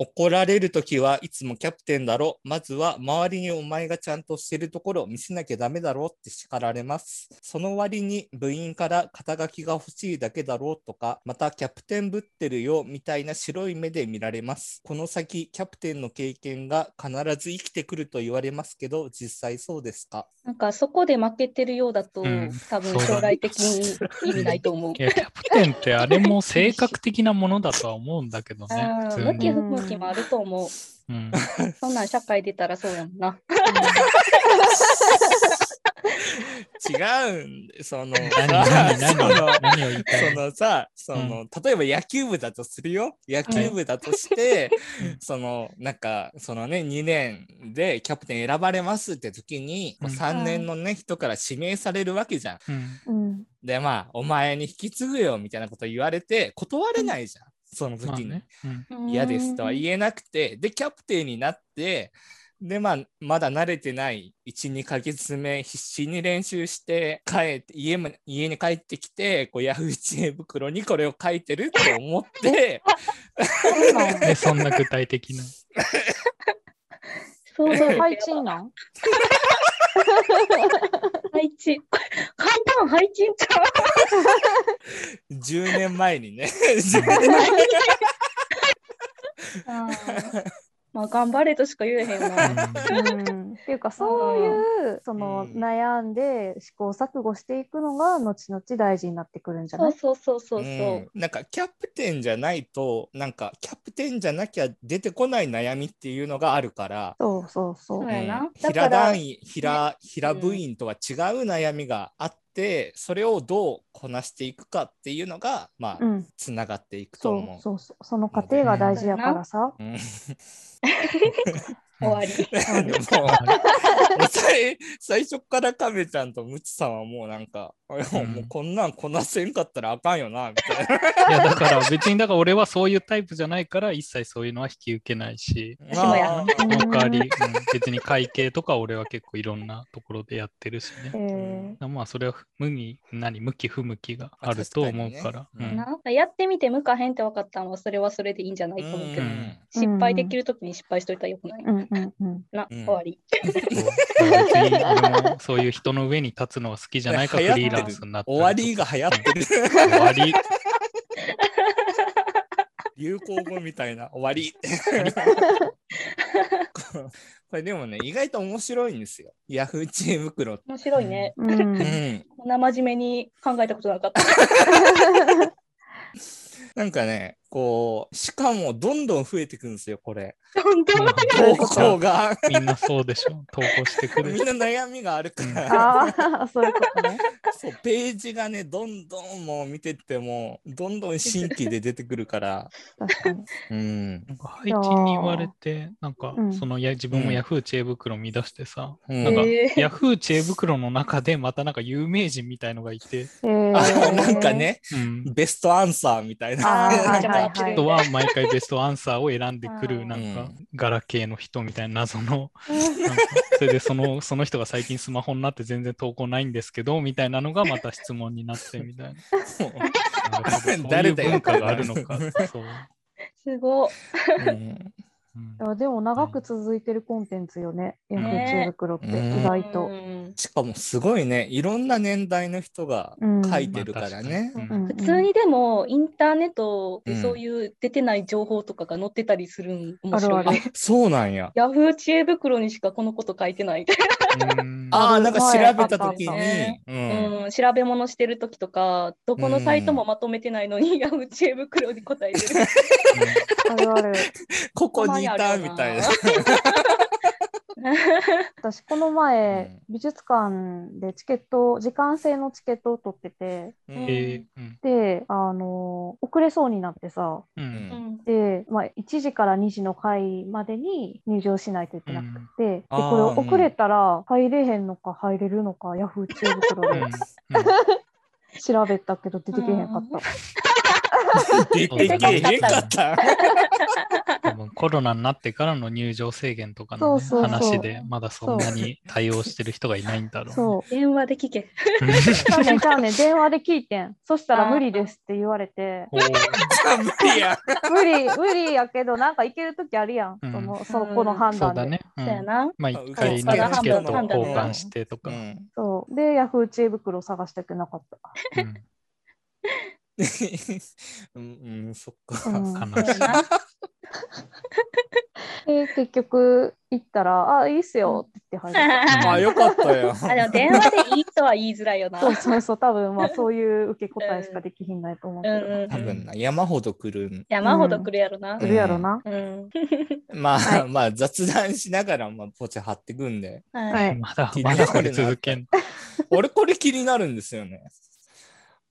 [SPEAKER 2] 怒られるときはいつもキャプテンだろ。まずは周りにお前がちゃんとしてるところを見せなきゃダメだろって叱られます。その割に部員から肩書きが欲しいだけだろうとか、またキャプテンぶってるよみたいな白い目で見られます。この先キャプテンの経験が必ず生きてくると言われますけど、実際そうですか
[SPEAKER 4] なんかそこで負けてるようだと、
[SPEAKER 1] うん
[SPEAKER 4] 多分
[SPEAKER 1] そうだね
[SPEAKER 4] 将来的に意味ない と思う。
[SPEAKER 1] いや、キャプテンってあれも性格的なものだとは思うんだけど
[SPEAKER 4] う
[SPEAKER 1] ね、普
[SPEAKER 4] ん
[SPEAKER 1] 通
[SPEAKER 4] 向き
[SPEAKER 1] に。
[SPEAKER 4] 不向きもあると思う。
[SPEAKER 1] うん、
[SPEAKER 4] そんなん社会出たらそうやもんな。
[SPEAKER 2] 違うんでそ の
[SPEAKER 1] 何
[SPEAKER 2] さ
[SPEAKER 1] 何何
[SPEAKER 2] その
[SPEAKER 1] を何を言いたい
[SPEAKER 2] そ
[SPEAKER 1] の
[SPEAKER 2] のさその、例えば野球部だとするよ野球部だとして、
[SPEAKER 1] うん
[SPEAKER 2] そのなんかそのね2年でキャプテン選ばれますって時に、
[SPEAKER 1] うん
[SPEAKER 2] 3年のね人から指名されるわけじゃん。
[SPEAKER 1] うん
[SPEAKER 3] うん。
[SPEAKER 2] でまあお前に引き継ぐよみたいなこと言われて断れないじゃん、その時
[SPEAKER 1] まあ
[SPEAKER 2] に。
[SPEAKER 1] ねうん
[SPEAKER 2] 嫌ですとは
[SPEAKER 4] うん
[SPEAKER 2] 言えなくてでキャプテンになってでまあまだ慣れてない12ヶ月目必死に練習して帰って家も家に帰ってきてこうヤフー知恵袋にこれを書いてるって思って
[SPEAKER 3] そうなん
[SPEAKER 1] でそんな具体的な。
[SPEAKER 4] そう
[SPEAKER 3] そ
[SPEAKER 4] そうう、
[SPEAKER 3] 配
[SPEAKER 4] 配
[SPEAKER 3] 置
[SPEAKER 4] 置。
[SPEAKER 3] なん
[SPEAKER 4] 配置。簡単、配置ちゃう。
[SPEAKER 2] 10年前に ね
[SPEAKER 4] あーまあ、頑張れとしか言えへん
[SPEAKER 1] う
[SPEAKER 4] わ。
[SPEAKER 1] ん
[SPEAKER 3] うん、っていうかそういうその
[SPEAKER 2] うん
[SPEAKER 3] 悩んで試行錯誤していくのが後々大事になってくるんじゃ
[SPEAKER 4] そ
[SPEAKER 3] な
[SPEAKER 4] う
[SPEAKER 3] い
[SPEAKER 4] そうそうそうそう。
[SPEAKER 2] うんなんかキャプテンじゃないとなんかキャプテンじゃなきゃ出てこない悩みっていうのがあるから。
[SPEAKER 3] そうそうそう
[SPEAKER 4] そうやな
[SPEAKER 2] うん
[SPEAKER 4] だ
[SPEAKER 2] 平
[SPEAKER 4] から
[SPEAKER 2] 団員平平部員とは違う悩みがあって、それをどうこなしていくかっていうのがまあ、
[SPEAKER 3] うん
[SPEAKER 2] つながっていくと
[SPEAKER 3] そ
[SPEAKER 2] 思う
[SPEAKER 3] う。そうそうその過程が大事やからさ
[SPEAKER 2] うん
[SPEAKER 4] 終わり。
[SPEAKER 2] でも最最初から亀ちゃんとムツさんはもうなんか、
[SPEAKER 1] ん
[SPEAKER 2] もうこんなんこなせんかったらあかんよなみたい
[SPEAKER 1] いやだから別にだから俺はそういうタイプじゃないから一切そういうのは引き受けないし
[SPEAKER 2] な。
[SPEAKER 4] 私もや
[SPEAKER 2] あー
[SPEAKER 1] その代わり、うん別に会計とか俺は結構いろんなところでやってるしね。
[SPEAKER 3] えー
[SPEAKER 1] まあそれは無に何向き不向きがあると思うから。
[SPEAKER 2] 確かにね
[SPEAKER 1] うん
[SPEAKER 4] なんかやってみて向かへんって分かったのは、それはそれでいいんじゃないと思うけど。
[SPEAKER 2] うん
[SPEAKER 4] 失敗できるときに失敗しといたらよくない。
[SPEAKER 3] うんうん うん
[SPEAKER 4] な、
[SPEAKER 2] うん
[SPEAKER 4] 終わり。
[SPEAKER 1] そう別に俺もそういう人の上に立つのは好きじゃないか
[SPEAKER 2] 流
[SPEAKER 1] ら
[SPEAKER 2] 行っ
[SPEAKER 1] フリ
[SPEAKER 2] てる
[SPEAKER 1] ーランスになった
[SPEAKER 2] 終わりが流行ってる。
[SPEAKER 1] 終わり
[SPEAKER 2] 流行語みたいな終わ り。これでもね意外と面白いんですよ。ヤフー知恵袋って。
[SPEAKER 4] 面白いね。
[SPEAKER 3] うん
[SPEAKER 2] うん、
[SPEAKER 4] こんな真面目に考えたことなかった。
[SPEAKER 2] なんかねこうしかもどんどん増えてくんですよこれ
[SPEAKER 4] 本当
[SPEAKER 1] まあ
[SPEAKER 2] 投稿が
[SPEAKER 1] みんなそうでしょ投稿してくる
[SPEAKER 2] みんな悩みがあるから
[SPEAKER 3] ああそういうことね
[SPEAKER 2] そうページがねどんどんもう見てってもどんどん新規で出てくるから、
[SPEAKER 3] 確かに
[SPEAKER 2] うん
[SPEAKER 1] なんか配置に言われてなんか
[SPEAKER 3] うん
[SPEAKER 1] そのや自分
[SPEAKER 2] う
[SPEAKER 1] も
[SPEAKER 2] ん
[SPEAKER 1] ヤフー知恵袋見出してさ、
[SPEAKER 2] うん
[SPEAKER 1] なんか
[SPEAKER 4] えー
[SPEAKER 1] ヤフー知恵袋の中でまたなんか有名人みたいのがいて、
[SPEAKER 3] えー
[SPEAKER 2] あなんかね
[SPEAKER 1] うん、
[SPEAKER 2] ベストアンサーみたいな
[SPEAKER 3] あー
[SPEAKER 4] あ
[SPEAKER 3] は
[SPEAKER 4] ー
[SPEAKER 3] い
[SPEAKER 4] じゃあ
[SPEAKER 3] はい
[SPEAKER 4] アップデ
[SPEAKER 1] あ
[SPEAKER 4] ー
[SPEAKER 1] と
[SPEAKER 4] ト
[SPEAKER 1] は毎回ベストアンサーを選んでく
[SPEAKER 3] う
[SPEAKER 1] る
[SPEAKER 3] ん
[SPEAKER 1] なんか
[SPEAKER 2] う
[SPEAKER 1] ガラケーの人みたいな謎のなんかそれでそ のその人が最近スマホになって全然投稿ないんですけどみたいなのがまた質問になってみたいななるほどそうい
[SPEAKER 2] 誰
[SPEAKER 1] う
[SPEAKER 2] だよ
[SPEAKER 1] 文化があるのかそう、
[SPEAKER 4] すごい。
[SPEAKER 2] うん
[SPEAKER 1] うん
[SPEAKER 3] いやでも長く続いてるコンテンツよね、ヤフー知恵袋って
[SPEAKER 2] ね
[SPEAKER 3] 意外と
[SPEAKER 4] う。ん
[SPEAKER 2] しかもすごいねいろんな年代の人が
[SPEAKER 3] うん
[SPEAKER 2] 書いてるからね、
[SPEAKER 1] まあ確かに
[SPEAKER 3] うん
[SPEAKER 4] 普通にでもインターネットでそういう出てない情報とかが載ってたりするん面白い。
[SPEAKER 3] あるある
[SPEAKER 2] あそうなんや
[SPEAKER 4] ヤフー知恵袋にしかこのこと書いてな
[SPEAKER 1] う
[SPEAKER 4] い。
[SPEAKER 1] ん
[SPEAKER 2] あー
[SPEAKER 3] ある
[SPEAKER 2] なんか調べた時
[SPEAKER 3] 前あったあった
[SPEAKER 2] に
[SPEAKER 4] ね
[SPEAKER 2] うん
[SPEAKER 4] うん、調べ物してるときとか、どこのサイトもまとめてないのに、ヤフー知恵袋に答えてる。
[SPEAKER 3] あるある。
[SPEAKER 2] ここにいたみたいな。
[SPEAKER 3] 私この前、美術館でチケットを時間制のチケットを取ってて
[SPEAKER 2] うん
[SPEAKER 1] えーうん
[SPEAKER 3] であの遅れそうになってさ
[SPEAKER 1] うん
[SPEAKER 2] ん
[SPEAKER 4] うん
[SPEAKER 3] で、まあ、1時から2時の会までに入場しないといけなくて、でこれ
[SPEAKER 2] あー
[SPEAKER 3] 遅れたら入れへんのか入れるのかヤフー知恵袋
[SPEAKER 1] うん
[SPEAKER 3] で調べたけど出てけへんかった。
[SPEAKER 2] 出てけへんかった。
[SPEAKER 1] 多分コロナになってからの入場制限とかのね、
[SPEAKER 3] そうそうそう
[SPEAKER 1] 話で、まだそんなに対応してる人がいないんだろう
[SPEAKER 3] そう。
[SPEAKER 4] 電話で聞け。
[SPEAKER 1] ね。
[SPEAKER 3] ちゃうねんちゃ うねん電話で聞いてん。そしたら無理ですって言われて、
[SPEAKER 1] おー
[SPEAKER 2] じゃあ無理や。
[SPEAKER 3] 無理、無理やけど、なんか行けるときあるやん。
[SPEAKER 1] うん
[SPEAKER 3] その、その子の判
[SPEAKER 1] そう
[SPEAKER 3] 断
[SPEAKER 1] だ
[SPEAKER 3] で。
[SPEAKER 1] ね。う
[SPEAKER 4] そ
[SPEAKER 1] ん
[SPEAKER 4] うやな。
[SPEAKER 1] まあ
[SPEAKER 2] そう
[SPEAKER 1] 一回ね
[SPEAKER 2] そうだ
[SPEAKER 1] チケット
[SPEAKER 2] 判断
[SPEAKER 1] 交
[SPEAKER 2] だね
[SPEAKER 1] 換してと
[SPEAKER 2] う
[SPEAKER 1] か。
[SPEAKER 2] ん、
[SPEAKER 3] そう。で、ヤフー知恵袋を探してくれなかった。
[SPEAKER 1] うん
[SPEAKER 2] うん、うん、そっか。
[SPEAKER 3] うん
[SPEAKER 1] 悲しい。
[SPEAKER 3] で、結局行ったら、あ、いいっすよって言って入 る。
[SPEAKER 2] まあよかったよ。
[SPEAKER 4] あでも電話でいいとは言いづらいよ な。
[SPEAKER 3] そうそうそう、多分まあそういう受け答えしかできひんないと思うけ
[SPEAKER 4] うん
[SPEAKER 3] ど。
[SPEAKER 4] うん
[SPEAKER 2] 多。分な、山ほど来るん。
[SPEAKER 4] 山ほど来るやろな
[SPEAKER 3] す。るやろな。
[SPEAKER 4] うん。
[SPEAKER 2] まあ、
[SPEAKER 3] はい
[SPEAKER 2] まあ雑談しながら、まあ、ポチ張ってくんで。
[SPEAKER 4] は。
[SPEAKER 3] はいい。
[SPEAKER 1] まだまだこれ続けん。
[SPEAKER 2] 俺これ気になるんですよね。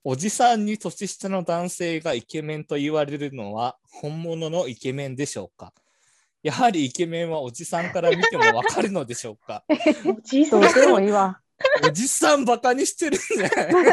[SPEAKER 2] おじさんに年下の男性がイケメンと言われるのは本物のイケメンでしょうかやはりイケメンはおじさんから見てもわかるのでしょうか
[SPEAKER 4] おじいさ
[SPEAKER 3] ど
[SPEAKER 4] ん
[SPEAKER 3] うでもいいわ。
[SPEAKER 2] おじさんバカにしてるんじゃない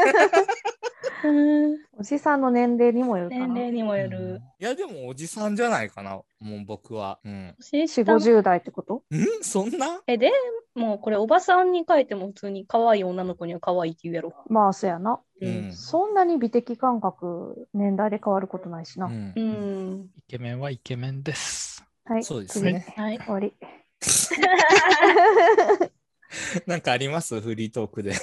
[SPEAKER 4] うん
[SPEAKER 3] おじさんの年齢にもよるか
[SPEAKER 4] 年
[SPEAKER 3] な。
[SPEAKER 4] 齢にもよる。
[SPEAKER 2] いやでもおじさんじゃないかなもう僕は。うん、
[SPEAKER 4] 年
[SPEAKER 3] 四
[SPEAKER 4] 下
[SPEAKER 3] 五十代ってこと
[SPEAKER 2] んそんな
[SPEAKER 4] え、でもうこれおばさんに書いても普通に可愛い女の子には可愛いって言うやろ。
[SPEAKER 3] まあ、そうやな。
[SPEAKER 2] うん
[SPEAKER 3] そんなに美的感覚、年代で変わることないしな。
[SPEAKER 2] うん
[SPEAKER 4] うん。
[SPEAKER 1] イケメンはイケメンです。
[SPEAKER 3] はい、
[SPEAKER 2] そうですね
[SPEAKER 3] 次
[SPEAKER 4] はい。
[SPEAKER 3] 終わり。
[SPEAKER 2] なんかありますフリートークで。
[SPEAKER 1] も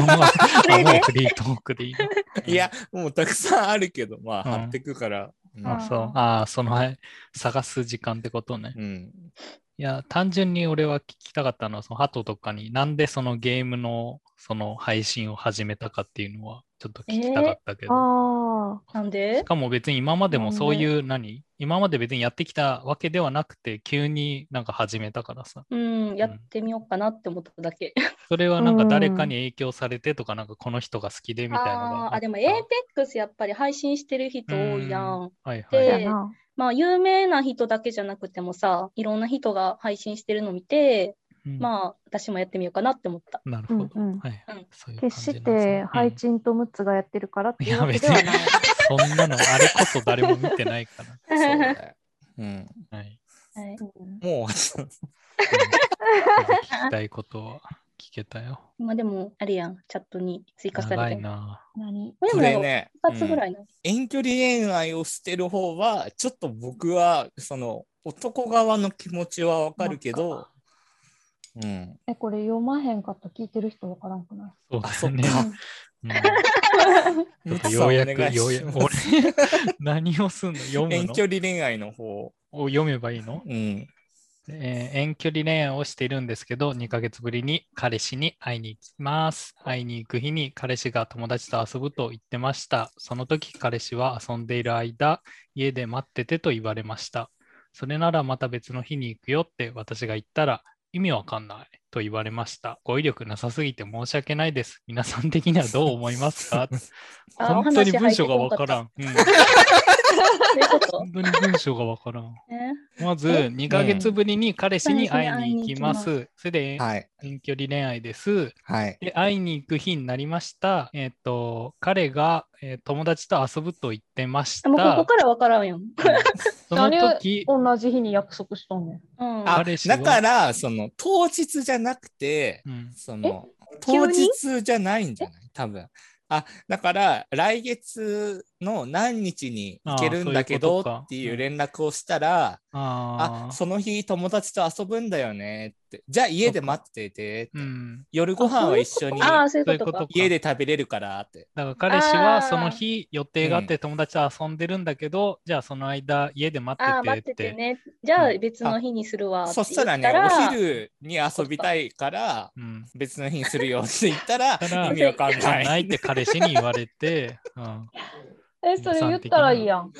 [SPEAKER 1] う、
[SPEAKER 4] れで
[SPEAKER 1] もうフリートークでいいの。
[SPEAKER 2] いや、もうたくさんあるけど、まあ、
[SPEAKER 1] うん
[SPEAKER 2] 貼ってくから。うん
[SPEAKER 1] あそう。ああ、その前、探す時間ってことね。
[SPEAKER 2] うん。
[SPEAKER 1] いや、単純に俺は聞きたかったのは、そのハトとかになんでそのゲームのその配信を始めたかっていうのは、ちょっと聞きたかったけど。
[SPEAKER 3] あ
[SPEAKER 4] なん
[SPEAKER 1] し
[SPEAKER 4] で
[SPEAKER 1] かも別に今までもそうい
[SPEAKER 3] な
[SPEAKER 1] う何今まで別にやってきたわけではなくて急になんか始めたからさ
[SPEAKER 4] うん、やってみようかなって思っただけ。
[SPEAKER 1] それはなんか誰かに影響されてとかなんかこの人が好きでみたいなのが
[SPEAKER 4] あー
[SPEAKER 1] った
[SPEAKER 4] あ、でも APEX やっぱり配信してる人多いやん。
[SPEAKER 1] はい
[SPEAKER 3] あ、
[SPEAKER 1] は
[SPEAKER 3] そう
[SPEAKER 1] い
[SPEAKER 3] やな。
[SPEAKER 4] まあ有名な人だけじゃなくてもさ、いろんな人が配信してるの見て、
[SPEAKER 1] うん
[SPEAKER 4] まあ私もやってみようかなって思った。
[SPEAKER 1] なるほど、
[SPEAKER 3] うんうん
[SPEAKER 1] はい
[SPEAKER 4] うん
[SPEAKER 1] そういう感
[SPEAKER 3] 決
[SPEAKER 1] じな
[SPEAKER 3] し
[SPEAKER 1] んですね
[SPEAKER 3] て、ハイチンとムッツがやってるからっていうわけではない
[SPEAKER 1] いや。 うんそんなのあれこそ誰も見てないか
[SPEAKER 2] そうだよ。うん。
[SPEAKER 1] ら、はい
[SPEAKER 4] はい、
[SPEAKER 3] うん
[SPEAKER 2] もう、
[SPEAKER 1] うん聞きたいことは聞けたよ
[SPEAKER 4] まあでも、あれやん、チャットに追加さ
[SPEAKER 1] 長
[SPEAKER 4] れ
[SPEAKER 1] い
[SPEAKER 4] て。
[SPEAKER 1] な
[SPEAKER 3] 何
[SPEAKER 4] こ
[SPEAKER 2] こ
[SPEAKER 4] れ
[SPEAKER 2] れ
[SPEAKER 4] もな
[SPEAKER 2] ね、
[SPEAKER 4] んか2つぐら
[SPEAKER 2] うん
[SPEAKER 4] いな。
[SPEAKER 2] 遠距離恋愛を捨てる方は、ちょっと僕は、その、男側の気持ちはわかるけど、うん。
[SPEAKER 3] え、これ読まへんかった聞いてる人わからんくない
[SPEAKER 1] そう
[SPEAKER 2] あ、
[SPEAKER 1] だ
[SPEAKER 2] そっ
[SPEAKER 1] ね
[SPEAKER 2] か。
[SPEAKER 1] うんちょっとようや
[SPEAKER 2] ムツ
[SPEAKER 1] く、
[SPEAKER 2] さんお願いし
[SPEAKER 1] よ
[SPEAKER 2] ま
[SPEAKER 1] う
[SPEAKER 2] す
[SPEAKER 1] やく、俺、何をすんの読む
[SPEAKER 2] 遠
[SPEAKER 1] の
[SPEAKER 2] 距離恋愛の方。
[SPEAKER 1] を読めばいいの
[SPEAKER 2] うん。
[SPEAKER 1] えー遠距離恋愛をしているんですけど、2ヶ月ぶりに彼氏に会いに行きます。会いに行く日に彼氏が友達と遊ぶと言ってました。その時彼氏は遊んでいる間、家で待っててと言われました。それならまた別の日に行くよって私が言ったら、意味わかんないと言われました。語彙力なさすぎて申し訳ないです。皆さん的にはどう思います か
[SPEAKER 4] あ
[SPEAKER 1] 本当に文章がわからん。うん
[SPEAKER 4] そういうこと
[SPEAKER 1] 本当に文章がわからん。
[SPEAKER 4] ね
[SPEAKER 1] まず、
[SPEAKER 4] え
[SPEAKER 1] 2ヶ月ぶりに彼氏に会いに行きます。それで、
[SPEAKER 2] はい。
[SPEAKER 1] 遠距離恋愛です。
[SPEAKER 2] はい。
[SPEAKER 1] で、会いに行く日になりました。えっ、と、彼が、えー友達と遊ぶと言ってまし
[SPEAKER 4] あもうこ
[SPEAKER 1] た
[SPEAKER 4] こ。からわからんやん。
[SPEAKER 1] その時、
[SPEAKER 3] 同じ日に約束しとんねん。
[SPEAKER 4] うん、
[SPEAKER 2] あ、
[SPEAKER 1] 彼氏は
[SPEAKER 2] だから、その、当日じゃなくて、
[SPEAKER 1] うん、
[SPEAKER 2] その、
[SPEAKER 4] 急
[SPEAKER 2] 当
[SPEAKER 4] に
[SPEAKER 2] 日じゃないんじゃない多分。あ、だから、来月の何日に行けるんだけど
[SPEAKER 1] あー
[SPEAKER 2] っ
[SPEAKER 1] そ
[SPEAKER 2] て
[SPEAKER 1] ういうこ
[SPEAKER 2] い
[SPEAKER 1] とか
[SPEAKER 2] う連絡をしたら、
[SPEAKER 1] あ
[SPEAKER 2] あ
[SPEAKER 1] あ、
[SPEAKER 2] その日友達と遊ぶんだよねって。じゃあ家で待ってて。
[SPEAKER 1] うん。
[SPEAKER 2] 夜ご飯は一緒に
[SPEAKER 4] ああ、そういう
[SPEAKER 1] そういう
[SPEAKER 4] こ
[SPEAKER 1] ことと
[SPEAKER 4] か
[SPEAKER 1] か。。
[SPEAKER 2] 家で食べれるからって。
[SPEAKER 1] だから彼氏は
[SPEAKER 4] あー
[SPEAKER 1] その日予定があって友達と遊んでるんだけど、じゃあその間家で待
[SPEAKER 4] ああ、
[SPEAKER 1] っ
[SPEAKER 4] 待
[SPEAKER 1] てっ
[SPEAKER 4] ってて
[SPEAKER 1] て。
[SPEAKER 4] てね。じゃあ
[SPEAKER 1] うん
[SPEAKER 4] 別の日にするわ。
[SPEAKER 2] そしたらね、お昼に遊びたいから
[SPEAKER 1] うん。
[SPEAKER 2] 別の日にするよって言っ たら
[SPEAKER 1] だから
[SPEAKER 2] 意味わかんな
[SPEAKER 1] ない
[SPEAKER 2] い
[SPEAKER 1] っ。て彼氏に言われて、うん
[SPEAKER 3] え、それ言ったらいいやん。
[SPEAKER 1] うん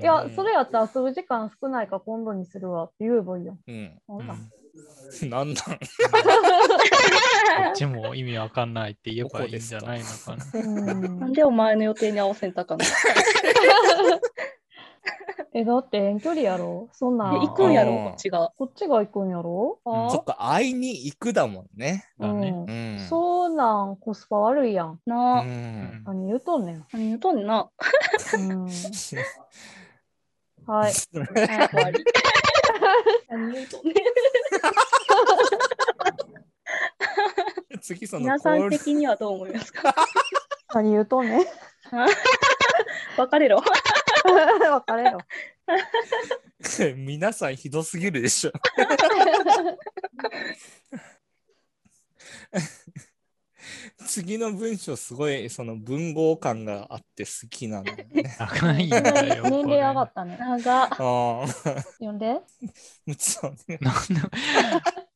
[SPEAKER 3] いや、それやったら遊ぶ時間少ないから今度にするわって言えばいいやん。
[SPEAKER 2] うん。
[SPEAKER 3] ほ
[SPEAKER 1] うん
[SPEAKER 3] ら
[SPEAKER 2] なんなん
[SPEAKER 1] こっちも意味わかんないって言えばいいんじゃないのかな。
[SPEAKER 3] うん
[SPEAKER 4] なんでお前の予定に合わせんた かな。
[SPEAKER 3] え、だって遠距離やろそんな
[SPEAKER 4] で
[SPEAKER 1] あー
[SPEAKER 3] ん
[SPEAKER 4] 行くんやろ、
[SPEAKER 2] うん
[SPEAKER 4] こっちが。
[SPEAKER 3] こっちが行くんやろ
[SPEAKER 1] うん
[SPEAKER 2] そっか、会いに行くだもんね。
[SPEAKER 1] だね。
[SPEAKER 2] う
[SPEAKER 3] うん
[SPEAKER 2] ん。
[SPEAKER 3] そうなんコスパ悪いやん。
[SPEAKER 4] なあ、
[SPEAKER 2] うん
[SPEAKER 1] うん。
[SPEAKER 3] 何言うとんねん。
[SPEAKER 4] 何言うとんねんな。
[SPEAKER 3] うん、はい。
[SPEAKER 4] 終わり。何言うとね
[SPEAKER 2] 次その
[SPEAKER 4] 皆さん的にはどう思いますか
[SPEAKER 3] 何言うとん ねん。
[SPEAKER 4] 別れろ。
[SPEAKER 3] 別れろ。
[SPEAKER 2] 皆さんひどすぎるでしょ。 次の文章すごいその文豪感があって好きなのね
[SPEAKER 1] 長いん
[SPEAKER 3] 年
[SPEAKER 1] だよ。これ
[SPEAKER 3] 齢上がったね。
[SPEAKER 4] 長。
[SPEAKER 2] ああ、
[SPEAKER 3] 呼んで。
[SPEAKER 2] そうね。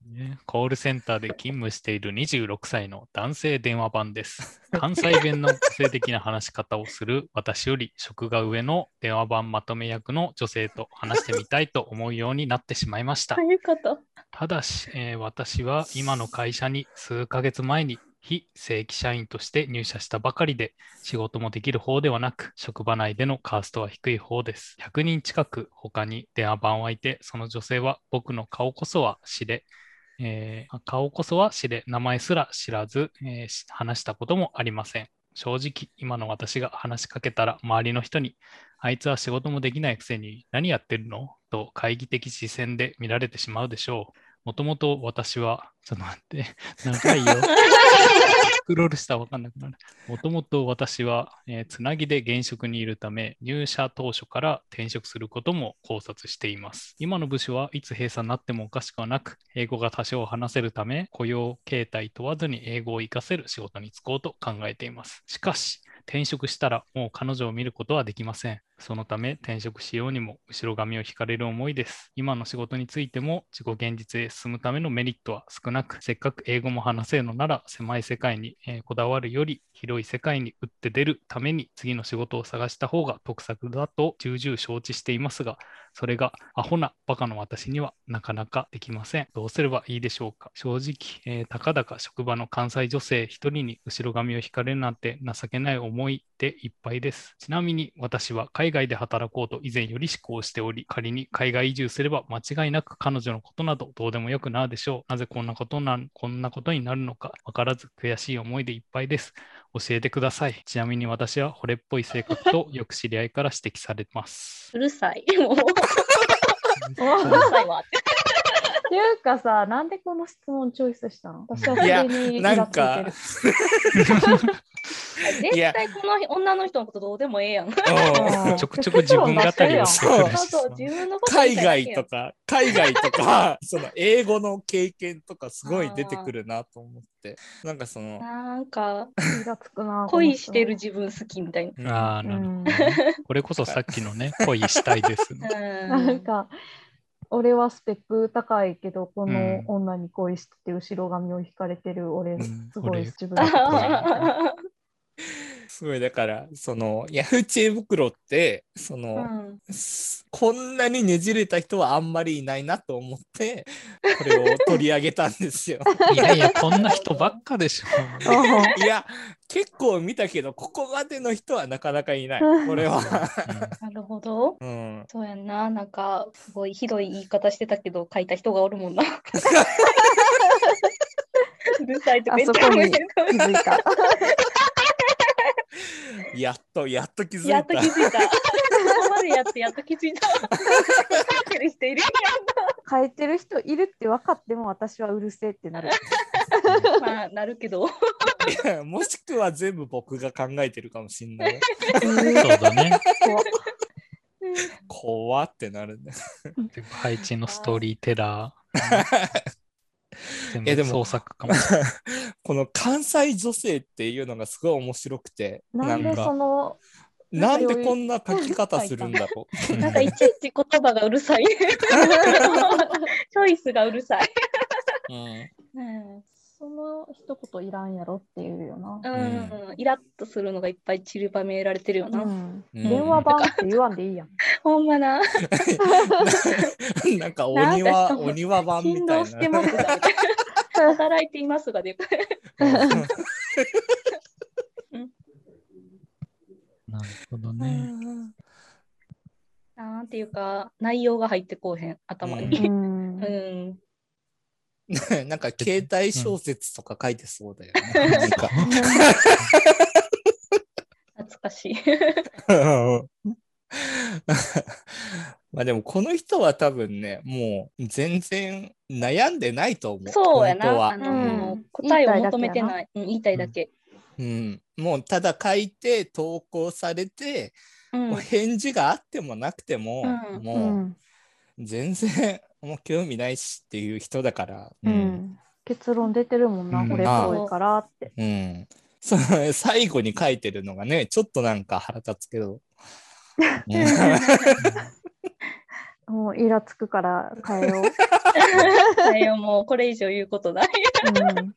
[SPEAKER 1] ねコールセンターで勤務している26歳の男性電話番です。関西弁の個性的な話し方をする私より職が上の電話番まとめ役の女性と話してみたいと思うようになってしまいました
[SPEAKER 4] と。いうこと。
[SPEAKER 1] ただし、えー私は今の会社に数ヶ月前に非正規社員として入社したばかりで、仕事もできる方ではなく、職場内でのカーストは低い方です。100人近く他に電話番はいて、その女性は僕の顔こそは知れ、えー顔こそは知れ、名前すら知らず、えーし話したこともありません。正直、今の私が話しかけたら、周りの人にあいつは仕事もできないくせに何やってるのと懐疑的視線で見られてしまうでしょう。もともと私は、ちょっと待って、長いよ。スクロールしたらわかんなくなる。もともと私は、えーつなぎで現職にいるため、入社当初から転職することも考察しています。今の部署はいつ閉鎖になってもおかしくはなく、英語が多少話せるため、雇用形態問わずに英語を活かせる仕事に就こうと考えています。しかし、転職したらもう彼女を見ることはできません。そのため転職しようにも後ろ髪を引かれる思いです。今の仕事についても自己現実へ進むためのメリットは少なく、せっかく英語も話せるのなら狭い世界に、えーこだわるより広い世界に打って出るために次の仕事を探した方が得策だと重々承知していますが、それがアホなバカの私にはなかなかできません。どうすればいいでしょうか正直、えーたかだか職場の関西女性一人に後ろ髪を引かれるなんて情けない思いでいっぱいです。ちなみに私は海外で働こうと以前より思考しており、仮に海外移住すれば間違いなく彼女のことなどどうでもよくなるでしょう。なぜこんなことなんこんなことになるのかわからず悔しい思いでいっぱいです。教えてください。ちなみに私は惚れっぽい性格とよく知り合いから指摘されます。
[SPEAKER 4] うるさい。 もう、う
[SPEAKER 3] っ
[SPEAKER 4] るさいわって。
[SPEAKER 3] ていうかさ、なんでこの質問チョイスしたの私はそ
[SPEAKER 2] いや
[SPEAKER 3] れにイラつい
[SPEAKER 2] な
[SPEAKER 3] て
[SPEAKER 2] ん
[SPEAKER 3] る
[SPEAKER 2] か。
[SPEAKER 4] 絶対この女の人のことどうでもえ えやん。
[SPEAKER 2] うん
[SPEAKER 3] あー
[SPEAKER 1] ちょくちょく自分語りをしてくるし
[SPEAKER 2] そう
[SPEAKER 4] そうそう、自分のこと
[SPEAKER 2] 海外とか、海外と か、その英語の経験とかすごい出てくるなと思って、なんかその、
[SPEAKER 4] なんか、
[SPEAKER 3] イラつくな。
[SPEAKER 4] 恋してる自分好きみたいな。
[SPEAKER 2] うん
[SPEAKER 1] ああ、
[SPEAKER 3] う
[SPEAKER 1] なるほど
[SPEAKER 3] ん。
[SPEAKER 1] ね。これこそさっきのね、恋したいです の。
[SPEAKER 3] なんか、俺はスペック高いけど、この女に恋してて、後ろ髪を引かれてる俺、
[SPEAKER 2] うん
[SPEAKER 3] すごい
[SPEAKER 1] 俺
[SPEAKER 3] 自分
[SPEAKER 4] あ
[SPEAKER 3] のこと
[SPEAKER 1] かっこいい
[SPEAKER 4] ー
[SPEAKER 2] すごいだから、その、ヤフー知恵袋って、その、
[SPEAKER 4] うん
[SPEAKER 2] すこんなにねじれた人はあんまりいないなと思って、これを取り上げたんですよ。
[SPEAKER 1] いやいや、こんな人ばっかでしょ。
[SPEAKER 2] いや、結構見たけど、ここまでの人はなかなかいない。これは。
[SPEAKER 4] なるほど。
[SPEAKER 2] うん。
[SPEAKER 4] そうやんな、なんかすごいひどい言い方してたけど、書いた人がおるもんな。うるさいってめっちゃ思えてる
[SPEAKER 3] 気づいた。
[SPEAKER 2] やっと、やっと気づ
[SPEAKER 4] や
[SPEAKER 2] い
[SPEAKER 4] っと
[SPEAKER 2] た
[SPEAKER 4] 気。づいた。ここまでやってやっと気づいた。書いてる人いる
[SPEAKER 3] 変えてる人いるって分かっても、私はうるせえってなる。
[SPEAKER 4] やん。まあ、なるけど。
[SPEAKER 2] もしくは全部僕が考えてるかもしんない。
[SPEAKER 1] そうだね。
[SPEAKER 3] 怖っ
[SPEAKER 2] 怖ってなるね。
[SPEAKER 1] 全部配置のストーリーテラー。全
[SPEAKER 2] いやで
[SPEAKER 1] 部創
[SPEAKER 2] も
[SPEAKER 1] 作かもし
[SPEAKER 2] この関西女性っていうのがすごい面白くて、
[SPEAKER 3] なん
[SPEAKER 2] なん
[SPEAKER 3] で
[SPEAKER 2] か
[SPEAKER 3] その、
[SPEAKER 2] なんでこんな書き方するんだろう。
[SPEAKER 1] れな
[SPEAKER 4] ないんかいちいち言葉がうるさい。チョイスがうるさい。
[SPEAKER 2] うん
[SPEAKER 4] うん、
[SPEAKER 3] その一言いらんやろっていうよな。
[SPEAKER 4] うん、イラッとするのがいっぱい散りばめられてるよな。
[SPEAKER 3] うん
[SPEAKER 2] うん
[SPEAKER 3] 電話番って言わんでいいやん。
[SPEAKER 4] ほんまな。
[SPEAKER 2] なんかお庭、
[SPEAKER 4] なんか
[SPEAKER 2] お庭版み
[SPEAKER 4] 振
[SPEAKER 2] たい
[SPEAKER 4] 動
[SPEAKER 2] な。
[SPEAKER 4] してますが。 働いていますがでかい。
[SPEAKER 1] なるほどね。
[SPEAKER 4] なんていうか、内容が入って こうへん、頭
[SPEAKER 2] う
[SPEAKER 4] に。
[SPEAKER 3] うん
[SPEAKER 4] うん。
[SPEAKER 2] なんか携帯小説とか書いてそうだよね。なん か
[SPEAKER 4] 懐かしい。
[SPEAKER 2] うんまあでもこの人は多分ね、もう全然悩んでないと思う。
[SPEAKER 4] そうや
[SPEAKER 2] 本当
[SPEAKER 4] な。
[SPEAKER 2] は
[SPEAKER 4] あ
[SPEAKER 3] うん
[SPEAKER 4] の、答えを求めてない。うん言いたいだけ。
[SPEAKER 2] うん、もうただ書いて投稿されて、
[SPEAKER 4] うん
[SPEAKER 2] もう返事があってもなくても、
[SPEAKER 4] うん
[SPEAKER 3] う
[SPEAKER 2] も
[SPEAKER 3] ん
[SPEAKER 2] う全然もう興味ないしっていう人だから。
[SPEAKER 3] う。ん結論出てるもんな、
[SPEAKER 1] うん
[SPEAKER 3] 俺っぽいからって。
[SPEAKER 2] うんその最後に書いてるのがね、ちょっとなんか腹立つけど。うん
[SPEAKER 3] もうイラつくから変えよう。
[SPEAKER 4] はいよもうこれ以上言うことない。
[SPEAKER 3] うん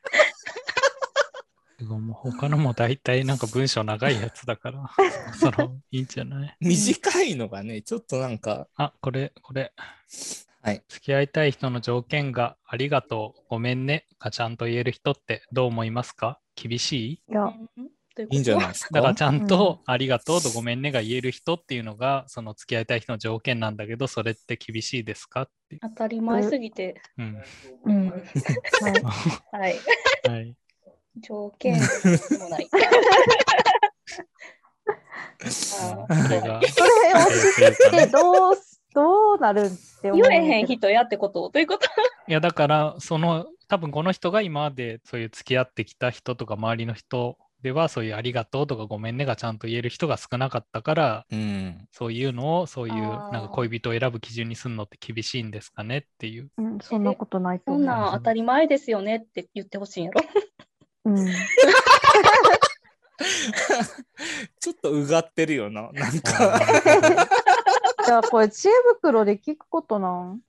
[SPEAKER 1] すごいもう他のも大体なんか文章長いやつだから、そろそろいいんじゃない
[SPEAKER 2] 短いのがね、ちょっとなんか、
[SPEAKER 1] あ、これ、これ。
[SPEAKER 2] はい。
[SPEAKER 1] 付き合いたい人の条件がありがとう、ごめんね、がちゃんと言える人ってどう思いますか厳しい
[SPEAKER 3] いや、
[SPEAKER 2] いいんじゃない
[SPEAKER 4] い
[SPEAKER 2] です
[SPEAKER 1] だから
[SPEAKER 2] か
[SPEAKER 1] ち。ゃんとありがとうとごめんねが言える人っていうのが、その付き合いたい人の条件なんだけど、それって厳しいですかっていう。
[SPEAKER 4] 当たり前すぎて。
[SPEAKER 1] うん。
[SPEAKER 4] うん。
[SPEAKER 3] はい
[SPEAKER 4] はい。
[SPEAKER 1] はい。
[SPEAKER 4] 条件も ない。あ
[SPEAKER 1] それが。
[SPEAKER 3] それを知ってどうすどうなるんって思
[SPEAKER 4] 言
[SPEAKER 3] う
[SPEAKER 4] えへん
[SPEAKER 3] けど
[SPEAKER 4] 人やってことということ。
[SPEAKER 1] いやだからその多分この人が今までそういう付き合ってきた人とか周りの人ではそういうありがとうとかごめんねがちゃんと言える人が少なかったから
[SPEAKER 2] うん。
[SPEAKER 1] そういうのをそういう
[SPEAKER 4] あー
[SPEAKER 1] なんか恋人を選ぶ基準にするのって厳しいんですかねっていう
[SPEAKER 3] うん、そんなことないと
[SPEAKER 4] そ
[SPEAKER 3] 思
[SPEAKER 4] ん
[SPEAKER 3] う。
[SPEAKER 4] なん当たり前ですよねって言ってほしいんやろ。
[SPEAKER 3] うん、
[SPEAKER 2] ちょっとうがってるよな。なん
[SPEAKER 1] あ
[SPEAKER 2] か、
[SPEAKER 1] ー
[SPEAKER 3] じゃあこれ知恵袋で聞くことなん。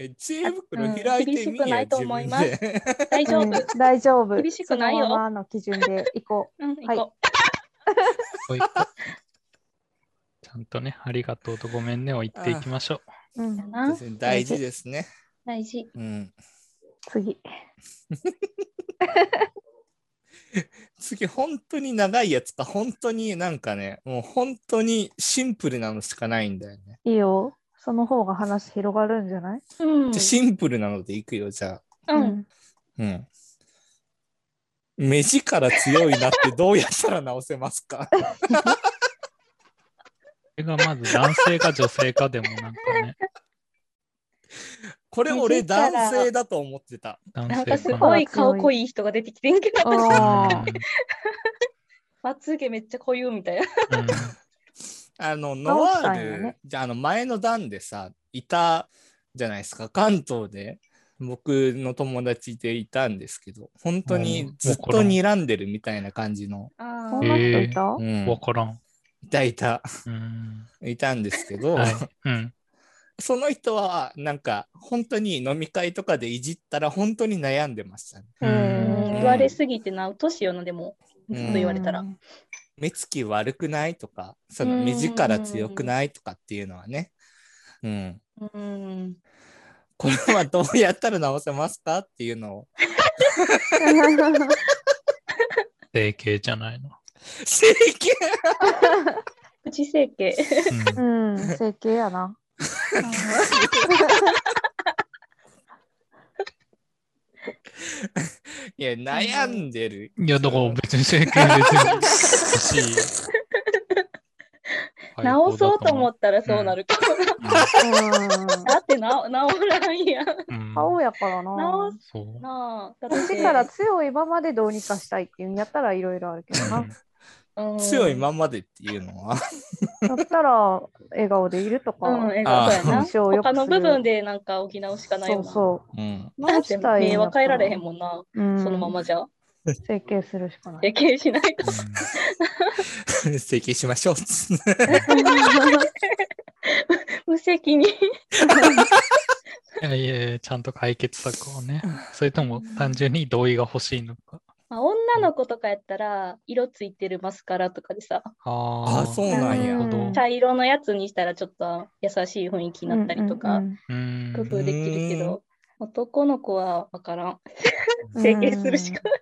[SPEAKER 2] え知恵袋開いてみ
[SPEAKER 4] 厳しく
[SPEAKER 2] や、
[SPEAKER 4] ないと思います
[SPEAKER 2] 自分で
[SPEAKER 4] 大丈
[SPEAKER 3] うん
[SPEAKER 4] 夫。
[SPEAKER 3] 大丈夫。
[SPEAKER 4] 厳しくないよ
[SPEAKER 3] そのままの基準で行こ
[SPEAKER 4] うん、
[SPEAKER 3] はい
[SPEAKER 4] 行こ
[SPEAKER 1] そういうことちゃんとねありがとうとごめんねを言っていきましょう
[SPEAKER 3] う。う
[SPEAKER 4] う。
[SPEAKER 3] ん、
[SPEAKER 4] な
[SPEAKER 2] 大事ですね。
[SPEAKER 4] 大事。
[SPEAKER 2] うん。
[SPEAKER 3] 次。
[SPEAKER 2] 次、本当に長いやつか、本当になんかね、もう本当にシンプルなのしかないんだよね。
[SPEAKER 3] いいよ。その方が話広がるんじゃない、
[SPEAKER 4] うん。
[SPEAKER 2] じゃシンプルなのでいくよ、じゃあ。
[SPEAKER 4] うん。
[SPEAKER 2] うん。目力強いなってどうやったら直せま すか
[SPEAKER 1] これがまず男性か女性かでもなんかね
[SPEAKER 2] これ俺
[SPEAKER 4] 目力
[SPEAKER 2] 男性だと思ってた。
[SPEAKER 1] 男
[SPEAKER 4] なん
[SPEAKER 1] 性
[SPEAKER 4] かす
[SPEAKER 1] か
[SPEAKER 4] ごい顔濃い人が出てきてんけど、
[SPEAKER 3] ああ
[SPEAKER 1] うん
[SPEAKER 4] まつげめっちゃ濃ゆみたいな。
[SPEAKER 1] うん
[SPEAKER 2] あの、ノ
[SPEAKER 3] 直
[SPEAKER 2] ワ
[SPEAKER 3] したん
[SPEAKER 2] ー
[SPEAKER 3] や
[SPEAKER 2] ル、
[SPEAKER 3] ね
[SPEAKER 2] じゃああの前の段でさ、いたじゃないですか、関東で。僕の友達でいたんですけど、本当にずっと睨んでるみたいな感じの、
[SPEAKER 4] あ
[SPEAKER 3] そん
[SPEAKER 4] ー
[SPEAKER 3] な人いた、
[SPEAKER 2] うん
[SPEAKER 1] わからん、
[SPEAKER 2] いたいた、
[SPEAKER 1] うん
[SPEAKER 2] いたんですけど、
[SPEAKER 1] はいうん
[SPEAKER 2] その人はなんか本当に飲み会とかでいじったら本当に悩んでましたね、
[SPEAKER 1] うん
[SPEAKER 4] うん言われすぎてな、うとしよな、でも、ずっと言われたら。
[SPEAKER 3] うん
[SPEAKER 2] 目つき悪くないとか、その目力強くないとかっていうのはね。うん。
[SPEAKER 4] うん。
[SPEAKER 2] これはどうやったら直せますかっていうのを。
[SPEAKER 1] 整形じゃないの。
[SPEAKER 2] 整 形
[SPEAKER 4] プチ整形。
[SPEAKER 1] うん
[SPEAKER 3] うん、整形やな。
[SPEAKER 2] いや、悩んでる。
[SPEAKER 1] いや、だから別に整形別に欲しい。
[SPEAKER 4] 直そうと思
[SPEAKER 1] っ
[SPEAKER 4] ったらそうなるかもな。
[SPEAKER 3] う
[SPEAKER 4] だってな、直らんやん。
[SPEAKER 1] うん
[SPEAKER 3] ん、顔やからな。
[SPEAKER 4] 直
[SPEAKER 1] そう。
[SPEAKER 4] なあ、だって
[SPEAKER 3] 目力強いままでどうにかしたいっていうんやったらいろいろあるけどな。
[SPEAKER 4] うん
[SPEAKER 2] 強いままでっていうのは。
[SPEAKER 3] だったら笑顔でいるとか、
[SPEAKER 4] うん、え
[SPEAKER 2] あー
[SPEAKER 4] そうやな。
[SPEAKER 3] 印象を良くす
[SPEAKER 4] 他
[SPEAKER 3] る
[SPEAKER 4] の部分でなんか補うしかない
[SPEAKER 3] そ
[SPEAKER 4] よ
[SPEAKER 3] う
[SPEAKER 4] な。
[SPEAKER 3] そ
[SPEAKER 2] うん。
[SPEAKER 3] う。
[SPEAKER 4] だって目は変えられへん
[SPEAKER 3] も
[SPEAKER 4] もんな、
[SPEAKER 3] んうん、
[SPEAKER 4] そのままじゃ。
[SPEAKER 3] 整形するしかない。
[SPEAKER 4] 整形し ないと。
[SPEAKER 2] 整形しましょう。
[SPEAKER 4] 無責任。
[SPEAKER 1] うんいやいやいや、ちゃんと解決策をね。それとも単純に同意が欲しいのか。
[SPEAKER 4] まあ、女の子とかやったら、色ついてるマスカラとかでさ、
[SPEAKER 1] あ
[SPEAKER 2] あそうなんや
[SPEAKER 1] うん
[SPEAKER 4] 茶色のやつにしたらちょっと優しい雰囲気になったりと
[SPEAKER 3] う
[SPEAKER 4] か、
[SPEAKER 3] ん
[SPEAKER 1] うん
[SPEAKER 4] 工夫できるけど、男の子は分からん。
[SPEAKER 3] うんうん
[SPEAKER 4] 整形するしかない。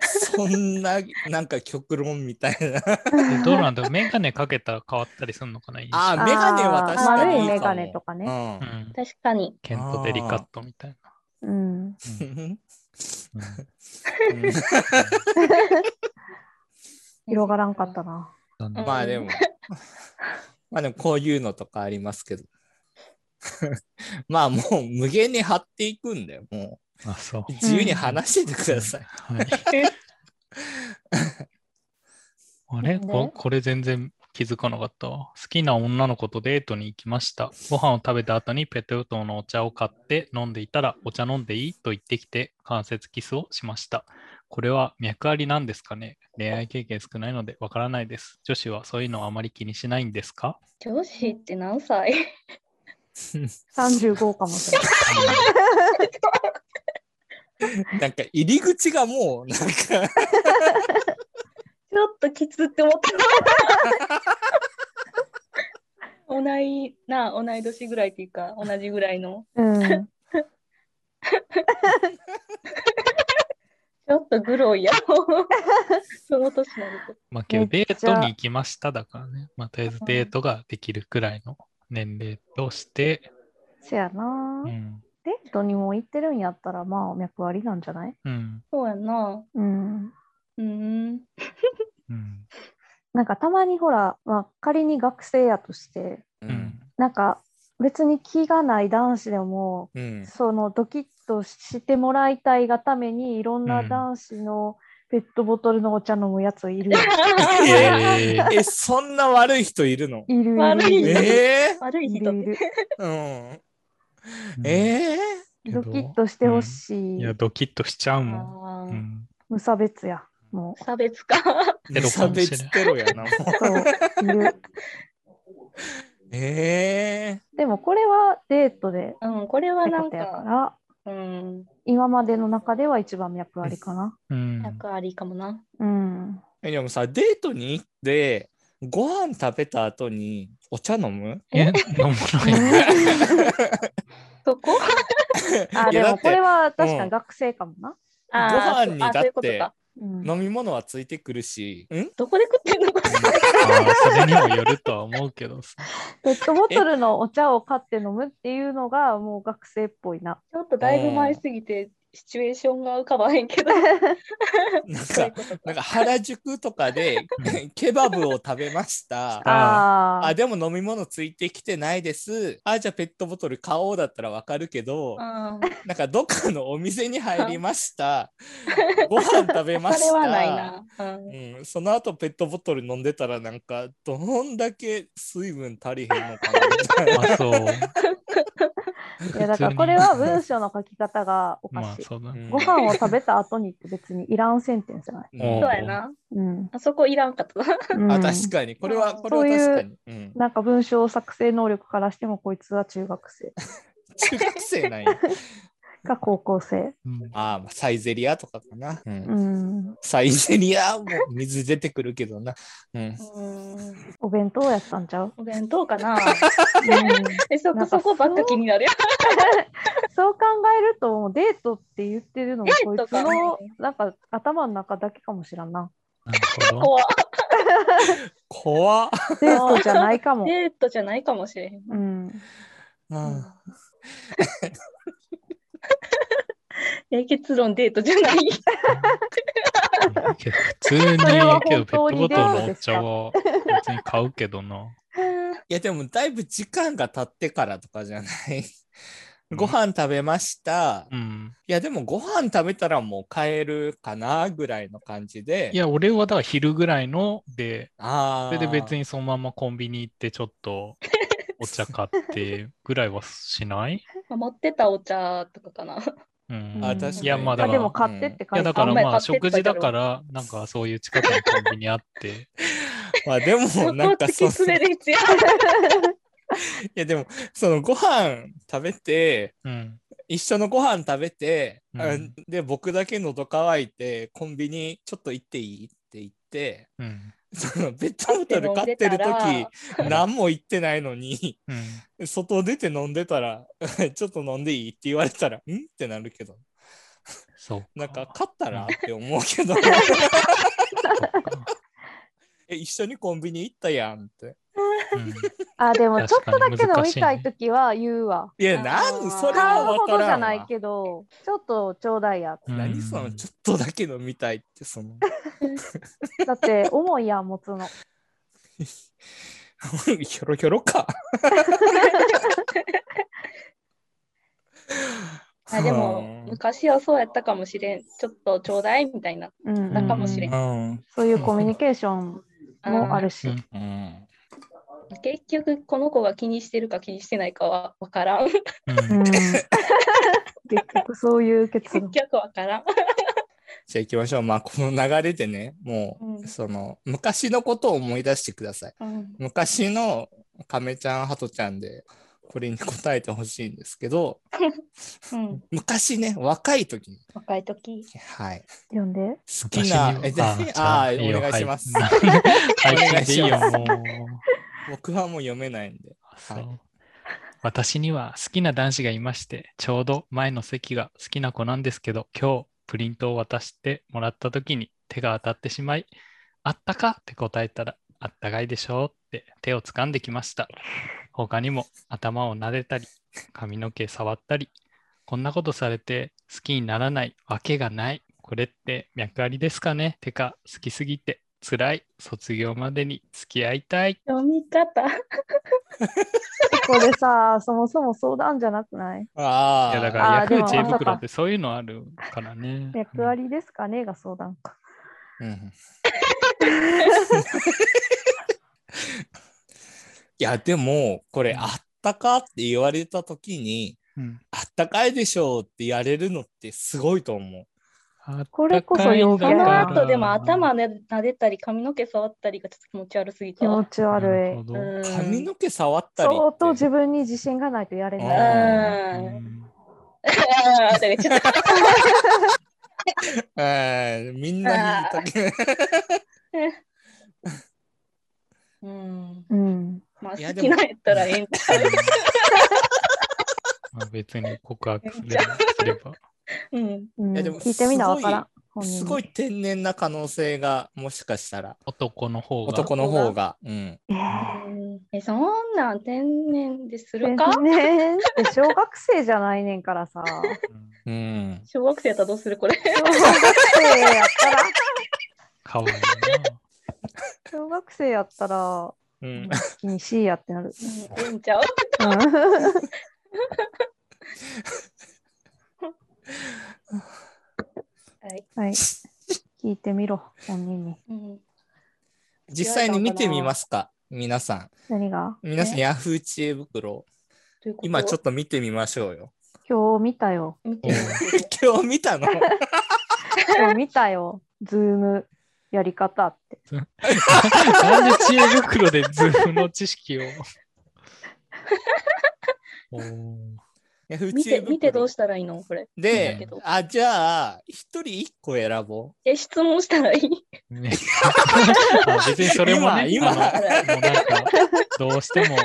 [SPEAKER 2] そんな、なんか極論みたいな。
[SPEAKER 1] でどうなんだろうメガネかけたら変わったりするのかな印象
[SPEAKER 2] あー、メガネは確かにいいかも。
[SPEAKER 3] 丸いメガネとかね。
[SPEAKER 1] う
[SPEAKER 2] ね。
[SPEAKER 1] ん。
[SPEAKER 4] 確かに。
[SPEAKER 1] ケントデリカットみたい
[SPEAKER 3] うん。
[SPEAKER 2] うん。
[SPEAKER 1] な。うん
[SPEAKER 2] うん
[SPEAKER 3] 広がらんかったな。
[SPEAKER 1] なんだ
[SPEAKER 4] うん
[SPEAKER 2] まあでも、まあでもこういうのとかありますけど。 まあもう無限に貼っていくんだよ。も
[SPEAKER 1] あ、そう
[SPEAKER 2] う。自由に話しててください。
[SPEAKER 1] はい。あ
[SPEAKER 3] な
[SPEAKER 1] れ
[SPEAKER 3] んで
[SPEAKER 1] ここれ全然気づかなかったわ。好きな女の子とデートに行きました。ご飯を食べた後にペットボトルのお茶を買って飲んでいたら、お茶飲んでいいと言ってきて、関節キスをしました。これは脈ありなんですかね恋愛経験少ないのでわからないです。女子はそういうのはあまり気にしないんですか
[SPEAKER 4] 女子って何歳
[SPEAKER 3] 35かもしれない。
[SPEAKER 2] なんか入り口がもうなんか
[SPEAKER 4] ちょっときつって思 った。同いな同い年ぐらいっていうか同じぐらいの
[SPEAKER 3] うん。
[SPEAKER 4] ちょっとグロ いやろその年になると
[SPEAKER 1] まあ、けど
[SPEAKER 3] め
[SPEAKER 1] デ
[SPEAKER 3] っちゃ
[SPEAKER 1] ートに行きましただからね。まあ、とりあえずデートができるくらいの年齢として、
[SPEAKER 3] せやな
[SPEAKER 1] う。ん。
[SPEAKER 3] デートにも行ってるんやったら、まあ、脈ありなんじゃない
[SPEAKER 1] うん。
[SPEAKER 4] そうやな
[SPEAKER 3] うん。
[SPEAKER 4] う
[SPEAKER 1] う
[SPEAKER 4] ん
[SPEAKER 1] ん。
[SPEAKER 3] なんかたまにほら、まあ、仮に学生やとして、
[SPEAKER 2] う
[SPEAKER 1] うん
[SPEAKER 2] ん。
[SPEAKER 3] なんか別に気がない男子でも、
[SPEAKER 2] うん
[SPEAKER 3] そのドキッとしてもらいたいがために、いろんな男子のペットボトルのお茶飲むやつ いる。
[SPEAKER 1] えー
[SPEAKER 2] えそんな悪い人いるの
[SPEAKER 3] いるいる。
[SPEAKER 4] 悪いね
[SPEAKER 2] え
[SPEAKER 4] 悪い
[SPEAKER 3] い
[SPEAKER 4] 人
[SPEAKER 3] る
[SPEAKER 4] っ
[SPEAKER 3] い
[SPEAKER 4] て
[SPEAKER 3] る。
[SPEAKER 2] ーう
[SPEAKER 1] うん
[SPEAKER 2] ん、え
[SPEAKER 1] け
[SPEAKER 3] ド
[SPEAKER 1] ど
[SPEAKER 3] キッとしてほしい
[SPEAKER 1] いや、ドキッとしちゃうもん。う
[SPEAKER 4] あー
[SPEAKER 1] ん、
[SPEAKER 3] 無差別や。も
[SPEAKER 4] 差別か
[SPEAKER 2] ー、
[SPEAKER 1] テロか
[SPEAKER 2] 差
[SPEAKER 1] もしれん
[SPEAKER 2] 別テロやなもう
[SPEAKER 3] う。そういる。
[SPEAKER 2] え
[SPEAKER 3] でもこれはデートで
[SPEAKER 4] うんこれは
[SPEAKER 3] って
[SPEAKER 4] な
[SPEAKER 3] こ
[SPEAKER 4] ん
[SPEAKER 3] とやか、
[SPEAKER 4] からうん
[SPEAKER 3] 今までの中では一番脈ありかな。
[SPEAKER 1] うん。
[SPEAKER 4] 役ありかもな
[SPEAKER 3] うん。
[SPEAKER 2] ー、えでもさデートに行ってご飯食べた後にお茶飲む
[SPEAKER 1] え、飲ま ないの
[SPEAKER 4] そこ
[SPEAKER 3] あ、
[SPEAKER 2] いや
[SPEAKER 3] で
[SPEAKER 2] だ
[SPEAKER 3] も
[SPEAKER 2] って
[SPEAKER 3] これは確
[SPEAKER 2] う
[SPEAKER 3] か
[SPEAKER 2] ん
[SPEAKER 3] に学生かもな。
[SPEAKER 4] あー
[SPEAKER 2] ご飯に
[SPEAKER 4] あーそう
[SPEAKER 2] だ
[SPEAKER 4] いう
[SPEAKER 2] っ
[SPEAKER 4] こと
[SPEAKER 2] て
[SPEAKER 4] か
[SPEAKER 3] う ん
[SPEAKER 2] 飲み物はついてくるし、 ん
[SPEAKER 4] どこで食ってんの
[SPEAKER 1] あーそれにもよるとは思うけどさ。
[SPEAKER 3] ペットボトルのお茶を買って飲むっていうのがもう学生っぽいな。
[SPEAKER 4] ちょっとだいぶ前すぎてシチュエーションが浮かばへんけど
[SPEAKER 2] なん
[SPEAKER 4] そういう
[SPEAKER 2] か
[SPEAKER 4] こと
[SPEAKER 2] なん
[SPEAKER 4] か
[SPEAKER 2] か原宿とか で ケバブを食べました
[SPEAKER 3] あ
[SPEAKER 2] あ
[SPEAKER 3] あ。
[SPEAKER 2] でも飲み物ついてきてないですあじゃあペットボトル買おうだったらわかるけど
[SPEAKER 4] あー
[SPEAKER 2] なんかどっかのお店に入りま したご飯食べました
[SPEAKER 4] それはないな、うん
[SPEAKER 2] うん、その後ペットボトル飲んでたらなんかどんだけ水分足りへんのかなみたいな
[SPEAKER 1] あ、そう。
[SPEAKER 3] いやだからこれは文章の書き方がお
[SPEAKER 1] ま
[SPEAKER 3] か
[SPEAKER 1] あ
[SPEAKER 3] しい。
[SPEAKER 1] そうだ。
[SPEAKER 2] うん
[SPEAKER 3] ご飯を食べた後にって別にいらんセンテンスじゃない。
[SPEAKER 2] うん
[SPEAKER 1] お
[SPEAKER 4] そうやな。
[SPEAKER 3] うん。
[SPEAKER 4] あそこいらんかったな。
[SPEAKER 3] うん
[SPEAKER 2] あ確かにこれは
[SPEAKER 4] うん
[SPEAKER 2] これは確かに、うん、
[SPEAKER 3] なんか文章作成能力からしてもこいつは中学生
[SPEAKER 2] 中学生なんや
[SPEAKER 3] か高校生。
[SPEAKER 1] うん
[SPEAKER 2] あーまあサイゼリアとかかな、うん
[SPEAKER 3] うん。
[SPEAKER 2] サイゼリアも水出てくるけどな、うん、
[SPEAKER 4] うん。
[SPEAKER 3] お弁当やったんち ゃう、
[SPEAKER 4] お弁当か
[SPEAKER 3] う
[SPEAKER 4] な。
[SPEAKER 3] ん、
[SPEAKER 4] え、そ
[SPEAKER 3] なん
[SPEAKER 4] こ
[SPEAKER 3] か
[SPEAKER 4] そこばっか気になる。
[SPEAKER 3] そう考えるともうデートって言ってるのも
[SPEAKER 4] デ
[SPEAKER 3] こ
[SPEAKER 4] ー
[SPEAKER 3] い
[SPEAKER 4] ト
[SPEAKER 3] つ
[SPEAKER 4] か
[SPEAKER 3] のなんか頭の中だけかもしらん な。
[SPEAKER 1] なるほど。
[SPEAKER 4] 怖っ
[SPEAKER 2] 怖っ、
[SPEAKER 3] デートじゃないかも。
[SPEAKER 4] デートじゃないかもしれへん。
[SPEAKER 3] うん。
[SPEAKER 2] うん、
[SPEAKER 4] え、結論デートじゃない。
[SPEAKER 1] けど普通に、
[SPEAKER 3] それは
[SPEAKER 1] けどペッ
[SPEAKER 3] 本当
[SPEAKER 1] ト
[SPEAKER 3] に
[SPEAKER 1] ボ
[SPEAKER 3] 出
[SPEAKER 1] トル
[SPEAKER 3] 会
[SPEAKER 1] の
[SPEAKER 3] うん
[SPEAKER 1] お
[SPEAKER 3] ですか
[SPEAKER 1] 茶は別に買うけどな。
[SPEAKER 2] いやでもだいぶ時間が経ってからとかじゃないご飯食べました、
[SPEAKER 1] う
[SPEAKER 2] い
[SPEAKER 1] ん。
[SPEAKER 2] やでもご飯食べたらもう帰るかなぐらいの感じで
[SPEAKER 1] いや、俺はだから昼ぐらいので、
[SPEAKER 2] あ
[SPEAKER 1] そ
[SPEAKER 2] あ
[SPEAKER 1] れで別にそのままコンビニ行ってちょっとお茶買ってぐらいはしない
[SPEAKER 4] まあ持ってたお茶とかかな。
[SPEAKER 1] うん。
[SPEAKER 2] あ確かに
[SPEAKER 1] いやまあだ
[SPEAKER 3] あ
[SPEAKER 1] から
[SPEAKER 3] でも買ってって
[SPEAKER 1] い
[SPEAKER 3] 書
[SPEAKER 1] や
[SPEAKER 3] いて
[SPEAKER 1] だか
[SPEAKER 3] ある
[SPEAKER 1] ら
[SPEAKER 4] あんま
[SPEAKER 1] まあ
[SPEAKER 4] り買って
[SPEAKER 1] 食
[SPEAKER 4] って書
[SPEAKER 1] 事
[SPEAKER 4] いてあ
[SPEAKER 1] だ
[SPEAKER 4] る
[SPEAKER 1] からなんかそういう近くのコンビニあって
[SPEAKER 2] まあでも
[SPEAKER 4] そ
[SPEAKER 2] なん
[SPEAKER 4] こ
[SPEAKER 2] か
[SPEAKER 4] 突き
[SPEAKER 2] そう
[SPEAKER 4] 詰める必要
[SPEAKER 2] いやでもそのご飯食べて
[SPEAKER 1] うん
[SPEAKER 2] 一緒のご飯食べて、
[SPEAKER 1] うん
[SPEAKER 2] あで僕だけ喉乾いてコンビニちょっと行っていいって言って
[SPEAKER 1] うん
[SPEAKER 2] そのペットボトル買ってる時何も言ってないのに
[SPEAKER 1] うん
[SPEAKER 2] 外出て飲んでたら ちょっと飲んでいいって言われたらんってなるけど
[SPEAKER 1] そう
[SPEAKER 2] なんか勝ったらって思う けど
[SPEAKER 1] そっか
[SPEAKER 2] え一緒にコンビニ行ったやんって
[SPEAKER 1] うん
[SPEAKER 3] あでもちょっとだけ飲みたい
[SPEAKER 1] 確かに難しいね
[SPEAKER 3] 時は言うわ。
[SPEAKER 2] いや
[SPEAKER 4] あー
[SPEAKER 2] なんそれ
[SPEAKER 3] 買
[SPEAKER 2] は
[SPEAKER 3] う
[SPEAKER 2] 分
[SPEAKER 3] ほ
[SPEAKER 2] か
[SPEAKER 3] どじ
[SPEAKER 2] ら
[SPEAKER 3] ゃ
[SPEAKER 2] ん
[SPEAKER 3] ない
[SPEAKER 2] わ
[SPEAKER 3] けどちょっとちょうだいや。
[SPEAKER 1] うん
[SPEAKER 2] 何そのちょっとだけ飲みたいってその
[SPEAKER 3] だって重いやん持つの。
[SPEAKER 2] ひょろひょろ か。
[SPEAKER 4] あでも、昔はそうやったかもしれん。ちょっとちょうだいみたいな。
[SPEAKER 3] うん、
[SPEAKER 4] だかもしれん
[SPEAKER 2] うん。
[SPEAKER 3] そういうコミュニケーションもあるし
[SPEAKER 1] う。ん
[SPEAKER 2] うん。
[SPEAKER 4] 結局、この子が気にしてるか気にしてないかは分 からん。
[SPEAKER 1] うん
[SPEAKER 3] うん、結局そういう結
[SPEAKER 4] 結
[SPEAKER 3] 論。
[SPEAKER 4] 局分からん。
[SPEAKER 2] じゃあ行きましょう。まあ、この流れでね、もう、
[SPEAKER 4] うん
[SPEAKER 2] その、昔のことを思い出してください。
[SPEAKER 4] うん
[SPEAKER 2] 昔の亀ちゃん、ハトちゃんで、これに答えてほしいんですけど、
[SPEAKER 4] うん、
[SPEAKER 2] 昔ね、若い時に、
[SPEAKER 4] 若い時
[SPEAKER 2] はい。
[SPEAKER 3] 読んで。
[SPEAKER 2] 好きな、え、じゃあ、あ
[SPEAKER 1] じゃ
[SPEAKER 2] ー
[SPEAKER 1] よ
[SPEAKER 2] お願いします。
[SPEAKER 1] はい配信でいいよ、もう。
[SPEAKER 2] 僕はもう読めないんで。
[SPEAKER 1] そ
[SPEAKER 2] はいう
[SPEAKER 1] 私には好きな男子がいまして、ちょうど前の席が好きな子なんですけど、今日プリントを渡してもらった時に手が当たってしまい、あったかって答えたら、あったかいでしょうって手を掴んできました。他にも頭を撫でたり、髪の毛触ったり、こんなことされて好きにならないわけがない。これって脈ありですかねてか、好きすぎて辛い。卒業までに付き合いたい。
[SPEAKER 4] 読み方
[SPEAKER 3] ここでさ、そもそも相談じゃなくない
[SPEAKER 2] あ
[SPEAKER 1] い
[SPEAKER 2] あ。
[SPEAKER 1] やだから
[SPEAKER 3] あ
[SPEAKER 1] ヤ
[SPEAKER 3] ー
[SPEAKER 1] フ
[SPEAKER 3] で
[SPEAKER 1] ー
[SPEAKER 3] も
[SPEAKER 1] 知恵袋ってそういうのあるからね。
[SPEAKER 3] 役割ですかねが相談か。
[SPEAKER 2] うん、 いやでもこれ
[SPEAKER 1] うん
[SPEAKER 2] あったかって言われた時に
[SPEAKER 1] うん
[SPEAKER 2] あったかいでしょうってやれるのってすごいと思う。
[SPEAKER 3] これこそ陽
[SPEAKER 1] あ
[SPEAKER 3] 気
[SPEAKER 1] ったかい
[SPEAKER 4] そ
[SPEAKER 1] んだ
[SPEAKER 4] の
[SPEAKER 1] から
[SPEAKER 4] 後でも頭ね撫でたり髪の毛触ったりがちょっと気持ち悪すぎ
[SPEAKER 3] 気
[SPEAKER 4] た
[SPEAKER 3] 持
[SPEAKER 4] わ。
[SPEAKER 3] ち
[SPEAKER 1] な
[SPEAKER 3] 悪
[SPEAKER 1] る
[SPEAKER 3] い
[SPEAKER 1] ほ。ど
[SPEAKER 4] うん
[SPEAKER 2] 髪の毛触ったりって
[SPEAKER 3] 相当自分に自信がないとやれ
[SPEAKER 4] うん
[SPEAKER 3] ない。
[SPEAKER 1] うん
[SPEAKER 4] あーだからちょっと
[SPEAKER 2] えーみんなに言いたく
[SPEAKER 4] うん
[SPEAKER 3] うん。
[SPEAKER 4] まあ
[SPEAKER 2] いや
[SPEAKER 4] 好
[SPEAKER 2] で
[SPEAKER 4] き
[SPEAKER 2] も
[SPEAKER 4] なんやったらええんちゃ
[SPEAKER 1] まあ別に告白すればすれば。
[SPEAKER 4] う。うん
[SPEAKER 3] うん、
[SPEAKER 2] いやでも
[SPEAKER 3] 聞いてみなわからん。本人に
[SPEAKER 2] すごい天然な可能性がもしかしたら
[SPEAKER 1] 男の方が。
[SPEAKER 2] 男の方が。うん、
[SPEAKER 3] えー
[SPEAKER 4] うんえそんなん天然でするか
[SPEAKER 3] ねえ小学生じゃないねんからさ。
[SPEAKER 1] うん
[SPEAKER 2] うん、
[SPEAKER 4] 小学生やったらどうするこれ。
[SPEAKER 3] 小学生やったら、
[SPEAKER 1] かわいいな。
[SPEAKER 3] 小学生やったら、
[SPEAKER 2] うん、
[SPEAKER 3] 気にしいやってなる。
[SPEAKER 4] うんええんちゃう
[SPEAKER 3] うん
[SPEAKER 4] はい。
[SPEAKER 3] はい。聞いてみろ、本人に。
[SPEAKER 4] うん
[SPEAKER 2] 実際に見てみますか皆さん。
[SPEAKER 3] 何が
[SPEAKER 2] 皆さん
[SPEAKER 4] ね
[SPEAKER 2] ヤフー知恵袋
[SPEAKER 4] ということ
[SPEAKER 2] 今ちょっと見てみましょうよ。
[SPEAKER 3] 今日見たよ。
[SPEAKER 4] 見てみますけど
[SPEAKER 2] 今日見たの
[SPEAKER 3] 今日見たよ。ズームやり方って。
[SPEAKER 1] なんで知恵袋でズームの知識を。おー
[SPEAKER 2] ヤフー
[SPEAKER 4] 見
[SPEAKER 2] 知恵
[SPEAKER 4] て
[SPEAKER 2] 袋
[SPEAKER 4] 見てどうしたらいいのこれ。
[SPEAKER 1] 見たけ
[SPEAKER 2] で
[SPEAKER 4] ど、
[SPEAKER 2] あ、じゃあ、一人一個選ぼ
[SPEAKER 4] え質問したらいい。
[SPEAKER 1] ね あ別にそれもね、
[SPEAKER 2] 今今
[SPEAKER 1] あのもうなんかどうしても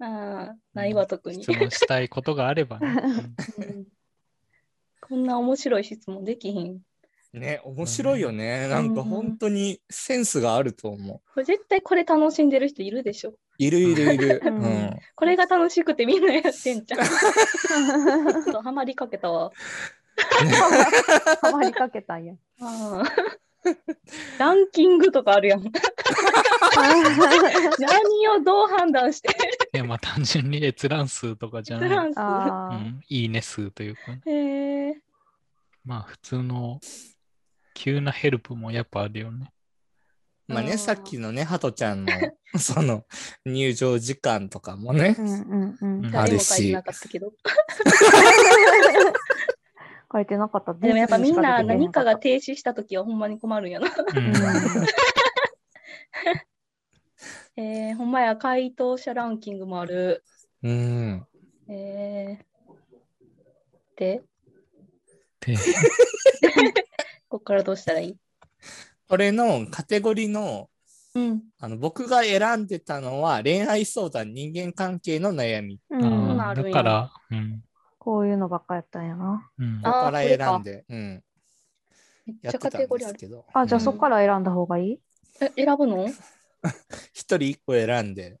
[SPEAKER 4] ああないわ特に
[SPEAKER 1] 質。問したいことがあればね、うん
[SPEAKER 4] うんこんな面白い質問できひん。
[SPEAKER 2] う。ね、面白いよね。なんか
[SPEAKER 4] うん
[SPEAKER 2] 本当にセンスがあると思う。
[SPEAKER 4] これ絶対これ楽しんでる人いるでしょ。
[SPEAKER 2] いるいるい る。う
[SPEAKER 3] うん
[SPEAKER 2] ん。
[SPEAKER 4] これが楽しくてみんなやってんじゃん。 ちょっとハマりかけたわ。
[SPEAKER 3] ハマりかけた んや。
[SPEAKER 4] あーランキングとかあるや ん。何をどう判断して
[SPEAKER 1] ねまあ単純に閲覧数とかじゃ
[SPEAKER 4] フラ
[SPEAKER 1] ない、
[SPEAKER 4] ンス。
[SPEAKER 3] あ
[SPEAKER 1] う
[SPEAKER 3] あ、
[SPEAKER 1] ん、いいね数というか、ね、
[SPEAKER 4] へえ。
[SPEAKER 1] まあ普通の急なヘルプもやっぱあるよね。
[SPEAKER 2] まあ
[SPEAKER 4] う
[SPEAKER 2] ね、
[SPEAKER 4] ん
[SPEAKER 2] さっきのね、ハトちゃんの、 その、入場時間とかもね
[SPEAKER 3] う。んうんうん。
[SPEAKER 1] うん
[SPEAKER 4] 誰も書いてなかったけど。
[SPEAKER 3] 書いてなかった。
[SPEAKER 4] でもやっぱみんな
[SPEAKER 3] ディズニー
[SPEAKER 4] 何
[SPEAKER 3] し出て
[SPEAKER 4] か
[SPEAKER 3] へん
[SPEAKER 4] が停止したときはほんまに困るんやな。
[SPEAKER 1] うん
[SPEAKER 3] うん
[SPEAKER 4] えー、ほんまや回答者ランキングもある。
[SPEAKER 2] うん。
[SPEAKER 4] えー、で、
[SPEAKER 1] で
[SPEAKER 4] こっからどうしたらいい
[SPEAKER 2] これのカテゴリーの、
[SPEAKER 4] うん。
[SPEAKER 2] あの、僕が選んでたのは、恋愛相談、人間関係の悩み。
[SPEAKER 3] う
[SPEAKER 1] あ
[SPEAKER 3] ん
[SPEAKER 4] な
[SPEAKER 1] ー
[SPEAKER 4] るん
[SPEAKER 1] だ
[SPEAKER 4] や
[SPEAKER 1] から、うん
[SPEAKER 3] こういうのばっかやったんやな。
[SPEAKER 1] うん
[SPEAKER 2] ここ
[SPEAKER 4] あ
[SPEAKER 2] から選ん
[SPEAKER 4] こ
[SPEAKER 2] で、うん。
[SPEAKER 4] めっ
[SPEAKER 2] やってた
[SPEAKER 4] ちゃカ
[SPEAKER 2] ん
[SPEAKER 4] テゴリ
[SPEAKER 2] で
[SPEAKER 4] ーあ
[SPEAKER 2] す
[SPEAKER 4] る。
[SPEAKER 2] けど。
[SPEAKER 3] あ、じゃあ
[SPEAKER 2] うん
[SPEAKER 3] そっから選んだ方がいい
[SPEAKER 4] え、選ぶの
[SPEAKER 2] 一人一個選んで。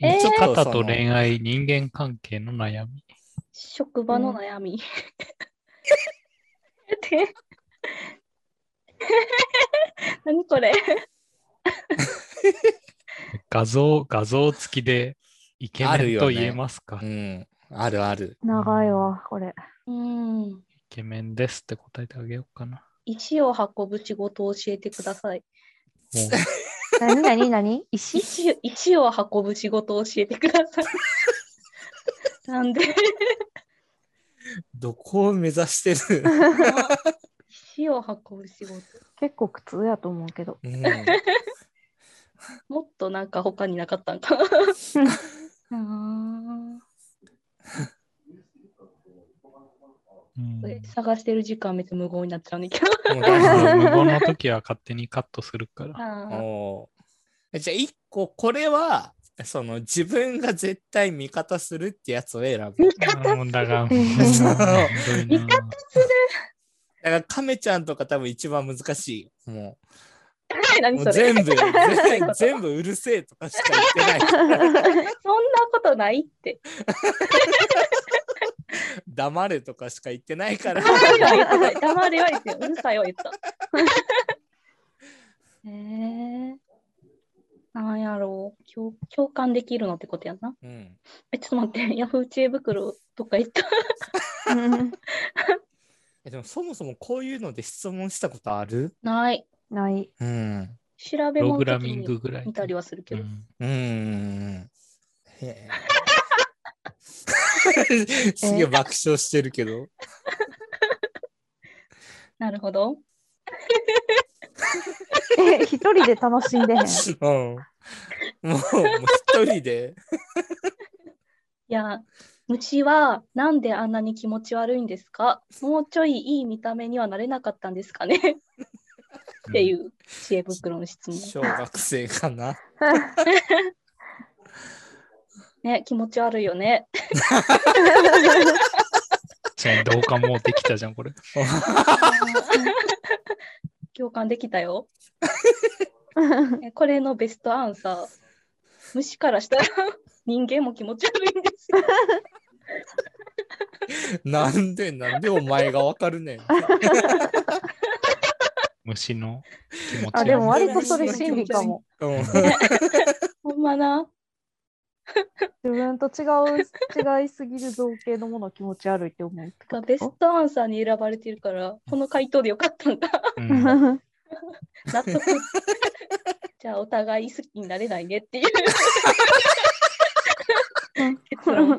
[SPEAKER 4] えー
[SPEAKER 1] 生き方と恋愛、人間関係の悩み。
[SPEAKER 4] 職場の悩み。で何これ
[SPEAKER 1] 画像、画像付きでイケ
[SPEAKER 2] ある
[SPEAKER 1] メン
[SPEAKER 2] よ
[SPEAKER 1] と
[SPEAKER 2] ね
[SPEAKER 1] 言えますか、
[SPEAKER 2] うん、あるある。
[SPEAKER 3] 長いわ、これ。
[SPEAKER 4] うん。
[SPEAKER 1] イケメンですって答えてあげようかな。
[SPEAKER 4] 石を運ぶ仕事を教えてください。
[SPEAKER 1] もう
[SPEAKER 3] なになになに石
[SPEAKER 4] 石石を運ぶ仕事を教えてくだ さい。なんで
[SPEAKER 2] どこを目指して る、
[SPEAKER 4] 石を運ぶ仕事。
[SPEAKER 3] 結構苦痛やと思うけど。
[SPEAKER 2] うん、
[SPEAKER 4] もっとなんか他になかったんか。うん
[SPEAKER 1] うん
[SPEAKER 4] これ探してる時間めっちゃ無言になっちゃうねんけど。
[SPEAKER 1] まあ無言の時は勝手にカットするから。
[SPEAKER 4] あ
[SPEAKER 2] おーえじゃあ一個これはその自分が絶対味方するってやつを選ぶ。
[SPEAKER 1] もうだから、
[SPEAKER 3] うん
[SPEAKER 1] ひどいな
[SPEAKER 2] だから亀ちゃんとか多分一番難しい。も
[SPEAKER 4] ー
[SPEAKER 2] う
[SPEAKER 4] 何
[SPEAKER 2] も
[SPEAKER 4] そうれ
[SPEAKER 2] 全部全全部うるせえとかしか言ってない。
[SPEAKER 4] そんなことないって。
[SPEAKER 2] 黙れとかしか言ってない から。
[SPEAKER 4] 黙れは言ってない黙れは言ってない。うるさいは言 った。えー、なんやろう共。共感できるのってことやな。
[SPEAKER 2] うん、
[SPEAKER 4] え、ちょっと待って。 ヤフー知恵袋どっか行った。
[SPEAKER 3] うん
[SPEAKER 2] えでもそもそもこういうので質問したことある
[SPEAKER 4] ない。
[SPEAKER 3] ない。
[SPEAKER 2] うん。
[SPEAKER 4] 調べ
[SPEAKER 1] プロ
[SPEAKER 4] 物
[SPEAKER 1] グラ
[SPEAKER 4] 的
[SPEAKER 1] ミン
[SPEAKER 4] に
[SPEAKER 1] グぐらい
[SPEAKER 4] 見。たりはするけ
[SPEAKER 1] う
[SPEAKER 4] ど。
[SPEAKER 1] ん
[SPEAKER 2] うんうんうん。 へえすげえ爆笑してるけど。
[SPEAKER 4] なるほど。
[SPEAKER 3] え、一人で楽しんでへん。
[SPEAKER 2] うん、もうもう一人で。
[SPEAKER 4] いや、虫はなんであんなに気持ち悪いんですかもうちょいいい見た目にはなれなかったんですかねっていう知恵袋の質問。
[SPEAKER 2] 小学生か な。
[SPEAKER 4] ね、気持ち悪い よね。
[SPEAKER 1] 確かに同感もうできたじゃん、これ。
[SPEAKER 4] 共感できたよ。えこれのベストアンサー。虫からしたら 人間も気持ち悪いんですよ。
[SPEAKER 2] なんでなんでお前がわかる ねん。
[SPEAKER 1] 虫の気持ち
[SPEAKER 3] あ、でも割とそれ真理かも。
[SPEAKER 2] うん
[SPEAKER 4] ほんまな。
[SPEAKER 3] 自分と違う違いすぎる造形のものを気持ち悪いって思うってこ
[SPEAKER 4] が
[SPEAKER 3] と。
[SPEAKER 4] ベストアンサーに選ばれてるから、この回答でよかったん だ。
[SPEAKER 1] うん
[SPEAKER 4] 納得。 じゃあ、お互い好きになれないねっていう 結 論。
[SPEAKER 1] うん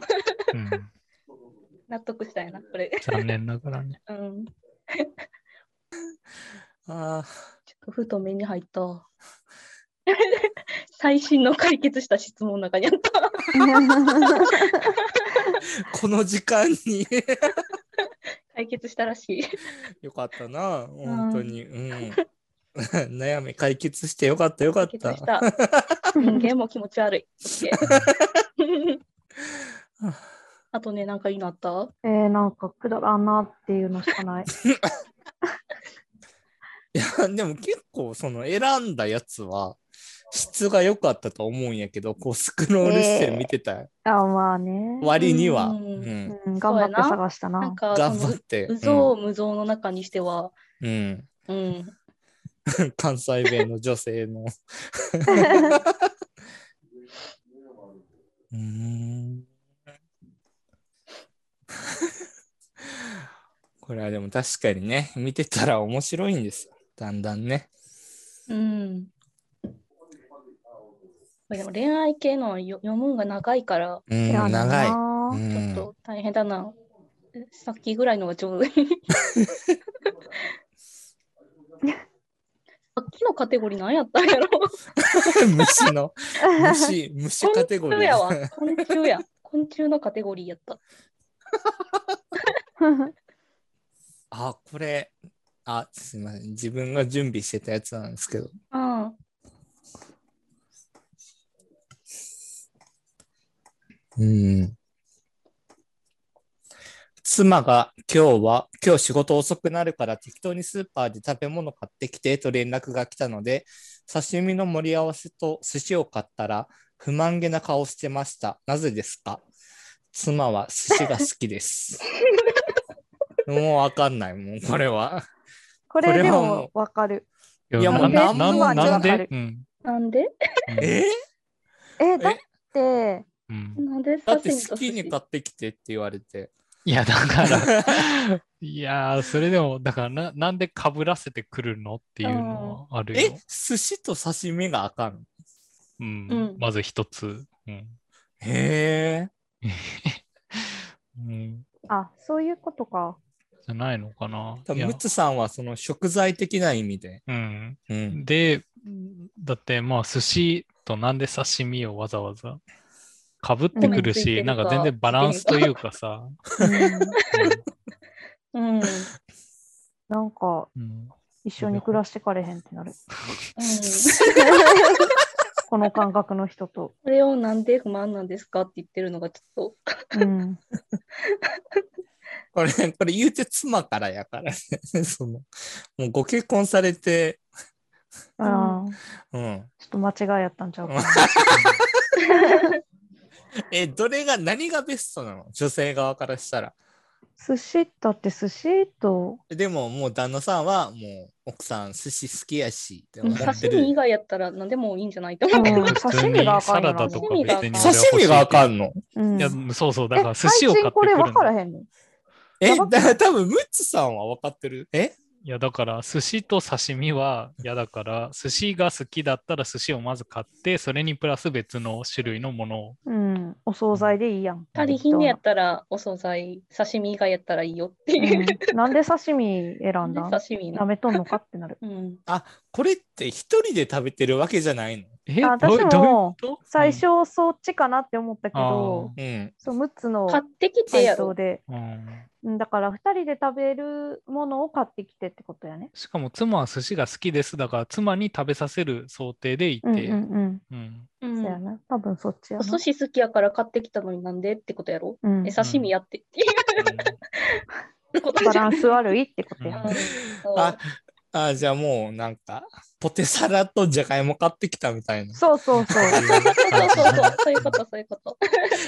[SPEAKER 4] 納得したいな、これ。
[SPEAKER 1] 残念ながらね。
[SPEAKER 4] うん。ちょ
[SPEAKER 2] あ
[SPEAKER 4] っとふと目に入った。 最新の解決した質問の中にあった。
[SPEAKER 2] ーこの時間に
[SPEAKER 4] 解決したらしい。
[SPEAKER 2] よかったな本当に、うん、 悩み解決してよかったよかっ
[SPEAKER 4] 解
[SPEAKER 2] た
[SPEAKER 4] 決した。人間も気持ち悪い。OK あとね、なんかいいのあった
[SPEAKER 3] えー、なんかくだらんなっていうのしか ない。
[SPEAKER 2] いやでも結構その選んだやつは質が良かったと思うんやけどこうスクロールして見てた、
[SPEAKER 3] あ、まあね。
[SPEAKER 2] 割には、う
[SPEAKER 4] うん
[SPEAKER 2] ん、
[SPEAKER 3] うん、頑張って探した
[SPEAKER 4] なん
[SPEAKER 3] な。
[SPEAKER 4] か、そ
[SPEAKER 2] 頑張
[SPEAKER 4] の
[SPEAKER 2] って
[SPEAKER 4] うぞう無造の中にしては、
[SPEAKER 2] うんうん
[SPEAKER 4] うん。
[SPEAKER 2] 関西弁の女性のうーんこれはでも確かにね見てたら面白いんですよだんだんね
[SPEAKER 4] うん。でも恋愛系のよ読むんが長いから、
[SPEAKER 2] うん
[SPEAKER 3] いや
[SPEAKER 2] 長い、
[SPEAKER 3] な
[SPEAKER 2] う
[SPEAKER 3] あ
[SPEAKER 2] ん
[SPEAKER 4] ちょっと大変だな。さっきぐらいのがちょ うどいい。さっきのカテゴリー何やったんやろ
[SPEAKER 2] 虫の虫虫カテゴリ
[SPEAKER 4] 昆虫やわ
[SPEAKER 2] ー。
[SPEAKER 4] 昆虫や。昆虫のカテゴリーやった。
[SPEAKER 2] あこれあすいません自分が準備してたやつなんですけど
[SPEAKER 4] うん。
[SPEAKER 2] うん妻が今日は今日仕事遅くなるから適当にスーパーで食べ物買ってきてと連絡が来たので刺身の盛り合わせと寿司を買ったら不満げな顔してましたなぜですか妻は寿司が好きです もうわかんないもうこれは
[SPEAKER 3] これで
[SPEAKER 2] これはも
[SPEAKER 3] もわかる。
[SPEAKER 1] い
[SPEAKER 2] いや
[SPEAKER 1] や、
[SPEAKER 2] もう
[SPEAKER 1] なな
[SPEAKER 2] なん
[SPEAKER 1] なん
[SPEAKER 3] なん
[SPEAKER 1] で
[SPEAKER 3] で
[SPEAKER 1] うん
[SPEAKER 4] なんで
[SPEAKER 2] え
[SPEAKER 3] え、だって、
[SPEAKER 1] うん、
[SPEAKER 4] なんで
[SPEAKER 2] だ
[SPEAKER 4] 刺
[SPEAKER 2] って
[SPEAKER 4] 身と
[SPEAKER 2] 好
[SPEAKER 4] 寿司
[SPEAKER 2] きに買ってきてって言われて。
[SPEAKER 1] いや、だから、いやー、それでも、だからな、なんでかぶらせてくるのっていうのはある
[SPEAKER 2] え
[SPEAKER 1] よ。、
[SPEAKER 2] 寿司と刺身があかん。
[SPEAKER 1] うん
[SPEAKER 4] うん
[SPEAKER 1] まず一つ。うん
[SPEAKER 2] へえ。
[SPEAKER 1] うん、
[SPEAKER 3] あ、そういうこ とか。
[SPEAKER 1] じゃないのかな。
[SPEAKER 2] 多
[SPEAKER 1] いや
[SPEAKER 2] 分ムツさんはその食材的な意味で。
[SPEAKER 1] うん、
[SPEAKER 2] うん。
[SPEAKER 1] で、だって、まあ、寿司となんで刺身をわざわざかぶってくる
[SPEAKER 4] うんついて
[SPEAKER 1] し、
[SPEAKER 4] る
[SPEAKER 1] な
[SPEAKER 4] か
[SPEAKER 1] んか全然バランスというかさ、
[SPEAKER 4] うん。うん
[SPEAKER 3] なんか、
[SPEAKER 1] うんうん
[SPEAKER 3] 一緒に暮らしてかれへんってなる。
[SPEAKER 4] こ
[SPEAKER 3] この感覚の人と。
[SPEAKER 4] れをなんで不満なんですかって言ってるのがちょっ
[SPEAKER 3] うん。
[SPEAKER 2] これ、これ言うて妻からやからね。 その、もうご結婚されて、
[SPEAKER 3] あー
[SPEAKER 2] うん。
[SPEAKER 3] ちょっと間違いやったんち ゃうかな。
[SPEAKER 2] え、どれが、何がベストなの女性側からしたら。
[SPEAKER 3] 寿司だって寿司と、
[SPEAKER 2] でももう旦那さんはもう奥さん寿司好きやしって
[SPEAKER 4] と
[SPEAKER 2] 分かって
[SPEAKER 4] 刺
[SPEAKER 2] る。
[SPEAKER 4] 身以外やったら何でもいいんじゃないと
[SPEAKER 3] う
[SPEAKER 4] 思
[SPEAKER 3] ん
[SPEAKER 4] うけど。
[SPEAKER 3] 刺身があかんよな
[SPEAKER 1] 普通にサラダとか別に
[SPEAKER 4] 刺
[SPEAKER 2] 刺身があか
[SPEAKER 1] ん。
[SPEAKER 2] んの
[SPEAKER 3] うん
[SPEAKER 1] いや、そうそう、だから寿
[SPEAKER 3] え
[SPEAKER 1] 司を買って
[SPEAKER 3] 最近こ
[SPEAKER 1] く
[SPEAKER 3] れ
[SPEAKER 1] る
[SPEAKER 3] 分
[SPEAKER 1] んだ
[SPEAKER 3] か
[SPEAKER 1] よ
[SPEAKER 3] らへんの
[SPEAKER 2] え、
[SPEAKER 3] やば
[SPEAKER 2] だから多分ムッツさんは分かってるえ
[SPEAKER 1] いやだから寿司と刺身は嫌だから寿司が好きだったら寿司をまず買ってそれにプラス別の種類のものを
[SPEAKER 3] うん、お惣菜でいいやん。
[SPEAKER 4] 足りひんねやったらお惣菜、刺身以外やったらいいよっていう。
[SPEAKER 3] うんなんで刺身選んだん
[SPEAKER 4] 刺
[SPEAKER 3] 舐
[SPEAKER 4] 身の。
[SPEAKER 3] めとんのかってなる。
[SPEAKER 4] うん。
[SPEAKER 2] あ、これって一人で食べてるわけじゃないの
[SPEAKER 1] え
[SPEAKER 3] あ
[SPEAKER 1] どう
[SPEAKER 3] 私も
[SPEAKER 1] どういうこと
[SPEAKER 3] 最初そっちかなって思ったけ
[SPEAKER 1] うん
[SPEAKER 3] ど、
[SPEAKER 2] うん。
[SPEAKER 3] そう6つの
[SPEAKER 4] 買ってきて
[SPEAKER 3] 回
[SPEAKER 4] や
[SPEAKER 3] 答
[SPEAKER 4] ろ。
[SPEAKER 3] で、
[SPEAKER 1] あーうん
[SPEAKER 3] うんだから2人で食べるものを買ってきてってことやね。
[SPEAKER 1] しかも妻は寿司が好きですだから妻に食べさせる想定でいて、
[SPEAKER 3] うんうん
[SPEAKER 1] うん
[SPEAKER 4] う
[SPEAKER 3] うん。そや
[SPEAKER 4] ん。
[SPEAKER 3] な。多分そっちや
[SPEAKER 4] お
[SPEAKER 3] な。
[SPEAKER 4] 寿司好きやから買ってきたのになんでってことやろ。
[SPEAKER 3] うん
[SPEAKER 4] え、刺身やってっていうこと
[SPEAKER 3] バ
[SPEAKER 4] じゃ
[SPEAKER 3] ラ
[SPEAKER 4] ん
[SPEAKER 3] ンス悪いってこと
[SPEAKER 1] う
[SPEAKER 3] や。
[SPEAKER 1] ん
[SPEAKER 2] あ、あ、じゃあもうなんか、ポテサラとジャガイモ買ってきたみたいな。
[SPEAKER 3] そうそうそう。
[SPEAKER 4] そうそうそうそう、そういうこと、そういうこと。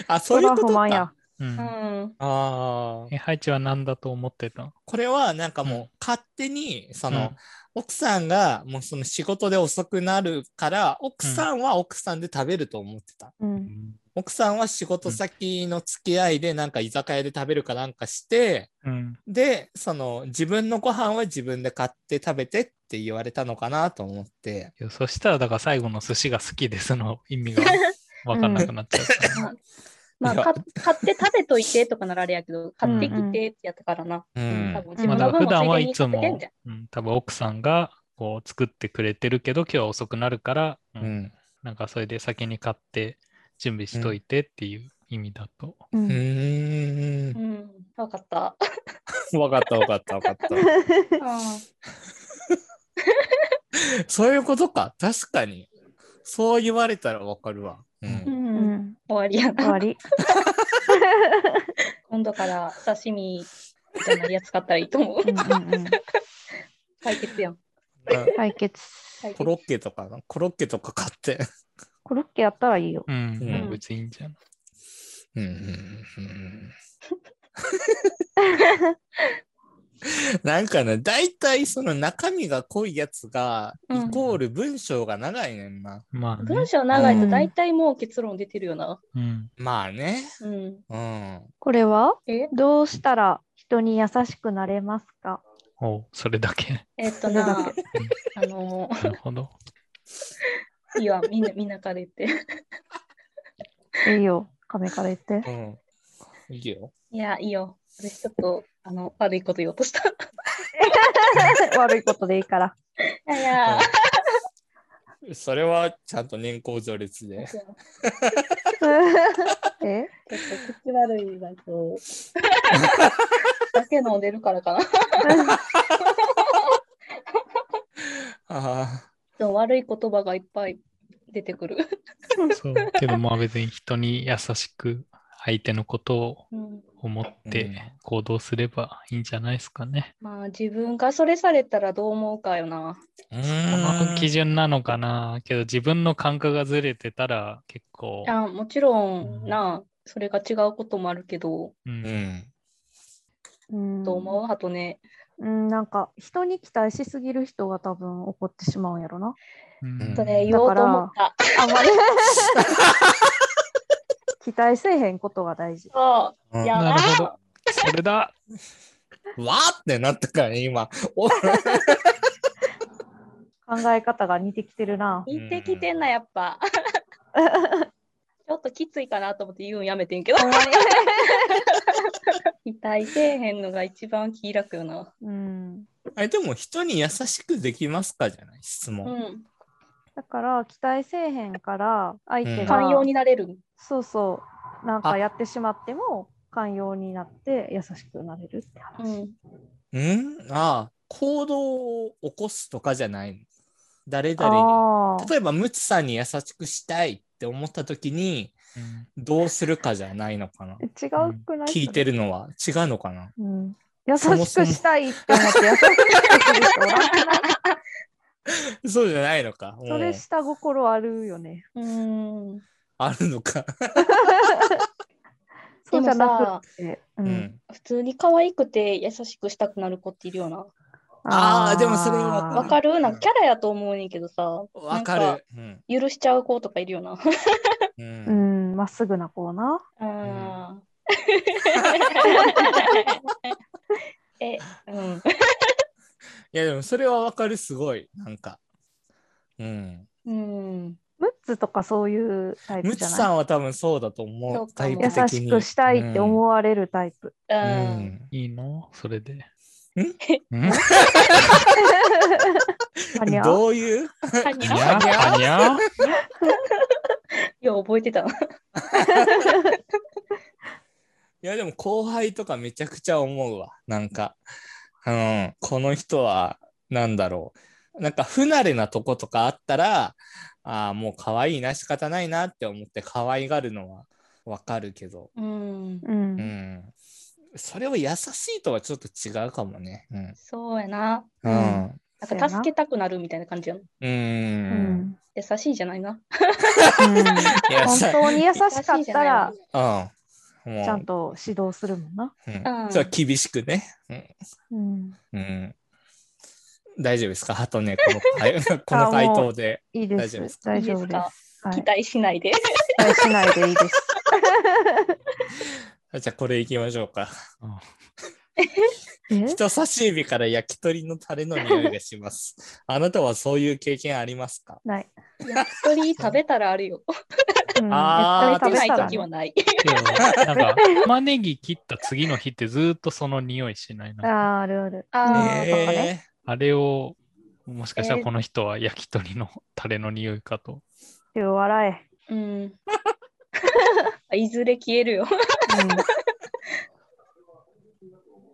[SPEAKER 2] あ、そ
[SPEAKER 3] そう
[SPEAKER 2] い
[SPEAKER 3] れ
[SPEAKER 2] う
[SPEAKER 3] は
[SPEAKER 2] こと
[SPEAKER 3] 不満
[SPEAKER 2] か
[SPEAKER 3] や。。
[SPEAKER 1] うん
[SPEAKER 4] うん。
[SPEAKER 2] ああ。
[SPEAKER 1] えハイチは何だと思ってた
[SPEAKER 2] これはなんか
[SPEAKER 1] うん
[SPEAKER 2] もう勝手に、そ
[SPEAKER 1] あ
[SPEAKER 2] の、奥さんがもうその仕事で遅くなるから、奥さんは奥さんで食べると思ってた。
[SPEAKER 3] う。
[SPEAKER 1] うんん
[SPEAKER 2] 奥さんは仕事先の付き合いでなんか居酒屋で食べるかなんかして、
[SPEAKER 1] うん
[SPEAKER 2] で、その自分のご飯は自分で買って食べてって言われたのかなと思って。
[SPEAKER 1] いやそしたらだから最後の寿司が好きですの意 味が分かんなくなっちゃうから
[SPEAKER 4] まあまあ、
[SPEAKER 2] いや
[SPEAKER 4] か買って食べといてとかならあれやけど、買ってきてってやったからな。
[SPEAKER 2] う
[SPEAKER 4] 多
[SPEAKER 2] ん。
[SPEAKER 4] 分自
[SPEAKER 1] まあ
[SPEAKER 4] 分
[SPEAKER 1] だ
[SPEAKER 4] の
[SPEAKER 1] から普
[SPEAKER 4] 分
[SPEAKER 1] 段
[SPEAKER 4] もつ
[SPEAKER 1] はい
[SPEAKER 4] でに
[SPEAKER 1] いつ
[SPEAKER 4] 食べてん
[SPEAKER 1] も
[SPEAKER 4] じゃん。、
[SPEAKER 1] うん、多分奥さんがこう作ってくれてるけど今日は遅くなるから、うん
[SPEAKER 2] うん。
[SPEAKER 1] なんかそれで先に買って準備しといてっていう意味だと。
[SPEAKER 3] う
[SPEAKER 2] うんーん。
[SPEAKER 4] うん、わか った。
[SPEAKER 2] わかったわかったわかった。そういうことか。確かに。そう言われたらわかるわ。う。
[SPEAKER 4] うん、
[SPEAKER 3] うんん。
[SPEAKER 4] 終わりや
[SPEAKER 3] 終
[SPEAKER 4] な。
[SPEAKER 3] わり。
[SPEAKER 4] 今度から刺身じゃないやつ買ったらいいと思う。
[SPEAKER 3] うんうんうん。
[SPEAKER 4] 解決やん。
[SPEAKER 2] うん
[SPEAKER 3] 解決。
[SPEAKER 4] 解
[SPEAKER 2] コ
[SPEAKER 4] 決
[SPEAKER 2] ロッケとかな、コロッケとか買って。
[SPEAKER 3] コロッケやったらいいよ。
[SPEAKER 1] うん、
[SPEAKER 2] うん
[SPEAKER 1] もう別にいいんじゃない
[SPEAKER 2] うんうんうんうんなんかね、大体その中身が濃いやつが、
[SPEAKER 4] うん
[SPEAKER 2] イコール文章が長いねんな。
[SPEAKER 1] まあね
[SPEAKER 4] 文。章長いと大体もう結論出てるよな。
[SPEAKER 1] うん。
[SPEAKER 2] まあね。
[SPEAKER 4] うん。
[SPEAKER 2] うん。
[SPEAKER 3] これは
[SPEAKER 4] え
[SPEAKER 3] どうしたら人に優しくなれますか
[SPEAKER 1] おうそれだけ。
[SPEAKER 4] えっとな
[SPEAKER 3] そ、
[SPEAKER 4] あの、
[SPEAKER 1] なるほど。
[SPEAKER 4] いいわ、みんな、みんなから言って。
[SPEAKER 3] いいよ、亀から言 って
[SPEAKER 2] う。ん。いいよ。
[SPEAKER 4] いや、いいよ。私ちょっと、あの、悪いこと言おうとした。い
[SPEAKER 3] 悪いことでいいから。
[SPEAKER 4] やいや。
[SPEAKER 2] うんそれはちゃんと年功序列で。
[SPEAKER 4] ちょっと
[SPEAKER 3] え
[SPEAKER 4] 口悪いだと。酒飲んでるからかな。
[SPEAKER 2] あ
[SPEAKER 4] でも悪い言葉がいっぱい出てくる。
[SPEAKER 1] そう。けどまあ別に人に優しく相手のことを
[SPEAKER 4] うん、
[SPEAKER 1] 思っ
[SPEAKER 2] うん
[SPEAKER 1] て行動すればいいんじゃないですかね。
[SPEAKER 4] まあ自分がそれされたらどう思うかよな。
[SPEAKER 2] あ。う
[SPEAKER 1] この基
[SPEAKER 2] ーん。
[SPEAKER 1] 準なのかなけど自分の感覚がずれてたら結構、
[SPEAKER 4] あもちろ
[SPEAKER 1] うん
[SPEAKER 4] んな、それが違うこともあるけど、
[SPEAKER 1] う、
[SPEAKER 2] うんん。
[SPEAKER 3] うん
[SPEAKER 4] どう思うあとね、
[SPEAKER 3] うん、なんか人に期待しすぎる人が多分怒ってしまうんやろな。
[SPEAKER 1] うん
[SPEAKER 4] それ言おうと思った。
[SPEAKER 3] あんま り期待せえへんことが大事。
[SPEAKER 4] そうう。
[SPEAKER 2] ん
[SPEAKER 4] やば
[SPEAKER 1] なる
[SPEAKER 4] い
[SPEAKER 1] ほど。それだ。
[SPEAKER 2] わーってなったからね、今。お
[SPEAKER 3] 考え方が似てきてるな。
[SPEAKER 4] 似てきてんな、やっぱ。ちょっときついかなと思って言うんやめてんけど。
[SPEAKER 3] ほんまに
[SPEAKER 4] 期待せえへんのが一番気楽よな。
[SPEAKER 3] うん。
[SPEAKER 2] あれ、でも人に優しくできますかじゃない質問。
[SPEAKER 4] うん。
[SPEAKER 3] だから期待せえへんから相手が、
[SPEAKER 4] 寛容になれる。
[SPEAKER 3] そうそうなんかやってしまっても寛容になって優しくなれるって
[SPEAKER 4] う
[SPEAKER 3] 話。
[SPEAKER 4] ん。
[SPEAKER 2] うんああ、行動を起こすとかじゃないの。誰々
[SPEAKER 3] あ
[SPEAKER 2] に。例えば、ムツさんに優しくしたいって思った時に、
[SPEAKER 1] うん
[SPEAKER 2] どうするかじゃないのかな。
[SPEAKER 3] あ違うくない、
[SPEAKER 2] 聞いてるのは違うのかな。
[SPEAKER 3] うん、優し
[SPEAKER 2] そも
[SPEAKER 3] く
[SPEAKER 2] そも
[SPEAKER 3] したいって思って優しくする人は
[SPEAKER 2] そうじゃないのか。
[SPEAKER 3] そ
[SPEAKER 2] も
[SPEAKER 3] れ
[SPEAKER 2] う
[SPEAKER 3] 下心あるよ ね。
[SPEAKER 4] うん。
[SPEAKER 2] あるのか。
[SPEAKER 3] そうじゃなくて。う
[SPEAKER 2] うんん。
[SPEAKER 4] 普通に可愛くて優しくしたくなる子っているよな。
[SPEAKER 2] あーでもそれは
[SPEAKER 4] わかるなんかキャラやと思うねんけどさ、
[SPEAKER 2] わ
[SPEAKER 4] な
[SPEAKER 2] か
[SPEAKER 4] ん
[SPEAKER 2] る。うん。
[SPEAKER 4] 許しちゃう子とかいるよな。
[SPEAKER 2] う。
[SPEAKER 3] うんん、まっすぐな子な。
[SPEAKER 4] あ ーえ、うん。
[SPEAKER 2] いや、でもそれはわかる。すごい。なんか。うん。
[SPEAKER 4] うん。
[SPEAKER 3] ムッツとかそういうタイプ
[SPEAKER 2] ム
[SPEAKER 3] じ
[SPEAKER 2] ツ
[SPEAKER 3] ゃ
[SPEAKER 2] さ
[SPEAKER 3] ない
[SPEAKER 2] んは多分そうだと思
[SPEAKER 4] そうう。か
[SPEAKER 2] タイ
[SPEAKER 4] も
[SPEAKER 2] プ
[SPEAKER 3] 優
[SPEAKER 2] 的
[SPEAKER 3] し
[SPEAKER 2] に。
[SPEAKER 3] くしたいって思
[SPEAKER 2] う。
[SPEAKER 3] われるタ イプ。
[SPEAKER 4] う。
[SPEAKER 2] うんん。
[SPEAKER 1] いいのそれで。ん
[SPEAKER 3] あにゃ
[SPEAKER 2] どういう
[SPEAKER 4] カニ
[SPEAKER 1] に
[SPEAKER 4] ャ
[SPEAKER 1] ゃはにゃ
[SPEAKER 4] よう覚えてたな。
[SPEAKER 2] いやでも後輩とかめちゃくちゃ思うわ。なんか、うん、この人はなんだろう。なんか不慣れなとことかあったら、ああ、もう可愛いな、仕方ないなって思って可愛がるのはわかるけど、
[SPEAKER 4] うん。
[SPEAKER 3] う。
[SPEAKER 2] うんん。それを優しいとはちょっと違うかもね。うん。
[SPEAKER 4] そうやな。
[SPEAKER 2] う
[SPEAKER 3] うん
[SPEAKER 2] ん。
[SPEAKER 4] なんか助けたくなるみたいな感じやな。
[SPEAKER 2] うん。
[SPEAKER 3] う
[SPEAKER 2] うん、
[SPEAKER 3] ん。
[SPEAKER 4] 優しいじゃないな。
[SPEAKER 3] うん
[SPEAKER 2] 優
[SPEAKER 3] 本
[SPEAKER 2] しい。
[SPEAKER 3] 当に優しかったら、
[SPEAKER 2] うん。もう
[SPEAKER 3] ちゃんと指導するもんな。
[SPEAKER 2] うん
[SPEAKER 4] うん
[SPEAKER 2] そう厳しくね。うん
[SPEAKER 3] うん。
[SPEAKER 2] うん大丈夫ですかハトネこの 回この回答で。
[SPEAKER 3] いいで
[SPEAKER 2] 大丈夫です
[SPEAKER 3] す。大丈夫
[SPEAKER 4] いい
[SPEAKER 3] で。
[SPEAKER 4] です
[SPEAKER 3] はい
[SPEAKER 4] 期待しないで。
[SPEAKER 3] 期待しないでいいです。
[SPEAKER 2] じゃあこれいきましょうか。
[SPEAKER 3] え
[SPEAKER 2] 人差し指から焼き鳥のタレの匂いがします。 あなたはそういう経験ありますか
[SPEAKER 3] ない。
[SPEAKER 4] 焼き鳥食べたらあるよ。
[SPEAKER 3] うん
[SPEAKER 2] あー
[SPEAKER 3] 絶対
[SPEAKER 4] 食べ
[SPEAKER 3] 食
[SPEAKER 4] な
[SPEAKER 3] べ
[SPEAKER 4] い
[SPEAKER 3] たら
[SPEAKER 4] 時はない。
[SPEAKER 1] でもなんか、玉ねぎ切った次の日ってずっとその匂いしない
[SPEAKER 3] あ
[SPEAKER 1] な。
[SPEAKER 3] ーあるある。
[SPEAKER 4] あ
[SPEAKER 3] えーそうね
[SPEAKER 1] あれを、もしかしたらこの人は焼き鳥のタレの匂いかと。
[SPEAKER 3] 手を笑え。
[SPEAKER 4] ーうん。いずれ消えるよ。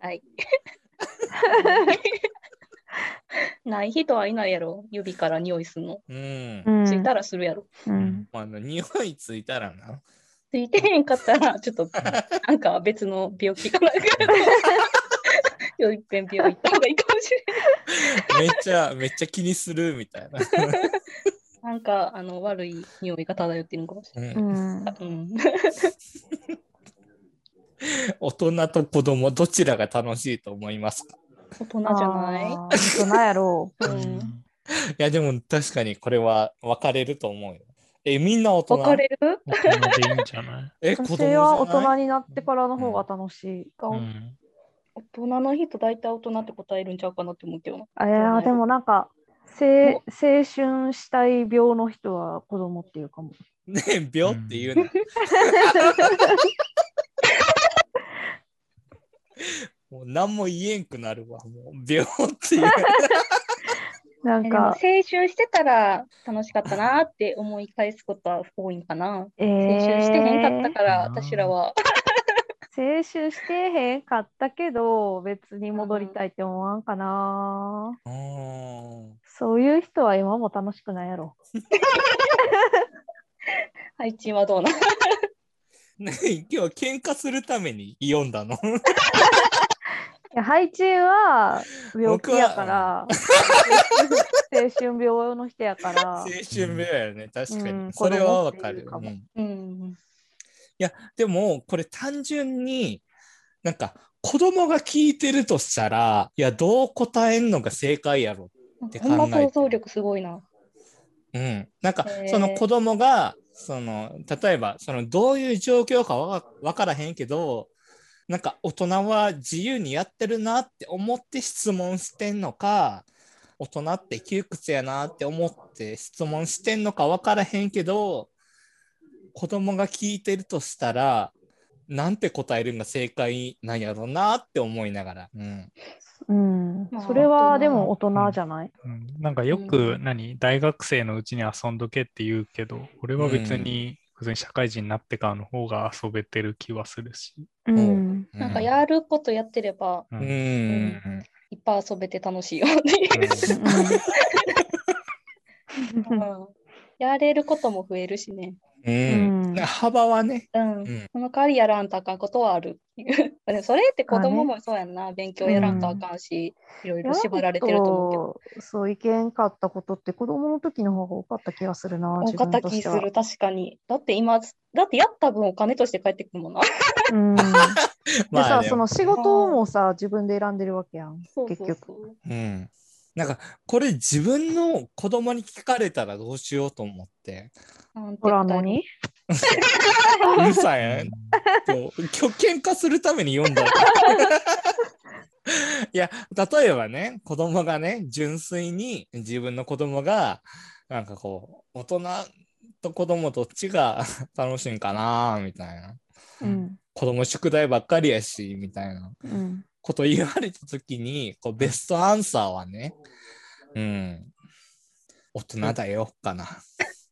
[SPEAKER 4] はい。ない人はいないやろ。指から匂いすんの。
[SPEAKER 2] ー
[SPEAKER 3] う
[SPEAKER 2] うん。
[SPEAKER 3] ん。
[SPEAKER 4] ついたらするやろ。
[SPEAKER 3] うん。
[SPEAKER 2] あの匂いついたらな。
[SPEAKER 4] ついてへんかったら、ちょっとなんか別の病気かなんか。よいっぺん病院行った方がいいかもしれ
[SPEAKER 2] めっちゃ、 めっちゃ気にするみたい な。
[SPEAKER 4] ない。なんかあの悪い匂いが漂ってるのかもしれ
[SPEAKER 2] うん
[SPEAKER 3] うん。
[SPEAKER 4] ない。 うん。
[SPEAKER 2] 大人と子供どちらが楽しいと思いますか
[SPEAKER 4] 大人じゃない。
[SPEAKER 3] あー大人やろう。
[SPEAKER 4] うん。
[SPEAKER 2] いやでも確かにこれは分かれると思うよ。え、みんな大人
[SPEAKER 4] 別れる
[SPEAKER 1] 大人でいいんじゃない
[SPEAKER 2] え、子供
[SPEAKER 3] 私
[SPEAKER 2] じゃない
[SPEAKER 3] は大人になってからの方が楽しい。
[SPEAKER 4] か、
[SPEAKER 1] うん。
[SPEAKER 4] 大人の人大体大人って答えるんちゃうかなって思うけどな。
[SPEAKER 3] あいやーでもなんか、せい青春したい病の人は子供っていうかも。
[SPEAKER 2] ねえ、病って言うの。もう何も言えんくなるわ、もう病って いう。
[SPEAKER 3] なん
[SPEAKER 4] えでも青
[SPEAKER 3] か、
[SPEAKER 4] 春してたら楽しかったなって思い返すことは多いんかな。
[SPEAKER 3] え
[SPEAKER 4] 青春してへんかった
[SPEAKER 3] ー、
[SPEAKER 4] から、
[SPEAKER 1] うん
[SPEAKER 4] 私 らは。
[SPEAKER 3] 青春してへんかったけど、別に戻りたいって思わんかな。
[SPEAKER 2] うーん
[SPEAKER 3] そういう人は今も楽しくないやろ。
[SPEAKER 4] 配置はどうなの
[SPEAKER 2] ねえ今日喧嘩するために読んだの。
[SPEAKER 3] いや配置は病気やから、青春病の人やから
[SPEAKER 2] 青、 春病やね、確かに。
[SPEAKER 3] うん
[SPEAKER 2] それはわかる。
[SPEAKER 3] 子供っていうかも
[SPEAKER 2] うん
[SPEAKER 4] うん。
[SPEAKER 2] でも、これ単純になんか子供が聞いてるとしたら、いや、どう答えんのが正解やろ。て考えて
[SPEAKER 4] ほんま想像力すごいな。
[SPEAKER 2] うん、なんか
[SPEAKER 3] へー
[SPEAKER 2] その子供がその例えばそのどういう状況かわわからへんけどなんか大人は自由にやってるなって思って質問してんのか大人って窮屈やなって思って質問してんのかわからへんけど子供が聞いてるとしたらなんて答えるんが正解なんやろうなって思いながら、うん、
[SPEAKER 3] うん
[SPEAKER 4] まあ
[SPEAKER 3] それはでも大人じゃない、
[SPEAKER 1] うんなんかよ
[SPEAKER 4] う
[SPEAKER 1] く何大学生のうちに遊んどけって言うけど俺は別に普通に社会人になってからの方が遊べてる気はするし、
[SPEAKER 3] うん
[SPEAKER 4] なんかやることやってれば、
[SPEAKER 1] う
[SPEAKER 2] うんん、うん
[SPEAKER 4] いっぱい遊べて楽しいよ
[SPEAKER 1] う
[SPEAKER 3] う
[SPEAKER 4] うんんやれることも増えるしね。
[SPEAKER 2] うん
[SPEAKER 3] うん
[SPEAKER 2] 幅はね、
[SPEAKER 4] うん。
[SPEAKER 2] うん
[SPEAKER 4] その代わりやらんとあかんことはある。 でもそれって子供もそうやんな。勉強やらんとあかんし、いろいろ縛られてると思うけど。
[SPEAKER 3] うそういけんかったことって子供の時の方が多かった気がするな
[SPEAKER 4] 多
[SPEAKER 3] 自
[SPEAKER 4] かっ
[SPEAKER 3] 分
[SPEAKER 4] た
[SPEAKER 3] と
[SPEAKER 4] 気
[SPEAKER 3] して
[SPEAKER 4] す
[SPEAKER 3] は
[SPEAKER 4] る、確かに。だって今、だってやった分お金として返ってくるも んな。
[SPEAKER 3] うん、で
[SPEAKER 2] まあ
[SPEAKER 3] さ
[SPEAKER 2] ね
[SPEAKER 3] その仕事もさ自分で選んでるわけやん
[SPEAKER 4] そう
[SPEAKER 3] 結
[SPEAKER 4] そう
[SPEAKER 3] 局
[SPEAKER 4] そう。
[SPEAKER 2] うん。なんか、これ自分の子供に聞かれたらどうしようと思って。
[SPEAKER 4] なんて
[SPEAKER 3] ほ
[SPEAKER 4] 言
[SPEAKER 3] ら
[SPEAKER 4] った
[SPEAKER 3] の
[SPEAKER 4] らいい
[SPEAKER 3] に
[SPEAKER 2] うるさいね。
[SPEAKER 1] ん
[SPEAKER 2] と、今日喧嘩するために読んだ。 いや、例えばね、子供がね、純粋に自分の子供が、なんかこう、大人と子供どっちが楽しいんかなみたいな。
[SPEAKER 3] うん
[SPEAKER 2] 子供宿題ばっかりやし、みたいな。
[SPEAKER 3] うん
[SPEAKER 2] こと言われた時にこうベストアンサーはねうん大人だよかな、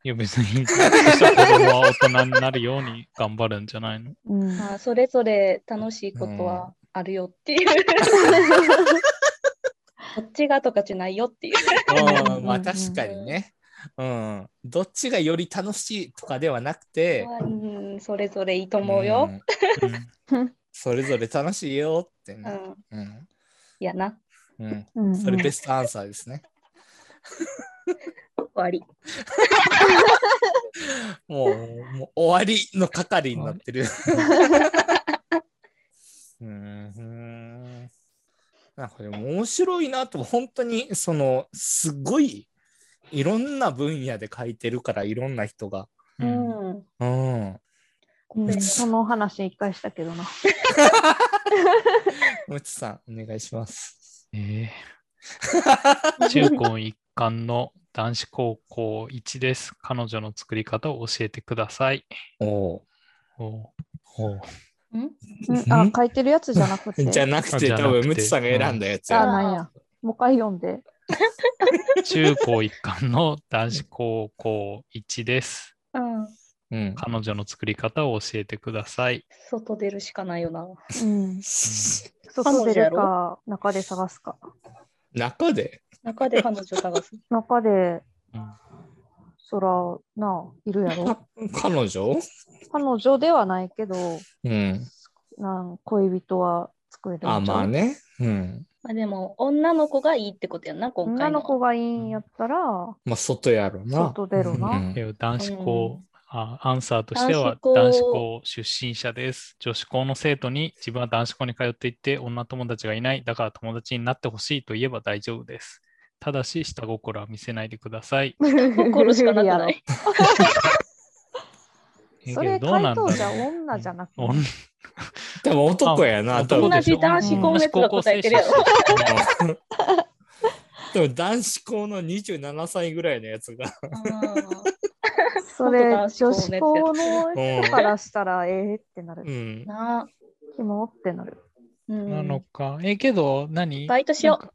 [SPEAKER 1] い や別に子供は大人になるように頑張るんじゃないの
[SPEAKER 3] うん
[SPEAKER 4] まあ、それぞれ楽しいことはあるよっていう。 こっちがとかじゃないよっていう。
[SPEAKER 2] うん
[SPEAKER 3] うん
[SPEAKER 2] まあ確かにねうんどっちがより楽しいとかではなくて
[SPEAKER 4] うん、それぞれいいと思うよ。
[SPEAKER 2] ん
[SPEAKER 1] うん
[SPEAKER 2] それぞれ楽しいよって
[SPEAKER 4] う
[SPEAKER 2] ね
[SPEAKER 4] ん。
[SPEAKER 2] うん、
[SPEAKER 4] いやな。
[SPEAKER 2] うん、
[SPEAKER 3] うん
[SPEAKER 2] それベストアンサーですね
[SPEAKER 4] 終わり。
[SPEAKER 2] もうもう終わりの係になってるうんふーんなんかでも面白いなと本当にそのすごいいろんな分野で書いてるからいろんな人が。
[SPEAKER 1] う
[SPEAKER 4] うんん。
[SPEAKER 2] うん、
[SPEAKER 3] うんその話一回したけどな
[SPEAKER 2] むつさんお願いします。
[SPEAKER 1] えー中高一貫の男子高校1です。彼女の作り方を教えてください。
[SPEAKER 2] おう
[SPEAKER 1] お
[SPEAKER 2] おう
[SPEAKER 3] うんあ書いてるやつじゃなくて
[SPEAKER 2] じゃなくて
[SPEAKER 1] じゃなくて
[SPEAKER 2] 多分むつさんが選んだやつ
[SPEAKER 3] あ
[SPEAKER 2] や。
[SPEAKER 3] なんやもう一回読んで
[SPEAKER 1] 中高一貫の男子高校1です。
[SPEAKER 4] うん。
[SPEAKER 2] うん、
[SPEAKER 1] 彼女の作り方を教えてください。
[SPEAKER 4] 外出るしかないよな。
[SPEAKER 3] うん外出るか中で探すか
[SPEAKER 2] 中で
[SPEAKER 4] 中で彼女探す。
[SPEAKER 3] 中で
[SPEAKER 1] うん
[SPEAKER 3] そらないるやろ
[SPEAKER 2] 彼女、
[SPEAKER 3] 彼女ではないけど
[SPEAKER 2] うん、
[SPEAKER 3] なん恋人は作れるんちゃう
[SPEAKER 2] あまあね。うん
[SPEAKER 4] まあでも、女の子がいいってことやんな、今
[SPEAKER 3] 女
[SPEAKER 4] 回の。
[SPEAKER 3] の子がいいんやったら、
[SPEAKER 2] まあ外やろな。
[SPEAKER 3] 外出ろな。
[SPEAKER 2] うん
[SPEAKER 1] えー男子校、あアンサーとしては
[SPEAKER 4] 男子校
[SPEAKER 1] 男子校出身者です。女子校の生徒に自分は男子校に通っていて女友達がいない、だから友達になってほしいと言えば大丈夫です。ただし下心は見せないでください。
[SPEAKER 4] 心しかなくない
[SPEAKER 3] それ回答じゃ女じゃなくて、
[SPEAKER 1] 女
[SPEAKER 2] でも男やな、
[SPEAKER 1] あ
[SPEAKER 2] 多分
[SPEAKER 4] 同じ男子校のやつが答えてるやろ。
[SPEAKER 2] でも男子校の27歳ぐらいのやつが、
[SPEAKER 3] それ女
[SPEAKER 4] 男子校のやつ
[SPEAKER 3] 子校の
[SPEAKER 2] うん
[SPEAKER 3] 人からしたら、ええってな
[SPEAKER 2] う
[SPEAKER 3] る。
[SPEAKER 2] ん
[SPEAKER 4] うん、な あ。
[SPEAKER 3] キモってなる。
[SPEAKER 4] うん
[SPEAKER 1] なのか。え、けど何、
[SPEAKER 4] バイトしよう。
[SPEAKER 1] う。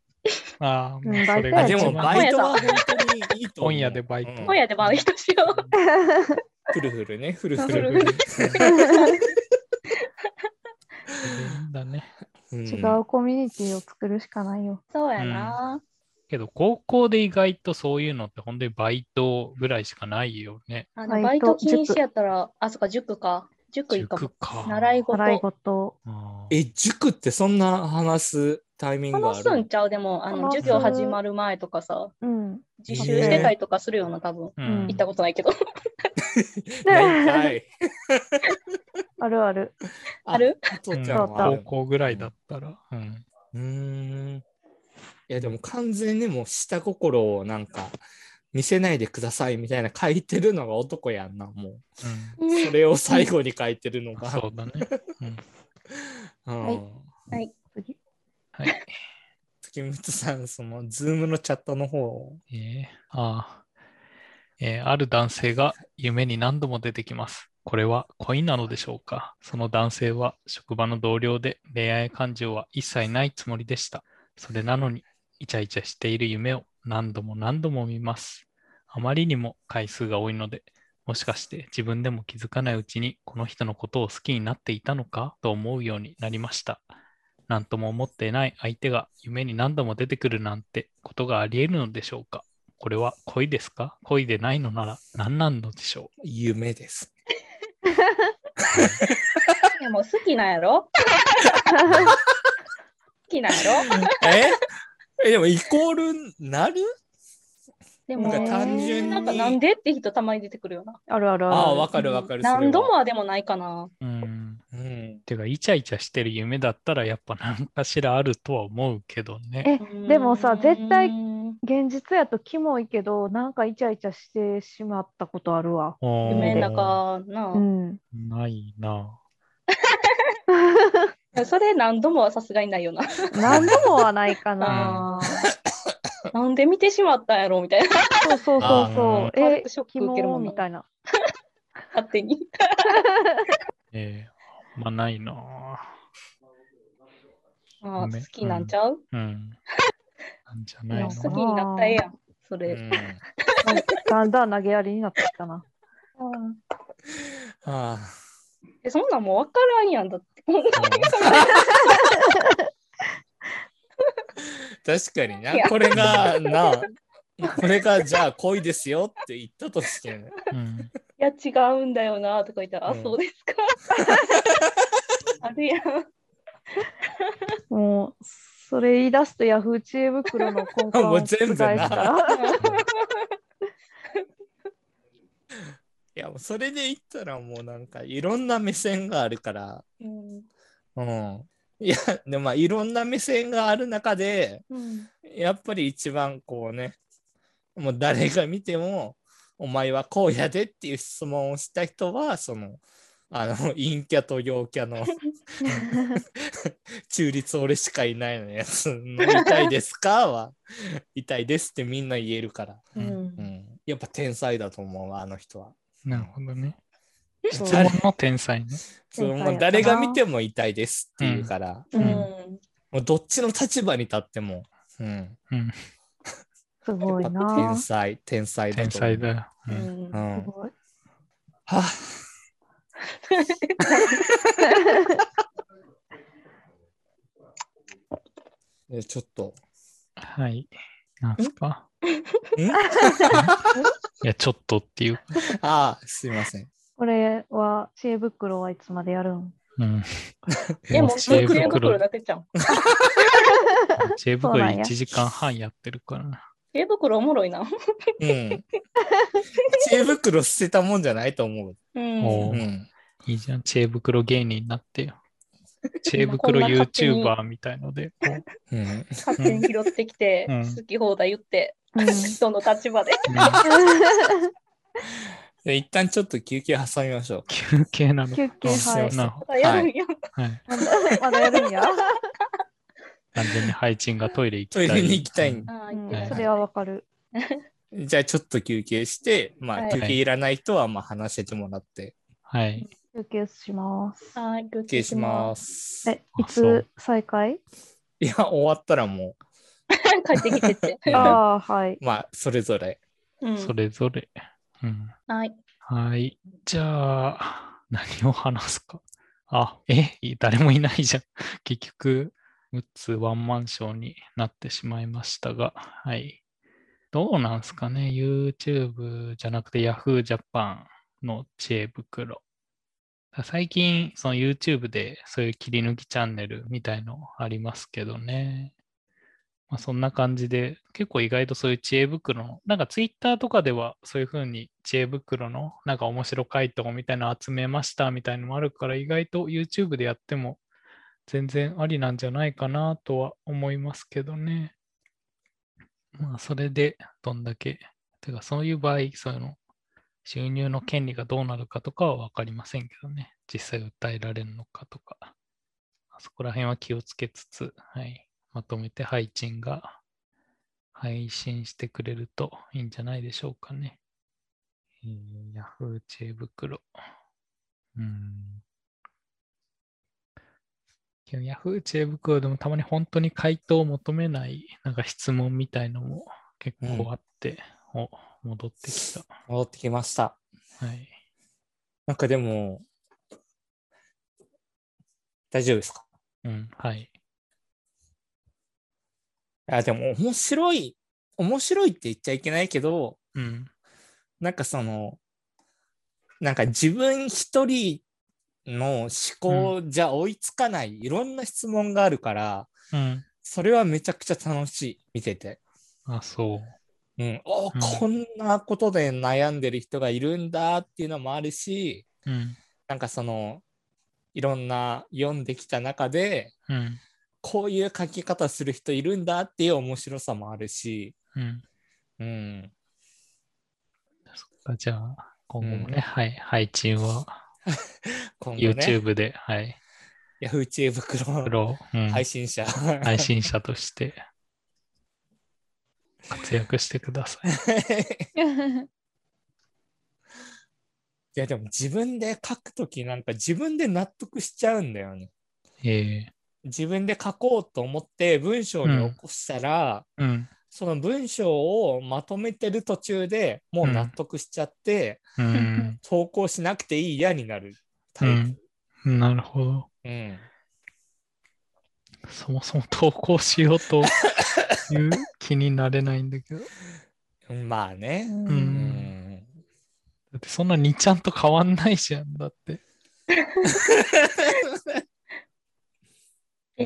[SPEAKER 1] あー
[SPEAKER 3] うん
[SPEAKER 1] まあそれ
[SPEAKER 3] バ
[SPEAKER 1] が
[SPEAKER 3] イト
[SPEAKER 2] で
[SPEAKER 3] や
[SPEAKER 1] 一
[SPEAKER 2] も
[SPEAKER 1] 番
[SPEAKER 2] バイトは本当にいいと思う
[SPEAKER 1] 本屋でバイト
[SPEAKER 2] うん
[SPEAKER 4] 今夜でバイトしよう。
[SPEAKER 2] フルフルねフルフル
[SPEAKER 4] フルフ
[SPEAKER 1] だね。
[SPEAKER 2] うん
[SPEAKER 3] 違うコミュニティを作るしかないよ。
[SPEAKER 4] そうやな。
[SPEAKER 1] けど高校で意外とそういうのって本当にバイトぐらいしかないよね。
[SPEAKER 4] あの
[SPEAKER 3] バ
[SPEAKER 4] バ
[SPEAKER 3] イ
[SPEAKER 4] イ
[SPEAKER 3] ト
[SPEAKER 4] ト禁止やったら、あ、そっか、塾か。塾いいかも
[SPEAKER 1] 塾。か
[SPEAKER 4] 習い事。
[SPEAKER 3] 習い事。
[SPEAKER 1] あー
[SPEAKER 2] え塾ってそんな話すタイミングがあ
[SPEAKER 4] 話すん
[SPEAKER 2] る
[SPEAKER 4] ちゃうでも、あの
[SPEAKER 3] 話す
[SPEAKER 4] 授業始まる前とかさ、
[SPEAKER 3] うん。
[SPEAKER 4] 自習してたりとかするような、多分。
[SPEAKER 1] う
[SPEAKER 3] うん
[SPEAKER 1] ん
[SPEAKER 4] 行ったことないけど。
[SPEAKER 2] ないんかい
[SPEAKER 3] あるある。
[SPEAKER 4] ある
[SPEAKER 2] 父ちゃんはあ
[SPEAKER 1] 高
[SPEAKER 2] る
[SPEAKER 1] 校ぐらいだったら。うん
[SPEAKER 2] うーんいやでも完全にもう下心をなんか見せないでくださいみたいな書いてるのが男やんな、もう。それを最後に書いてるの
[SPEAKER 1] うん
[SPEAKER 2] が。
[SPEAKER 1] そうだね。うん
[SPEAKER 2] うん
[SPEAKER 4] はいはい。
[SPEAKER 3] 次
[SPEAKER 1] はい。
[SPEAKER 2] 月光さん、その、ズームのチャットの方を
[SPEAKER 1] えー、あーえーある男性が夢に何度も出てきます。これは恋なのでしょうかその男性は職場の同僚で恋愛感情は一切ないつもりでした。それなのにイチャイチャしている夢を何度も何度も見ます。あまりにも回数が多いので、もしかして自分でも気づかないうちにこの人のことを好きになっていたのかと思うようになりました。何とも思っていない相手が夢に何度も出てくるなんてことがあり得るのでしょうかこれは恋ですか恋でないのなら何なんのでしょ
[SPEAKER 2] 夢です。
[SPEAKER 4] でも好きなんやろ好きなんやろ
[SPEAKER 2] ええでも、イコールなる
[SPEAKER 4] で
[SPEAKER 2] なん
[SPEAKER 4] も、
[SPEAKER 2] か単純に。
[SPEAKER 4] なんかなんでって人たまに出てくるよな。
[SPEAKER 3] あるあるある。
[SPEAKER 2] ああ、わかるわかる。それは
[SPEAKER 4] 何度もはでもないかな。
[SPEAKER 1] ううん。
[SPEAKER 2] うん。
[SPEAKER 1] てか、イチャイチャしてる夢だったらやっぱ何かしらあるとは思うけどね。
[SPEAKER 3] えでもさ絶対
[SPEAKER 4] うーん
[SPEAKER 3] 現実やとキモいけど、なんかイチャイチャしてしまったことあるわ。
[SPEAKER 1] おー
[SPEAKER 4] 夢の中な
[SPEAKER 3] う、ん。
[SPEAKER 1] ないな。
[SPEAKER 4] それ何度もはさすがにないよな。
[SPEAKER 3] 何度もはないかな。
[SPEAKER 4] あーなんで見てしまったんやろみたいな、
[SPEAKER 3] そうそうそうそう。
[SPEAKER 4] あー
[SPEAKER 3] え、
[SPEAKER 4] ショッ
[SPEAKER 3] キ
[SPEAKER 4] ク受
[SPEAKER 3] モ
[SPEAKER 4] けるも
[SPEAKER 3] ー
[SPEAKER 4] んな
[SPEAKER 3] みたいな。
[SPEAKER 4] 勝手に。
[SPEAKER 1] えー、まあないな。
[SPEAKER 4] あ
[SPEAKER 1] 夢
[SPEAKER 4] ー好きなんちゃう、
[SPEAKER 1] うん。なんじゃ
[SPEAKER 4] い
[SPEAKER 1] な
[SPEAKER 4] や
[SPEAKER 1] い
[SPEAKER 4] 好き
[SPEAKER 1] の
[SPEAKER 4] になったらええやん。それ。
[SPEAKER 2] うん
[SPEAKER 3] だんだん投げやりになってきたな。
[SPEAKER 2] あ
[SPEAKER 4] えそんなんもう分からんやんだって。
[SPEAKER 2] あ確かに
[SPEAKER 4] い
[SPEAKER 2] な、
[SPEAKER 4] や
[SPEAKER 2] これが、なあ、これが、じゃあ恋ですよって言ったとしてね、
[SPEAKER 1] うん。
[SPEAKER 4] いや違うんだよなとか言ったら、
[SPEAKER 2] うん
[SPEAKER 4] あそうですか。 あるやん。
[SPEAKER 3] もう、それ言い出すとヤフー知恵袋の根幹
[SPEAKER 2] も
[SPEAKER 3] を
[SPEAKER 2] う全部な
[SPEAKER 3] 覆したら。
[SPEAKER 2] いや、もうそれで言ったらもうなんか、いろんな目線があるから、
[SPEAKER 4] うん
[SPEAKER 2] うん。いや、でもまあ、いろんな目線がある中で、
[SPEAKER 4] うん
[SPEAKER 2] やっぱり一番こうね、もう誰が見ても、お前はこうやでっていう質問をした人は、その、あの、陰キャと陽キ ャの中立俺しかいないのやつの痛いですかは、痛いですってみんな言えるから、
[SPEAKER 1] う
[SPEAKER 4] うん
[SPEAKER 2] うんん。やっぱ天才だと思うわ、あの人は。
[SPEAKER 1] なるほどね。
[SPEAKER 3] そう
[SPEAKER 1] 質問の天才ね。
[SPEAKER 2] そう、
[SPEAKER 3] 天才や
[SPEAKER 2] もう
[SPEAKER 3] ったな
[SPEAKER 2] 誰が見ても痛いですって言うから、
[SPEAKER 1] うん
[SPEAKER 2] もうどっちの立場に立っても、うん。
[SPEAKER 1] うん。
[SPEAKER 3] すごい
[SPEAKER 2] 天
[SPEAKER 3] な。す
[SPEAKER 2] 才、天才だ
[SPEAKER 1] 天
[SPEAKER 2] と思う
[SPEAKER 1] 才だよ。う
[SPEAKER 4] うんん
[SPEAKER 2] うん。は
[SPEAKER 3] ごい。
[SPEAKER 2] あ、 えちょっと。
[SPEAKER 1] はい。なんすか
[SPEAKER 2] ん
[SPEAKER 1] いや、ちょっとっていう。
[SPEAKER 2] ああ、すいません。
[SPEAKER 3] これは、知恵袋はいつまでやるん
[SPEAKER 1] うん。
[SPEAKER 4] でも、
[SPEAKER 1] 知
[SPEAKER 4] 知
[SPEAKER 1] 恵
[SPEAKER 4] 恵袋
[SPEAKER 1] 袋、
[SPEAKER 4] だけじゃん。
[SPEAKER 1] 知恵
[SPEAKER 3] そう
[SPEAKER 1] 袋
[SPEAKER 3] なんや
[SPEAKER 1] 1時間半やってるからな。
[SPEAKER 4] 知恵袋おもろいな。
[SPEAKER 2] うん。知恵袋捨てたもんじゃないと思
[SPEAKER 4] う
[SPEAKER 2] う。
[SPEAKER 1] お
[SPEAKER 4] ん。
[SPEAKER 2] うん。
[SPEAKER 1] いいじゃん。知恵袋芸人になって よ。知恵袋
[SPEAKER 4] こんな勝手に
[SPEAKER 1] YouTuber みたいので、こう
[SPEAKER 2] うん。
[SPEAKER 4] 勝手に拾ってきて、
[SPEAKER 1] うん
[SPEAKER 4] 好き放題言って、
[SPEAKER 3] うん
[SPEAKER 4] 人の立場で。
[SPEAKER 1] うん
[SPEAKER 2] で一旦ちょっと休憩挟みましょう。
[SPEAKER 1] 休憩なの。
[SPEAKER 3] 休憩、は
[SPEAKER 2] そう
[SPEAKER 3] い。
[SPEAKER 2] そう
[SPEAKER 1] なる
[SPEAKER 4] ま
[SPEAKER 1] ほ
[SPEAKER 4] だやるんや。
[SPEAKER 1] どはい。
[SPEAKER 3] まだまだやるんや。
[SPEAKER 1] 完全に配置がトイレ行き
[SPEAKER 2] ト
[SPEAKER 1] たい。
[SPEAKER 2] イレに行きたいん
[SPEAKER 4] ああ
[SPEAKER 3] う
[SPEAKER 4] 言っ
[SPEAKER 3] ん
[SPEAKER 4] てない
[SPEAKER 3] それはわかる。
[SPEAKER 2] じゃあちょっと休憩して、ま
[SPEAKER 4] は
[SPEAKER 2] あ
[SPEAKER 4] い
[SPEAKER 2] 休憩いらない人はまあ話してもらって、
[SPEAKER 1] はい。
[SPEAKER 3] 休憩します。
[SPEAKER 4] はい、休。
[SPEAKER 2] 休憩しますす。
[SPEAKER 3] え、
[SPEAKER 1] あ
[SPEAKER 3] い
[SPEAKER 1] そう
[SPEAKER 3] つ再開
[SPEAKER 2] いや、終わったらも
[SPEAKER 4] 帰ってきてって。
[SPEAKER 2] う、
[SPEAKER 3] ああ、はい。
[SPEAKER 2] まあそれぞれ。
[SPEAKER 4] うん、
[SPEAKER 1] それぞれ。うん。
[SPEAKER 4] はい。
[SPEAKER 1] はい。じゃあ、何を話すか。 あ、え、い誰もいないじゃん。 結局、6つワンマンショーになってしまいましたが、はい。どうなんすかね ?YouTube じゃなくて Yahoo Japan の知恵袋。最近、その YouTube でそういう切り抜きチャンネルみたいのありますけどね。まあ、そんな感じで、結構意外とそういう知恵袋の、なんか Twitter とかではそういうふうに知恵袋のなんか面白回答みたいなの集めましたみたいのもあるから、意外と YouTube でやっても全然ありなんじゃないかなとは思いますけどね。まあ、それでどんだけてか、そういう場合、そういうの、収入の権利がどうなるかとかは分かりませんけどね。実際訴えられるのかとか。そこら辺は気をつけつつ、はい。まとめて配信が配信してくれるといいんじゃないでしょうかね。えー、Yahoo! 知恵袋。うん。けど Yahoo! 知恵袋でもたまに本当に回答を求めない、なんか質問みたいのも結構あって、お、戻ってきた。
[SPEAKER 2] 戻ってきました。
[SPEAKER 1] はい。
[SPEAKER 2] なんかでも、大丈夫ですか
[SPEAKER 1] うん、はい。
[SPEAKER 2] あ、でも面白い、面白いって言っちゃいけないけど、
[SPEAKER 1] うん、
[SPEAKER 2] なんかその、なんか自分一人の思考じゃ追いつかない、いろんな質問があるから、
[SPEAKER 1] うん。
[SPEAKER 2] それはめちゃくちゃ楽しい、見てて。
[SPEAKER 1] あ、そう。
[SPEAKER 2] うん、おー
[SPEAKER 1] うん
[SPEAKER 2] こんなことで悩んでる人がいるんだっていうのもあるし、
[SPEAKER 1] うん、
[SPEAKER 2] なんかその、いろんな読んできた中で、
[SPEAKER 1] うん、
[SPEAKER 2] こういう書き方する人いるんだっていう面白さもあるし、
[SPEAKER 1] うん。
[SPEAKER 2] うん、
[SPEAKER 1] そっか、じゃあ、今後もね、
[SPEAKER 2] うん
[SPEAKER 1] はい、配信は
[SPEAKER 2] 今後ね、
[SPEAKER 1] YouTube で、はい、
[SPEAKER 2] Yahoo! 知恵袋
[SPEAKER 1] プ
[SPEAKER 2] の
[SPEAKER 1] ロ、うん
[SPEAKER 2] 配信者。
[SPEAKER 1] 配信者として活躍してくださ い。
[SPEAKER 2] いやでも自分で書くときなんか自分で納得しちゃうんだよね。
[SPEAKER 1] え
[SPEAKER 2] 自分で書こうと思って文章に起こしたら、
[SPEAKER 1] ー、うん、
[SPEAKER 2] その文章をまとめてる途中でもう納得しちゃって、
[SPEAKER 1] うん、
[SPEAKER 2] 投稿しなくていいやになるタ
[SPEAKER 1] う
[SPEAKER 2] イプ
[SPEAKER 1] ん。なるほど。
[SPEAKER 2] うん
[SPEAKER 1] そもそも投稿しようという気になれないんだけど。だ
[SPEAKER 2] まあね。
[SPEAKER 1] う
[SPEAKER 2] うんん
[SPEAKER 1] ってそんなにちゃんと変わんないじゃん。だって。
[SPEAKER 4] え、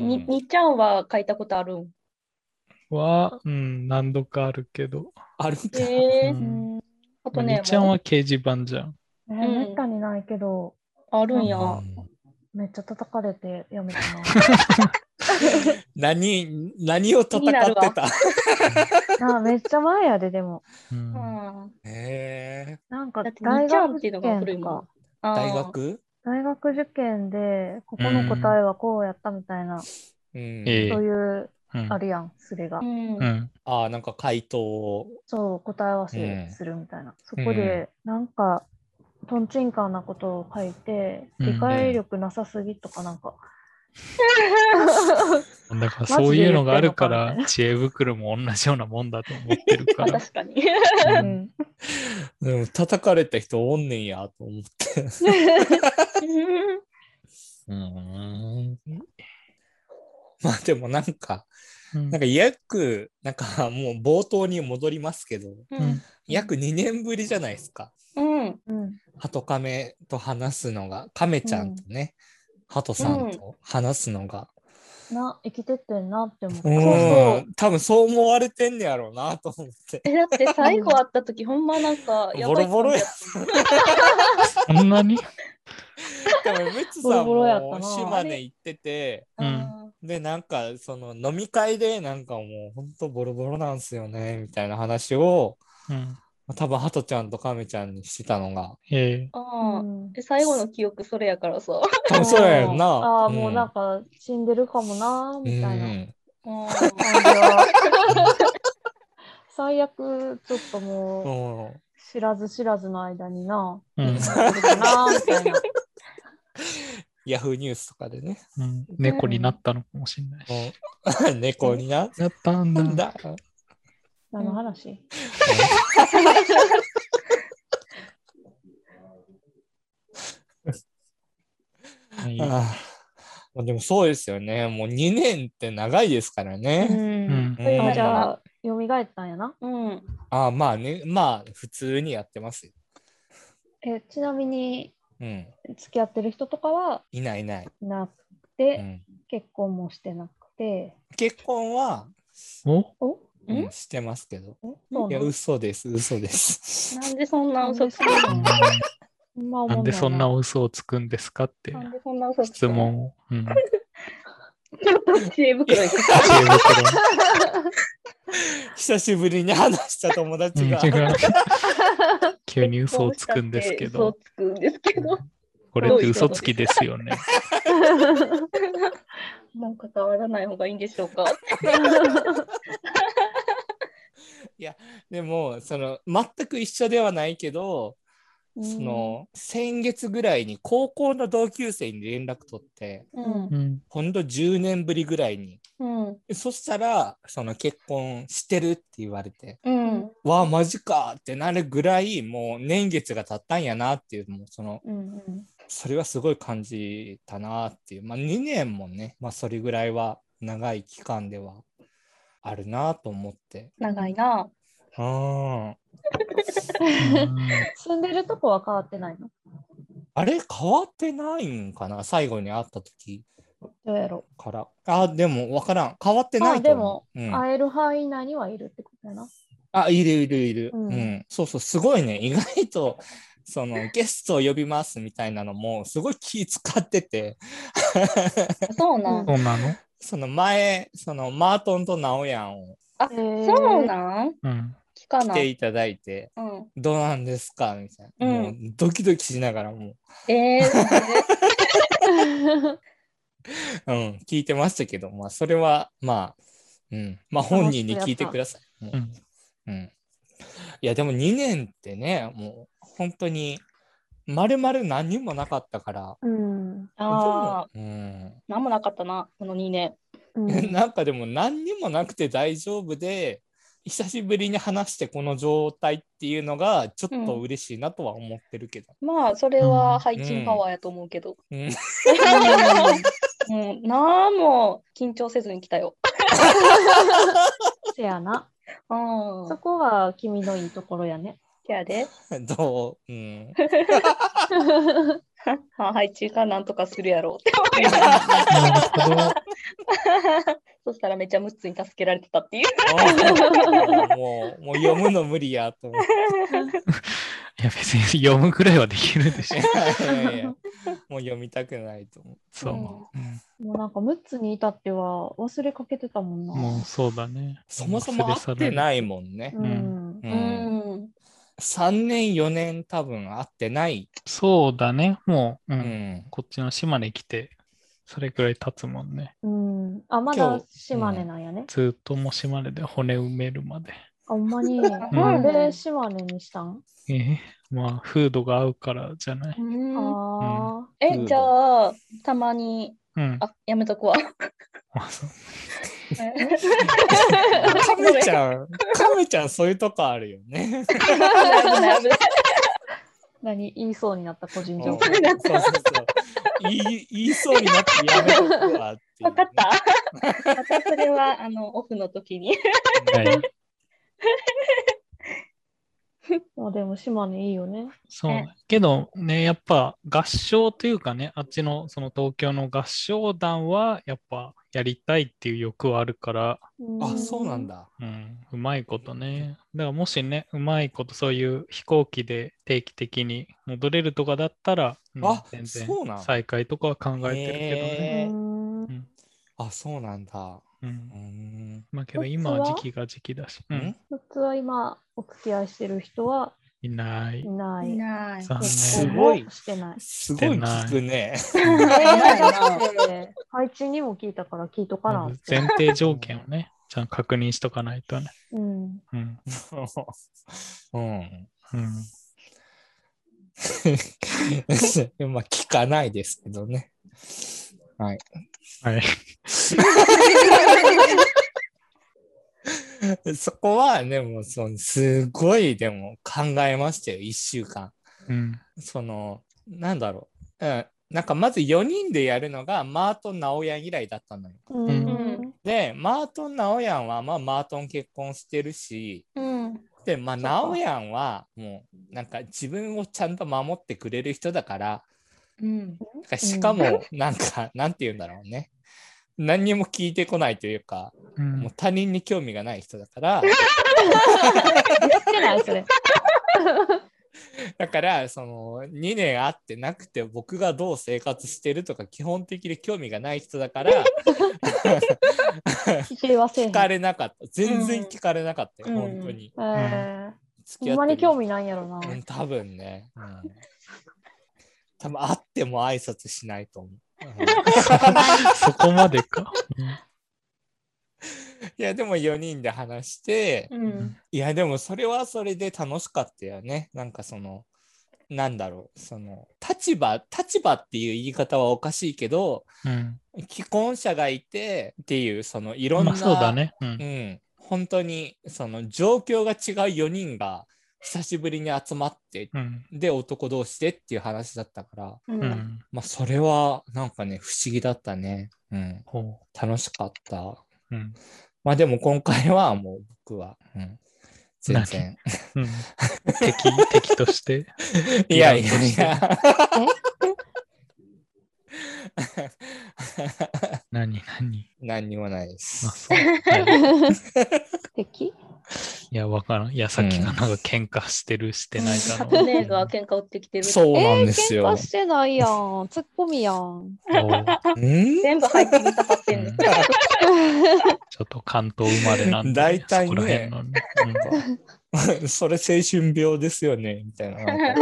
[SPEAKER 2] う
[SPEAKER 4] に、
[SPEAKER 2] ん
[SPEAKER 4] にっちゃんは書いたことあるん
[SPEAKER 1] は、うん、何度かあるけど。
[SPEAKER 2] あるんだ。
[SPEAKER 4] え
[SPEAKER 1] う
[SPEAKER 4] ー、
[SPEAKER 1] ん
[SPEAKER 4] あと
[SPEAKER 1] み
[SPEAKER 4] ね
[SPEAKER 1] っ、ちゃん
[SPEAKER 4] も
[SPEAKER 1] は掲示板じゃん。
[SPEAKER 3] ねめったにないけど、
[SPEAKER 4] うあるんや。
[SPEAKER 3] うめっちゃ叩かれてやめた な。
[SPEAKER 2] 何何を戦ってた
[SPEAKER 3] あめっちゃ前やで、でも。
[SPEAKER 1] うん
[SPEAKER 4] うん。
[SPEAKER 2] へえ
[SPEAKER 3] なんか
[SPEAKER 4] だって、
[SPEAKER 3] 大
[SPEAKER 4] にっちゃん
[SPEAKER 3] 学
[SPEAKER 4] っ
[SPEAKER 3] 受
[SPEAKER 4] ていうのが古い
[SPEAKER 3] 験と
[SPEAKER 4] もん
[SPEAKER 3] か、。
[SPEAKER 4] あー
[SPEAKER 2] 大学
[SPEAKER 3] 大学受験で、ここの答えはこうやったみたいな、
[SPEAKER 2] うん
[SPEAKER 1] ええ
[SPEAKER 3] そういう、
[SPEAKER 1] うん
[SPEAKER 3] あるやん、スレが
[SPEAKER 4] う。ん。
[SPEAKER 1] う
[SPEAKER 4] うん
[SPEAKER 1] ん
[SPEAKER 2] ああ、なんか回答を。
[SPEAKER 3] そう、答え合わ
[SPEAKER 2] うん
[SPEAKER 3] せするみたいな。そこで、なんか、とんちんかんなことを書いて、
[SPEAKER 1] うん
[SPEAKER 3] 理解力なさすぎとか、なんか、
[SPEAKER 1] だから
[SPEAKER 3] マジで
[SPEAKER 1] そういうのがあるか
[SPEAKER 3] 言ってんのかみたい
[SPEAKER 1] ら、知恵袋も同じようなもんだと思ってるか
[SPEAKER 4] まあ
[SPEAKER 1] ら。
[SPEAKER 4] 確かに。
[SPEAKER 1] う
[SPEAKER 3] うんん、
[SPEAKER 2] でも叩かれた人おんねんやと思って。うん。 まあでもなんか、
[SPEAKER 1] うん
[SPEAKER 2] なんか約、なんかもう冒頭に戻りますけど、
[SPEAKER 4] うん。
[SPEAKER 2] 約2年ぶりじゃないですか。
[SPEAKER 4] うん。
[SPEAKER 3] うん、
[SPEAKER 2] ハトカメと話すのが、カメちゃんとね、ハトさんと話すのが。
[SPEAKER 3] な、生きてってんなって思っ
[SPEAKER 2] う、
[SPEAKER 3] た。
[SPEAKER 4] そうん
[SPEAKER 2] 多分そう思われてんねやろうなと思って。
[SPEAKER 4] え、だって最後会った時、ほんまなんか、や
[SPEAKER 2] ボ
[SPEAKER 4] ばい
[SPEAKER 2] ロボロや。
[SPEAKER 1] そんなに
[SPEAKER 2] でも、ムツ
[SPEAKER 3] ボ
[SPEAKER 2] さ
[SPEAKER 3] ロ
[SPEAKER 2] ん
[SPEAKER 3] ボロやった
[SPEAKER 2] も
[SPEAKER 3] な
[SPEAKER 2] 島根行ってて、
[SPEAKER 1] うん
[SPEAKER 4] うん
[SPEAKER 2] で、なんか、その飲み会で、なんかもう、ほんとボロボロなんすよね、みたいな話を、
[SPEAKER 1] うん。
[SPEAKER 2] 多分ハトちゃんとカメちゃんにしてたのが、
[SPEAKER 1] え
[SPEAKER 4] あ
[SPEAKER 3] う
[SPEAKER 4] ー
[SPEAKER 3] ん
[SPEAKER 4] え最後の記憶それやからさ。
[SPEAKER 2] 多分そうやよな。
[SPEAKER 3] ああ、もうなんか死んでるかもなーみたいな
[SPEAKER 4] うん
[SPEAKER 3] 感じは。最悪、ちょっと
[SPEAKER 2] う
[SPEAKER 3] もう、
[SPEAKER 2] ん。うん
[SPEAKER 3] 知らず知らずの間にな、
[SPEAKER 1] えうん
[SPEAKER 3] なってるかなーみたいな。
[SPEAKER 2] ヤフーニュースとかでね、
[SPEAKER 1] うん猫になったのかもしれないし。
[SPEAKER 2] うん 猫になっ
[SPEAKER 1] やったん
[SPEAKER 2] た
[SPEAKER 1] だ。
[SPEAKER 2] んだ。
[SPEAKER 3] 何の話
[SPEAKER 1] はい
[SPEAKER 2] ああでもそうですよね。もう2年って長いですから
[SPEAKER 4] う
[SPEAKER 2] ね。
[SPEAKER 4] ん。
[SPEAKER 2] うん
[SPEAKER 4] あじゃあ、
[SPEAKER 3] 蘇ったんやな。
[SPEAKER 4] うん。
[SPEAKER 2] ああまあね、まあ普通にやってますよ。
[SPEAKER 3] えちなみに、
[SPEAKER 2] うん。
[SPEAKER 3] 付き合ってる人とかはい
[SPEAKER 2] ないいない。
[SPEAKER 3] なく
[SPEAKER 2] う
[SPEAKER 3] て、
[SPEAKER 2] ん、
[SPEAKER 3] 結婚もしてなくて。
[SPEAKER 2] 結婚は、
[SPEAKER 1] お
[SPEAKER 3] お
[SPEAKER 4] ん
[SPEAKER 2] うんしてますけど。
[SPEAKER 3] えそう
[SPEAKER 2] いや、
[SPEAKER 3] なん
[SPEAKER 2] 嘘です、嘘です。
[SPEAKER 4] なんでそんな
[SPEAKER 3] なん
[SPEAKER 4] 嘘
[SPEAKER 3] で
[SPEAKER 4] つ
[SPEAKER 3] そ
[SPEAKER 4] く
[SPEAKER 3] んな
[SPEAKER 1] うん
[SPEAKER 3] ほま思
[SPEAKER 1] なんでそん
[SPEAKER 3] い
[SPEAKER 1] な嘘をつくんですかって
[SPEAKER 4] なんでそんな嘘つく
[SPEAKER 1] 質 問を。うん。
[SPEAKER 4] ちょっと知恵袋行
[SPEAKER 1] 知
[SPEAKER 4] く。
[SPEAKER 1] 恵袋
[SPEAKER 2] 久しぶりに話した友 達
[SPEAKER 1] う
[SPEAKER 2] が。
[SPEAKER 1] ん違 う急に嘘をつくんですけ
[SPEAKER 4] 嘘
[SPEAKER 1] ど、
[SPEAKER 4] をつくんですけど。
[SPEAKER 1] これって嘘つきですよね。
[SPEAKER 4] なんか変わらない方がいいんでしょう か。
[SPEAKER 2] でもその全く一緒ではないけど、その先月ぐらいに高校の同級生に連絡取って
[SPEAKER 4] うん。
[SPEAKER 1] うん
[SPEAKER 2] ほんと10年ぶりぐらいに
[SPEAKER 4] うん。
[SPEAKER 2] そしたらその結婚してるって言われて
[SPEAKER 4] うん。
[SPEAKER 2] わあマジかってなるぐらいもう年月が経ったんやなっていうもうその
[SPEAKER 4] うん。
[SPEAKER 2] それはすごい感じたなっていう、まあ、2年もね、まあ、それぐらいは長い期間ではあるなと思って。
[SPEAKER 4] 長いな。
[SPEAKER 2] うん
[SPEAKER 3] 住んでるとこは変わってないの
[SPEAKER 2] あれ変わってないんかな最後に会った時
[SPEAKER 3] どうやろ
[SPEAKER 2] から。あ、でも分からん。変わってないと思う。
[SPEAKER 3] う、
[SPEAKER 2] うん、あ
[SPEAKER 3] 会える範囲内にはいるってことやな。
[SPEAKER 2] いるいるいる、う
[SPEAKER 3] うんん
[SPEAKER 2] そうそう、すごいね。意外と、その、ゲストを呼びますみたいなのも、すごい気使ってて、
[SPEAKER 4] そうなん。
[SPEAKER 1] そうなの
[SPEAKER 2] その前、その、マートンとナオヤンを
[SPEAKER 4] あ、
[SPEAKER 3] へー
[SPEAKER 4] そうなん。
[SPEAKER 1] うん。
[SPEAKER 4] 聞か
[SPEAKER 2] 来
[SPEAKER 4] な
[SPEAKER 2] て
[SPEAKER 4] い。
[SPEAKER 2] いただいて、
[SPEAKER 4] うん。
[SPEAKER 2] どうなんですかみたいな。
[SPEAKER 4] うん
[SPEAKER 2] もうドキドキしながらも
[SPEAKER 4] ええ。
[SPEAKER 2] う、うん、聞いてましたけど、まあ、それは、まあ、うん、まあ、本人に聞いてください。
[SPEAKER 1] うん
[SPEAKER 2] うん。いや、でも2年ってね、もう本当に、まるまる何にもなかったから。
[SPEAKER 3] うん。
[SPEAKER 4] ああ、
[SPEAKER 2] でもうん。
[SPEAKER 4] なんもなかったな、この2年。
[SPEAKER 3] うん
[SPEAKER 2] なん かでも何にもなくて大丈夫で、久しぶりに話してこの状態っていうのがちょっと嬉しいなとは思ってるけど。
[SPEAKER 4] まあ、それはハイキンパワーやと思うけど。
[SPEAKER 2] うん、
[SPEAKER 4] うん、なんも緊張せずに来たよ。
[SPEAKER 3] せやな。
[SPEAKER 4] うん。
[SPEAKER 3] そこは君のいいところやね。
[SPEAKER 4] ケアで。
[SPEAKER 2] どう、うん、
[SPEAKER 4] は配置がなんとかするやろうって
[SPEAKER 1] なるほ ど。
[SPEAKER 4] そしたらめっちゃムッツに助けられてたっていう。
[SPEAKER 2] もうもう読むの無理やと思 って。
[SPEAKER 1] いや、別に読むくらいはできるでしょ。
[SPEAKER 2] いやいやもう読みたくないと思う。
[SPEAKER 1] そう。うん
[SPEAKER 3] もうなんか6つにいたっては忘れかけてたもんな。
[SPEAKER 1] もうそうだね。
[SPEAKER 2] そもそも会って
[SPEAKER 1] い。
[SPEAKER 2] ないもんね。
[SPEAKER 3] うん。
[SPEAKER 2] う
[SPEAKER 4] うんん。
[SPEAKER 2] 3年4年多分会ってない、
[SPEAKER 1] そうだね。もう、う。
[SPEAKER 2] うんん、
[SPEAKER 1] こっちの島根来て、それくらい経つもんね。
[SPEAKER 3] うん。あ、ま
[SPEAKER 2] 今
[SPEAKER 3] だ
[SPEAKER 2] 日
[SPEAKER 3] 島根なんやね。
[SPEAKER 1] ずっともう島根で骨埋めるまで。
[SPEAKER 3] あほんまに。
[SPEAKER 1] うん
[SPEAKER 3] で、島根にしたん
[SPEAKER 1] ええまあ、フードが合うからじゃない。
[SPEAKER 4] うん
[SPEAKER 3] あ
[SPEAKER 2] う
[SPEAKER 4] え、
[SPEAKER 2] ん
[SPEAKER 4] じゃあ、たまに、
[SPEAKER 1] うん。
[SPEAKER 4] あ、やめと くわ。
[SPEAKER 1] まあそう
[SPEAKER 2] カメちゃんカメちゃんそういうとこあるよね
[SPEAKER 4] 危ない危ない
[SPEAKER 3] あ。何言いそうになった個人情報
[SPEAKER 2] そう。そうそう言い言いそうになってやめとくわっていう
[SPEAKER 4] わかった。またそれは、あの、オフの時に。
[SPEAKER 1] はい。
[SPEAKER 3] もうでも島根いいよね。
[SPEAKER 1] そう
[SPEAKER 4] え
[SPEAKER 1] だけどね、やっぱ合唱というかね、あっちのその東京の合唱団はやっぱやりたいっていう欲はあるから、
[SPEAKER 2] あそうなん。だ
[SPEAKER 1] うん、うまいことね。だからもしね、うまいことそういう飛行機で定期的に戻れるとかだったら、うん
[SPEAKER 2] あ
[SPEAKER 1] 全然
[SPEAKER 2] そうなん
[SPEAKER 1] 再開とかは考えてるけどね。
[SPEAKER 2] へー
[SPEAKER 3] うん
[SPEAKER 1] うん
[SPEAKER 2] あそうなんだ
[SPEAKER 1] う
[SPEAKER 2] うー
[SPEAKER 1] ん、
[SPEAKER 2] ん
[SPEAKER 1] まあけど今は時期が時期だし、うんん、
[SPEAKER 3] 普通は今お付き合いしてる人はい
[SPEAKER 1] ない
[SPEAKER 3] い。ない。
[SPEAKER 4] な
[SPEAKER 1] 残念
[SPEAKER 3] 結
[SPEAKER 2] す
[SPEAKER 3] 婚
[SPEAKER 2] ごい
[SPEAKER 3] もしてない。
[SPEAKER 2] すごい聞くね
[SPEAKER 3] え
[SPEAKER 4] ないな
[SPEAKER 3] ーだって配置にも聞いたから聞いとかなって。
[SPEAKER 1] 前提条件をね、ちゃんと確認しとかないとね。
[SPEAKER 3] うん。
[SPEAKER 1] うん。
[SPEAKER 2] うん
[SPEAKER 1] うん。
[SPEAKER 2] まあ聞かないですけどねはい
[SPEAKER 1] はい。
[SPEAKER 2] そこはでもそのすごいでも考えましたよ1週間。
[SPEAKER 1] うん。
[SPEAKER 2] そのなんだろう、うん、なんかまず4人でやるのがマートン・ナオヤン以来だったのよ。
[SPEAKER 3] うんん。
[SPEAKER 2] でマートン・ナオヤンはまあマートン結婚してるし
[SPEAKER 4] うん。
[SPEAKER 2] でまあ
[SPEAKER 3] そっか
[SPEAKER 2] ナオヤンはもうなんか自分をちゃんと守ってくれる人だから
[SPEAKER 4] うん。
[SPEAKER 2] なんかしかもなんかなんて言うんだろうね何にも聞いてこないというか
[SPEAKER 1] うん
[SPEAKER 2] もう他人に興味がない人だから。
[SPEAKER 3] 言ってないそれ。
[SPEAKER 2] だからその2年会ってなくて僕がどう生活してるとか基本的に興味がない人だから
[SPEAKER 3] 否定はせえへん
[SPEAKER 2] 聞かれなかった全然聞かれなかったよ、
[SPEAKER 4] うん
[SPEAKER 2] 本当に
[SPEAKER 3] えー
[SPEAKER 2] 付き合ってる
[SPEAKER 3] ほんまに興味ないんやろな。
[SPEAKER 2] うん多分ね、うん、多分会っても挨拶しないと思う、うん
[SPEAKER 1] そこまでか。
[SPEAKER 2] いやでも4人で話して
[SPEAKER 4] うん。
[SPEAKER 2] いやでもそれはそれで楽しかったよねなんかそのなんだろうその立場立場っていう言い方はおかしいけど
[SPEAKER 1] うん。
[SPEAKER 2] 既婚者がいてっていうそのいろんな、
[SPEAKER 1] まあそうだね。う。
[SPEAKER 2] うんん、本当にその状況が違う4人が久しぶりに集まって
[SPEAKER 1] うん。
[SPEAKER 2] で男同士でっていう話だったから
[SPEAKER 4] う。
[SPEAKER 1] うんん。
[SPEAKER 2] まあそれはなんかね不思議だったね、うん、
[SPEAKER 1] ほ
[SPEAKER 2] 楽しかった
[SPEAKER 1] う。うん。
[SPEAKER 2] まあでも今回はもう僕は、うん、全然
[SPEAKER 1] うん、敵、敵として。
[SPEAKER 2] いやいやいや
[SPEAKER 1] 何、何。
[SPEAKER 2] 何にもないで
[SPEAKER 1] あ、
[SPEAKER 2] す
[SPEAKER 1] そう。はい
[SPEAKER 3] 敵
[SPEAKER 1] いや、わからん。いや、さっきがなんか喧嘩してる、してないだ
[SPEAKER 4] ト
[SPEAKER 1] ろう。
[SPEAKER 4] ネードは喧嘩売ってきてる。
[SPEAKER 2] そうなんです
[SPEAKER 3] 喧
[SPEAKER 2] よ、
[SPEAKER 3] 嘩してないやん。ツッコミやん。
[SPEAKER 1] おう
[SPEAKER 2] うん
[SPEAKER 4] 全部入ってみたかってん
[SPEAKER 1] う
[SPEAKER 4] の
[SPEAKER 1] ん。ちょっと関東生まれなんで、
[SPEAKER 2] 大体ね
[SPEAKER 1] そこら辺のね。
[SPEAKER 2] それ青春病ですよねみたいななん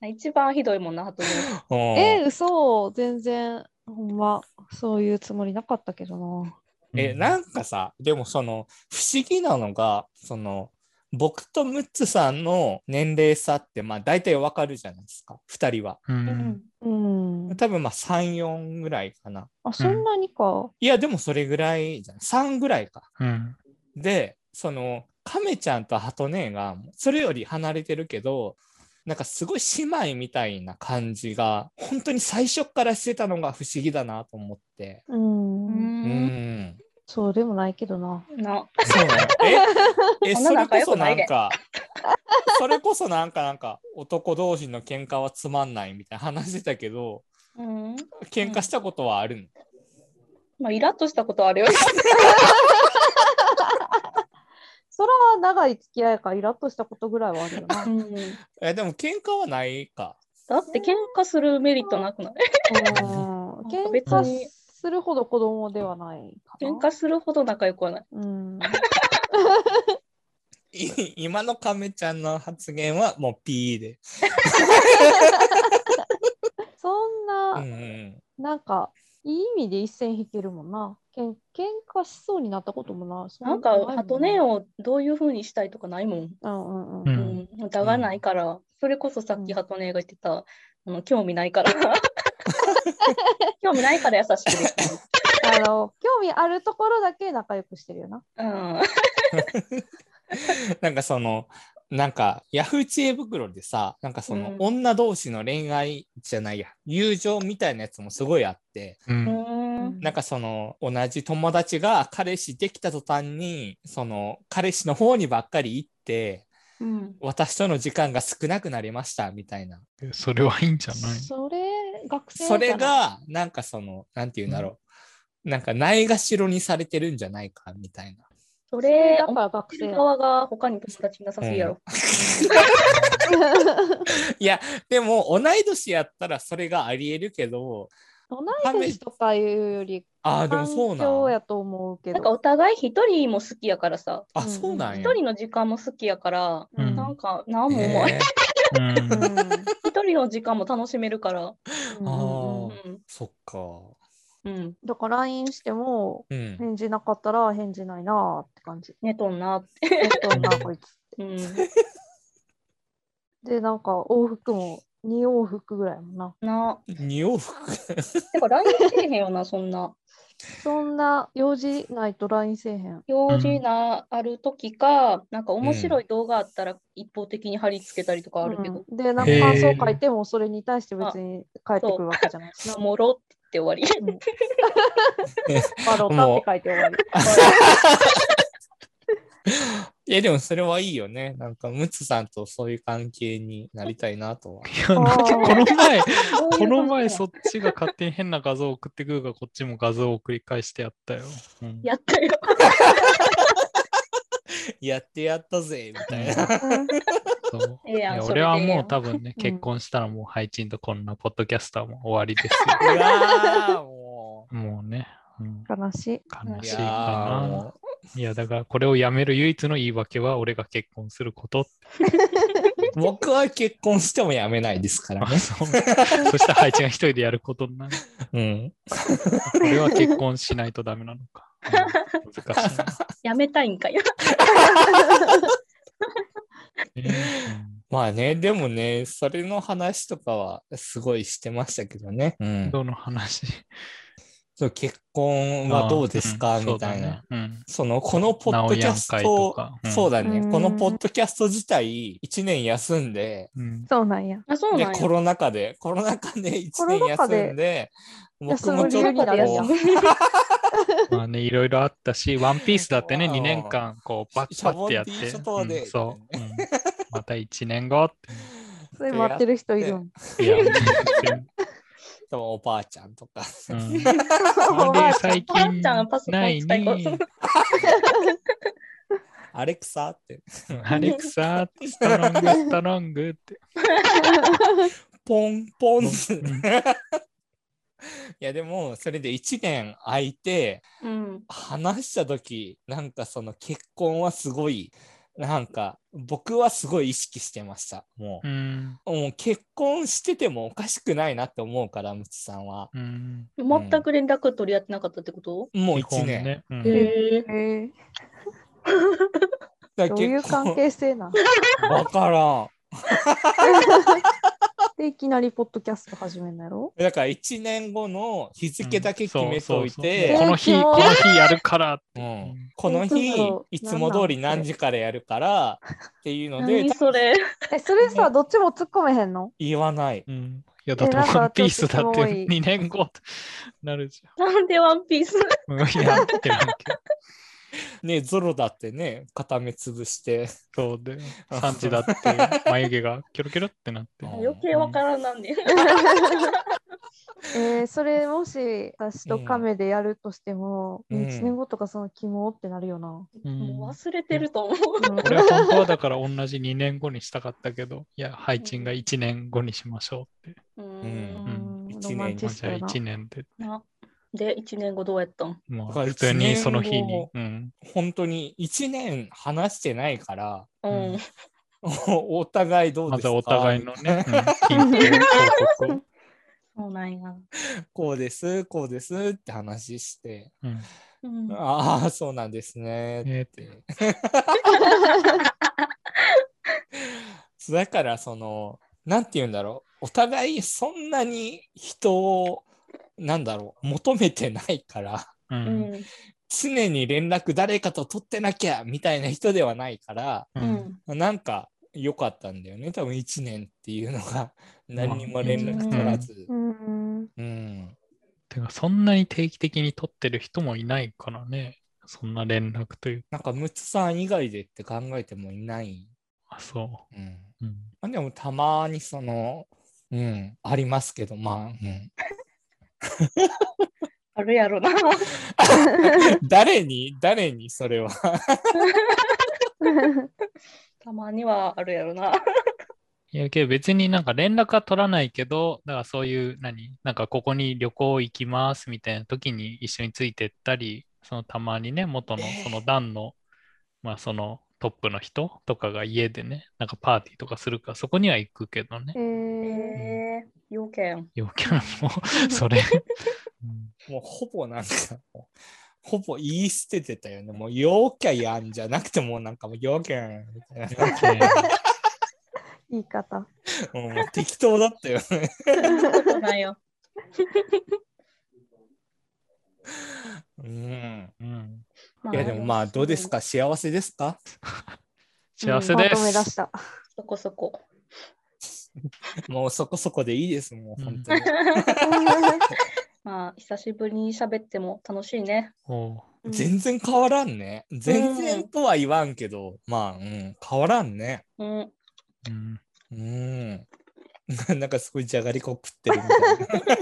[SPEAKER 2] か
[SPEAKER 4] 一番ひどいもんな、ハトネ
[SPEAKER 2] うん
[SPEAKER 3] えー、嘘。全然、ほんま、そういうつもりなかったけどな。
[SPEAKER 1] うん
[SPEAKER 2] えなんかさでもその不思議なのがその僕とムッツさんの年齢差ってまあ大体わかるじゃないですか2人は
[SPEAKER 1] う
[SPEAKER 4] ード。
[SPEAKER 1] ん。
[SPEAKER 3] うん。
[SPEAKER 2] 多分まあ34ぐらいかな
[SPEAKER 3] あ、そんなにか。
[SPEAKER 2] いやでもそれぐらいじゃん3ぐらいか
[SPEAKER 1] うん。
[SPEAKER 2] でその亀ちゃんと鳩姉がそれより離れてるけどなんかすごい姉妹みたいな感じが本当に最初からしてたのが不思議だなと思って
[SPEAKER 3] うん。
[SPEAKER 2] うんん
[SPEAKER 3] そうでもないけどな。
[SPEAKER 4] な、
[SPEAKER 2] そうなのえ え
[SPEAKER 4] そん
[SPEAKER 2] それ
[SPEAKER 4] な仲
[SPEAKER 2] こ
[SPEAKER 4] 良
[SPEAKER 2] そ
[SPEAKER 4] くな
[SPEAKER 2] ない
[SPEAKER 4] で
[SPEAKER 2] んか それこそなんかなんか男同士の喧嘩はつまんないみたいな話してたけど
[SPEAKER 4] うん。
[SPEAKER 2] 喧嘩したことはあるの、
[SPEAKER 4] まあ、イラッとしたことはあるよ。
[SPEAKER 3] そら、長い付き合いからイラッとしたことぐらいはあるよな。
[SPEAKER 4] う
[SPEAKER 3] うん
[SPEAKER 4] ん。
[SPEAKER 2] えでも喧嘩はないか
[SPEAKER 4] だって喧嘩するメリットなくない
[SPEAKER 3] 喧
[SPEAKER 4] 別
[SPEAKER 3] 嘩
[SPEAKER 4] に
[SPEAKER 3] するほど子供ではないかな。
[SPEAKER 4] 喧嘩するほど仲良くはない。
[SPEAKER 3] うん。
[SPEAKER 2] い 今の亀ちゃんの発言はもうピーで、
[SPEAKER 3] そん
[SPEAKER 2] う
[SPEAKER 3] な、
[SPEAKER 2] んうん
[SPEAKER 3] なんか、いい意味で一線引けるもんな。けん喧嘩しそうになったこともな。そ
[SPEAKER 4] なん
[SPEAKER 3] こ
[SPEAKER 4] か
[SPEAKER 3] と、いも
[SPEAKER 4] ハトネをどういうふうにしたいとかないもん。
[SPEAKER 3] うんうんう。
[SPEAKER 1] うんん
[SPEAKER 4] うん、疑わないから、それこそさっきハトネが言ってた、あの興味ないから。興味ないから優しくできる。
[SPEAKER 3] あの、興味あるところだけ仲良くしてるよな。
[SPEAKER 4] うん、
[SPEAKER 2] なんかそのなんかヤフー知恵袋でさなんかその、
[SPEAKER 4] うん
[SPEAKER 2] 女同士の恋愛じゃないや友情みたいなやつもすごいあって
[SPEAKER 1] うん。
[SPEAKER 4] うん
[SPEAKER 2] なんかその同じ友達が彼氏できた途端にその彼氏の方にばっかり行って
[SPEAKER 4] うん
[SPEAKER 2] 私との時間が少なくなりましたみたいな
[SPEAKER 1] それはいいんじゃない
[SPEAKER 3] それ、学生
[SPEAKER 2] それ
[SPEAKER 3] かな、
[SPEAKER 2] がなんかそのなんて言うんだろう、なんかないがしろにされてるんじゃないかみたいな。
[SPEAKER 4] そ
[SPEAKER 3] それ
[SPEAKER 4] れ、
[SPEAKER 3] だか
[SPEAKER 4] 思っ
[SPEAKER 3] ら学
[SPEAKER 4] て
[SPEAKER 3] 生
[SPEAKER 4] る
[SPEAKER 3] や。
[SPEAKER 4] 側が他に友達いなさすぎやろ。
[SPEAKER 2] いやでも同い年やったらそれがありえるけど
[SPEAKER 3] 同い年とかいうより、
[SPEAKER 2] ああでも
[SPEAKER 3] 環
[SPEAKER 2] そうな
[SPEAKER 3] 境
[SPEAKER 2] ん
[SPEAKER 3] やと思うけど。
[SPEAKER 4] なんかお互い一人も好きやからさ、
[SPEAKER 2] あ
[SPEAKER 3] うん
[SPEAKER 2] そうなんや
[SPEAKER 4] 一。人の時間も好きやから、
[SPEAKER 1] うん
[SPEAKER 4] なんか何も思わない。
[SPEAKER 2] へえ
[SPEAKER 1] うん
[SPEAKER 3] うんうん
[SPEAKER 4] 一人の時間も楽しめるから。
[SPEAKER 3] うんうん
[SPEAKER 2] あ
[SPEAKER 4] う
[SPEAKER 2] そっか。
[SPEAKER 4] ん、うん、
[SPEAKER 3] だから LINE しても
[SPEAKER 2] うん。
[SPEAKER 3] 返事なかったら返事ないなーって感 じ。
[SPEAKER 4] ねとんな。
[SPEAKER 3] えっとなこいつ。
[SPEAKER 4] うん、
[SPEAKER 3] で、なんか往復も2往復ぐらいやもんな。
[SPEAKER 4] な、
[SPEAKER 2] 二往復。
[SPEAKER 4] てか LINE せえへんよな、そんな。
[SPEAKER 3] そんな用事ないと LINE せえへん。
[SPEAKER 4] 用事なある時か、なんか面白い動画あったら一方的に貼り付けたりとかあるけど、
[SPEAKER 3] うんで、なんか
[SPEAKER 1] へー
[SPEAKER 3] 感想書いてもそれに対して別に返ってくるわけじゃないしな。
[SPEAKER 4] おもろって言って終わ り。
[SPEAKER 3] バロタって書いて終わり。
[SPEAKER 2] いやでもそれはいいよね。なんかムツさんとそういう関係になりたいなとは。
[SPEAKER 1] いや、なんかこの前、この前そ
[SPEAKER 4] っ
[SPEAKER 1] っちが勝手に変な画像を送ってくるから、こっちも画像を繰り返してやったよ。うん
[SPEAKER 4] やったよ。
[SPEAKER 2] やってやったぜみたいな。
[SPEAKER 1] そう
[SPEAKER 4] ええやん
[SPEAKER 1] いや
[SPEAKER 4] それで
[SPEAKER 1] 俺はもう多分ね、
[SPEAKER 3] うん
[SPEAKER 1] 結婚したらもう配信とこんなポッドキャスターも終わりですよ。
[SPEAKER 2] うわーも
[SPEAKER 1] もうね、うん
[SPEAKER 3] 悲しい。
[SPEAKER 1] 悲
[SPEAKER 2] う。い
[SPEAKER 1] し
[SPEAKER 2] や
[SPEAKER 1] い
[SPEAKER 2] ー
[SPEAKER 1] か
[SPEAKER 2] も
[SPEAKER 1] な。いや、だからこれをやめる唯一の言い訳は俺が結婚することって。
[SPEAKER 2] う僕は結婚してもやめないですからね。
[SPEAKER 1] そうそしたら配置が一人でやることになる。
[SPEAKER 2] うん。
[SPEAKER 1] これは結婚しないとダメなのか。うん難 しいな。
[SPEAKER 4] やめたいん かや。
[SPEAKER 1] えーうん
[SPEAKER 2] まあね、でもね、それの話とかはすごいしてましたけどね。うん。
[SPEAKER 1] どの話
[SPEAKER 2] そう結婚はどうですか、みたいな。。
[SPEAKER 1] あーうん
[SPEAKER 2] そのこのポッドキャス
[SPEAKER 1] 名古屋会と
[SPEAKER 2] ト
[SPEAKER 1] か、うん
[SPEAKER 2] そうだね、
[SPEAKER 3] うん
[SPEAKER 2] このポッドキャスト自体1年休んで、
[SPEAKER 1] そうだねうん
[SPEAKER 3] そうなんや。
[SPEAKER 4] あ、そう
[SPEAKER 2] で
[SPEAKER 4] なんや
[SPEAKER 2] コ。ロナ禍でコロナ禍で1
[SPEAKER 3] コロ
[SPEAKER 2] 年
[SPEAKER 3] ナ禍で
[SPEAKER 2] 休んで僕
[SPEAKER 3] 休
[SPEAKER 2] も
[SPEAKER 3] む
[SPEAKER 2] ち
[SPEAKER 3] 理
[SPEAKER 2] ょ
[SPEAKER 3] 由
[SPEAKER 2] っ
[SPEAKER 3] にな
[SPEAKER 2] と
[SPEAKER 3] る
[SPEAKER 2] こ
[SPEAKER 3] やん
[SPEAKER 2] う。
[SPEAKER 1] うん まあね、いろいろあったし、ワンピースだって ね、
[SPEAKER 2] うん
[SPEAKER 1] 2年間、こう、バッ
[SPEAKER 2] シ
[SPEAKER 1] バ
[SPEAKER 2] ャボ
[SPEAKER 1] ッ
[SPEAKER 2] ン
[SPEAKER 1] てやって
[SPEAKER 2] T シャツで
[SPEAKER 1] うんそう。うんまた1年後っ
[SPEAKER 3] それ待ってる人いるん。
[SPEAKER 1] て。い や、
[SPEAKER 2] でもおばあちゃんとか、
[SPEAKER 1] うん
[SPEAKER 3] お
[SPEAKER 1] な
[SPEAKER 3] ば
[SPEAKER 1] んで
[SPEAKER 3] あちゃん
[SPEAKER 1] 最
[SPEAKER 4] パン
[SPEAKER 1] 近
[SPEAKER 4] ちゃんパソコン
[SPEAKER 1] ない
[SPEAKER 4] 使いこ
[SPEAKER 1] に、
[SPEAKER 2] アレクサって
[SPEAKER 1] アレクサ、ストロング、ストロングって。
[SPEAKER 2] ポンポンって
[SPEAKER 1] うん
[SPEAKER 2] いやでもそれで1年空いて
[SPEAKER 4] うん。
[SPEAKER 2] 話した時なんかその結婚はすごいなんか僕はすごい意識してましたもう
[SPEAKER 1] うん。
[SPEAKER 2] もう結婚しててもおかしくないなって思うから、むつさんは。
[SPEAKER 1] うん。
[SPEAKER 4] 全く連絡取り合ってなかったってこと、
[SPEAKER 2] もう
[SPEAKER 1] 基
[SPEAKER 2] 1
[SPEAKER 1] 本
[SPEAKER 2] 年。
[SPEAKER 1] ね。うん
[SPEAKER 3] ん
[SPEAKER 4] へえ。
[SPEAKER 3] え
[SPEAKER 2] だ
[SPEAKER 3] ー、
[SPEAKER 2] か
[SPEAKER 3] ど
[SPEAKER 2] ら
[SPEAKER 3] ういう関係性なん
[SPEAKER 2] 結婚わからん。
[SPEAKER 3] でいきなりポッドキャスト始めんのやろ
[SPEAKER 2] だから1年後の日付だけ決め
[SPEAKER 1] うんそうそ
[SPEAKER 2] といて、
[SPEAKER 1] うそう
[SPEAKER 3] えー
[SPEAKER 1] この日、この日やるからって。
[SPEAKER 2] う
[SPEAKER 1] うんん
[SPEAKER 2] この日
[SPEAKER 3] そうそう、
[SPEAKER 2] いつも通り何時からやるからっていうので
[SPEAKER 4] 何、それ。
[SPEAKER 3] え、それさ、どっちも突っ込めへんの
[SPEAKER 2] 言わない。
[SPEAKER 1] うん。いや、だって
[SPEAKER 3] えなんか
[SPEAKER 1] ワンピースだっ
[SPEAKER 3] ちょっと
[SPEAKER 1] て
[SPEAKER 3] すごい
[SPEAKER 1] 2年後ってなるじ
[SPEAKER 4] なんでワンピース
[SPEAKER 1] ゃん。うんいやってなんか
[SPEAKER 2] ね、ゾロだってね、固め潰して。
[SPEAKER 1] そうで、3時だって眉毛がキョロキョロってなって。
[SPEAKER 2] うん
[SPEAKER 4] 余計わからんなんね。
[SPEAKER 3] えー、それもし私とカメでやるとしても、
[SPEAKER 2] うん
[SPEAKER 3] ね一1年後とかそのキモってなるよな。
[SPEAKER 1] うん
[SPEAKER 4] もう忘れてると思う。
[SPEAKER 1] 俺は本当はだから同じ2年後にしたかったけど、いや、配置が1年後にしましょうって。
[SPEAKER 4] う。
[SPEAKER 3] うんん、
[SPEAKER 2] うん
[SPEAKER 3] ロマン
[SPEAKER 1] ま
[SPEAKER 3] チ
[SPEAKER 1] あ
[SPEAKER 3] ス
[SPEAKER 1] じ
[SPEAKER 3] ト
[SPEAKER 1] ゃあ
[SPEAKER 3] やな。
[SPEAKER 1] 1年で、
[SPEAKER 4] なで、1年後どうやったん
[SPEAKER 1] ま
[SPEAKER 2] だ
[SPEAKER 1] あ
[SPEAKER 2] から
[SPEAKER 1] 普通にその日
[SPEAKER 2] 一年
[SPEAKER 1] に
[SPEAKER 2] 後。
[SPEAKER 1] うん。
[SPEAKER 2] 本当に1年話してないから、
[SPEAKER 4] うん。
[SPEAKER 2] おお互いどう
[SPEAKER 1] ま
[SPEAKER 2] で
[SPEAKER 1] ず
[SPEAKER 2] すか
[SPEAKER 1] はお互いのね、うん近況報告を。
[SPEAKER 4] そうなんや。
[SPEAKER 2] こうです、こうですって話して。
[SPEAKER 1] うん
[SPEAKER 4] うん。
[SPEAKER 2] ああ、そうなんですね。
[SPEAKER 1] えーっ
[SPEAKER 2] っててだから、その、なんて言うんだろう。お互いそんなに人を、なんだろう、求めてないから、
[SPEAKER 1] う。
[SPEAKER 4] うんん。
[SPEAKER 2] 常に連絡誰かと取ってなきゃみたいな人ではないから、
[SPEAKER 1] う。
[SPEAKER 4] うんん。
[SPEAKER 2] なんか良かったんだよね。多分1年っていうのが、何にも連絡取らず。
[SPEAKER 3] うん、
[SPEAKER 2] うん。
[SPEAKER 1] てか、そんなに定期的に取ってる人もいないからね。そんな連絡というか。
[SPEAKER 2] なんか、むつさん以外でって考えてもいない。
[SPEAKER 1] あ、そ
[SPEAKER 2] うん。
[SPEAKER 1] う。うん。
[SPEAKER 2] まあでもたまにその、うん、ありますけど、まあ、
[SPEAKER 4] あるやろな。
[SPEAKER 2] うん、 誰に、誰にそれは。
[SPEAKER 4] たまにはあるやろな。
[SPEAKER 1] いや、けど別になんか連絡は取らないけど、だからそういう、何なんかここに旅行行きますみたいな時に一緒についてったり、そのたまにね、元の
[SPEAKER 2] ええ
[SPEAKER 1] その団の、まあそのトップの人とかが家でね、なんかパーティーとかするから、そこには行くけどね
[SPEAKER 3] え。ー、
[SPEAKER 4] えー、要件。
[SPEAKER 1] 要件はもう、それ、うん
[SPEAKER 2] もうほぼなんか、もうほぼ言い捨ててたよね。もう、陽キャやんじゃなくて、もうなんかもう陽キャやんみたいな。
[SPEAKER 1] 要件
[SPEAKER 3] 言い方。
[SPEAKER 2] もうもう適当だったよね。
[SPEAKER 4] そうなんよ。
[SPEAKER 2] うん。
[SPEAKER 1] うん
[SPEAKER 2] いや、でもまあ、どうですか幸せですか
[SPEAKER 1] 幸せ
[SPEAKER 3] ま
[SPEAKER 1] で
[SPEAKER 3] とめ出
[SPEAKER 1] す。
[SPEAKER 3] した。
[SPEAKER 4] そこそこ。
[SPEAKER 2] もうそこそこでいいです、もう、本当に。
[SPEAKER 4] まあ、久しぶりに喋っても楽しいね。
[SPEAKER 1] おう
[SPEAKER 2] 全然変わらんね。全然とは言わんけど、まあ、うん、変わらんね。
[SPEAKER 4] うん。
[SPEAKER 1] うん
[SPEAKER 2] うーん。 ななんかすごいじゃがりこ食ってるみたい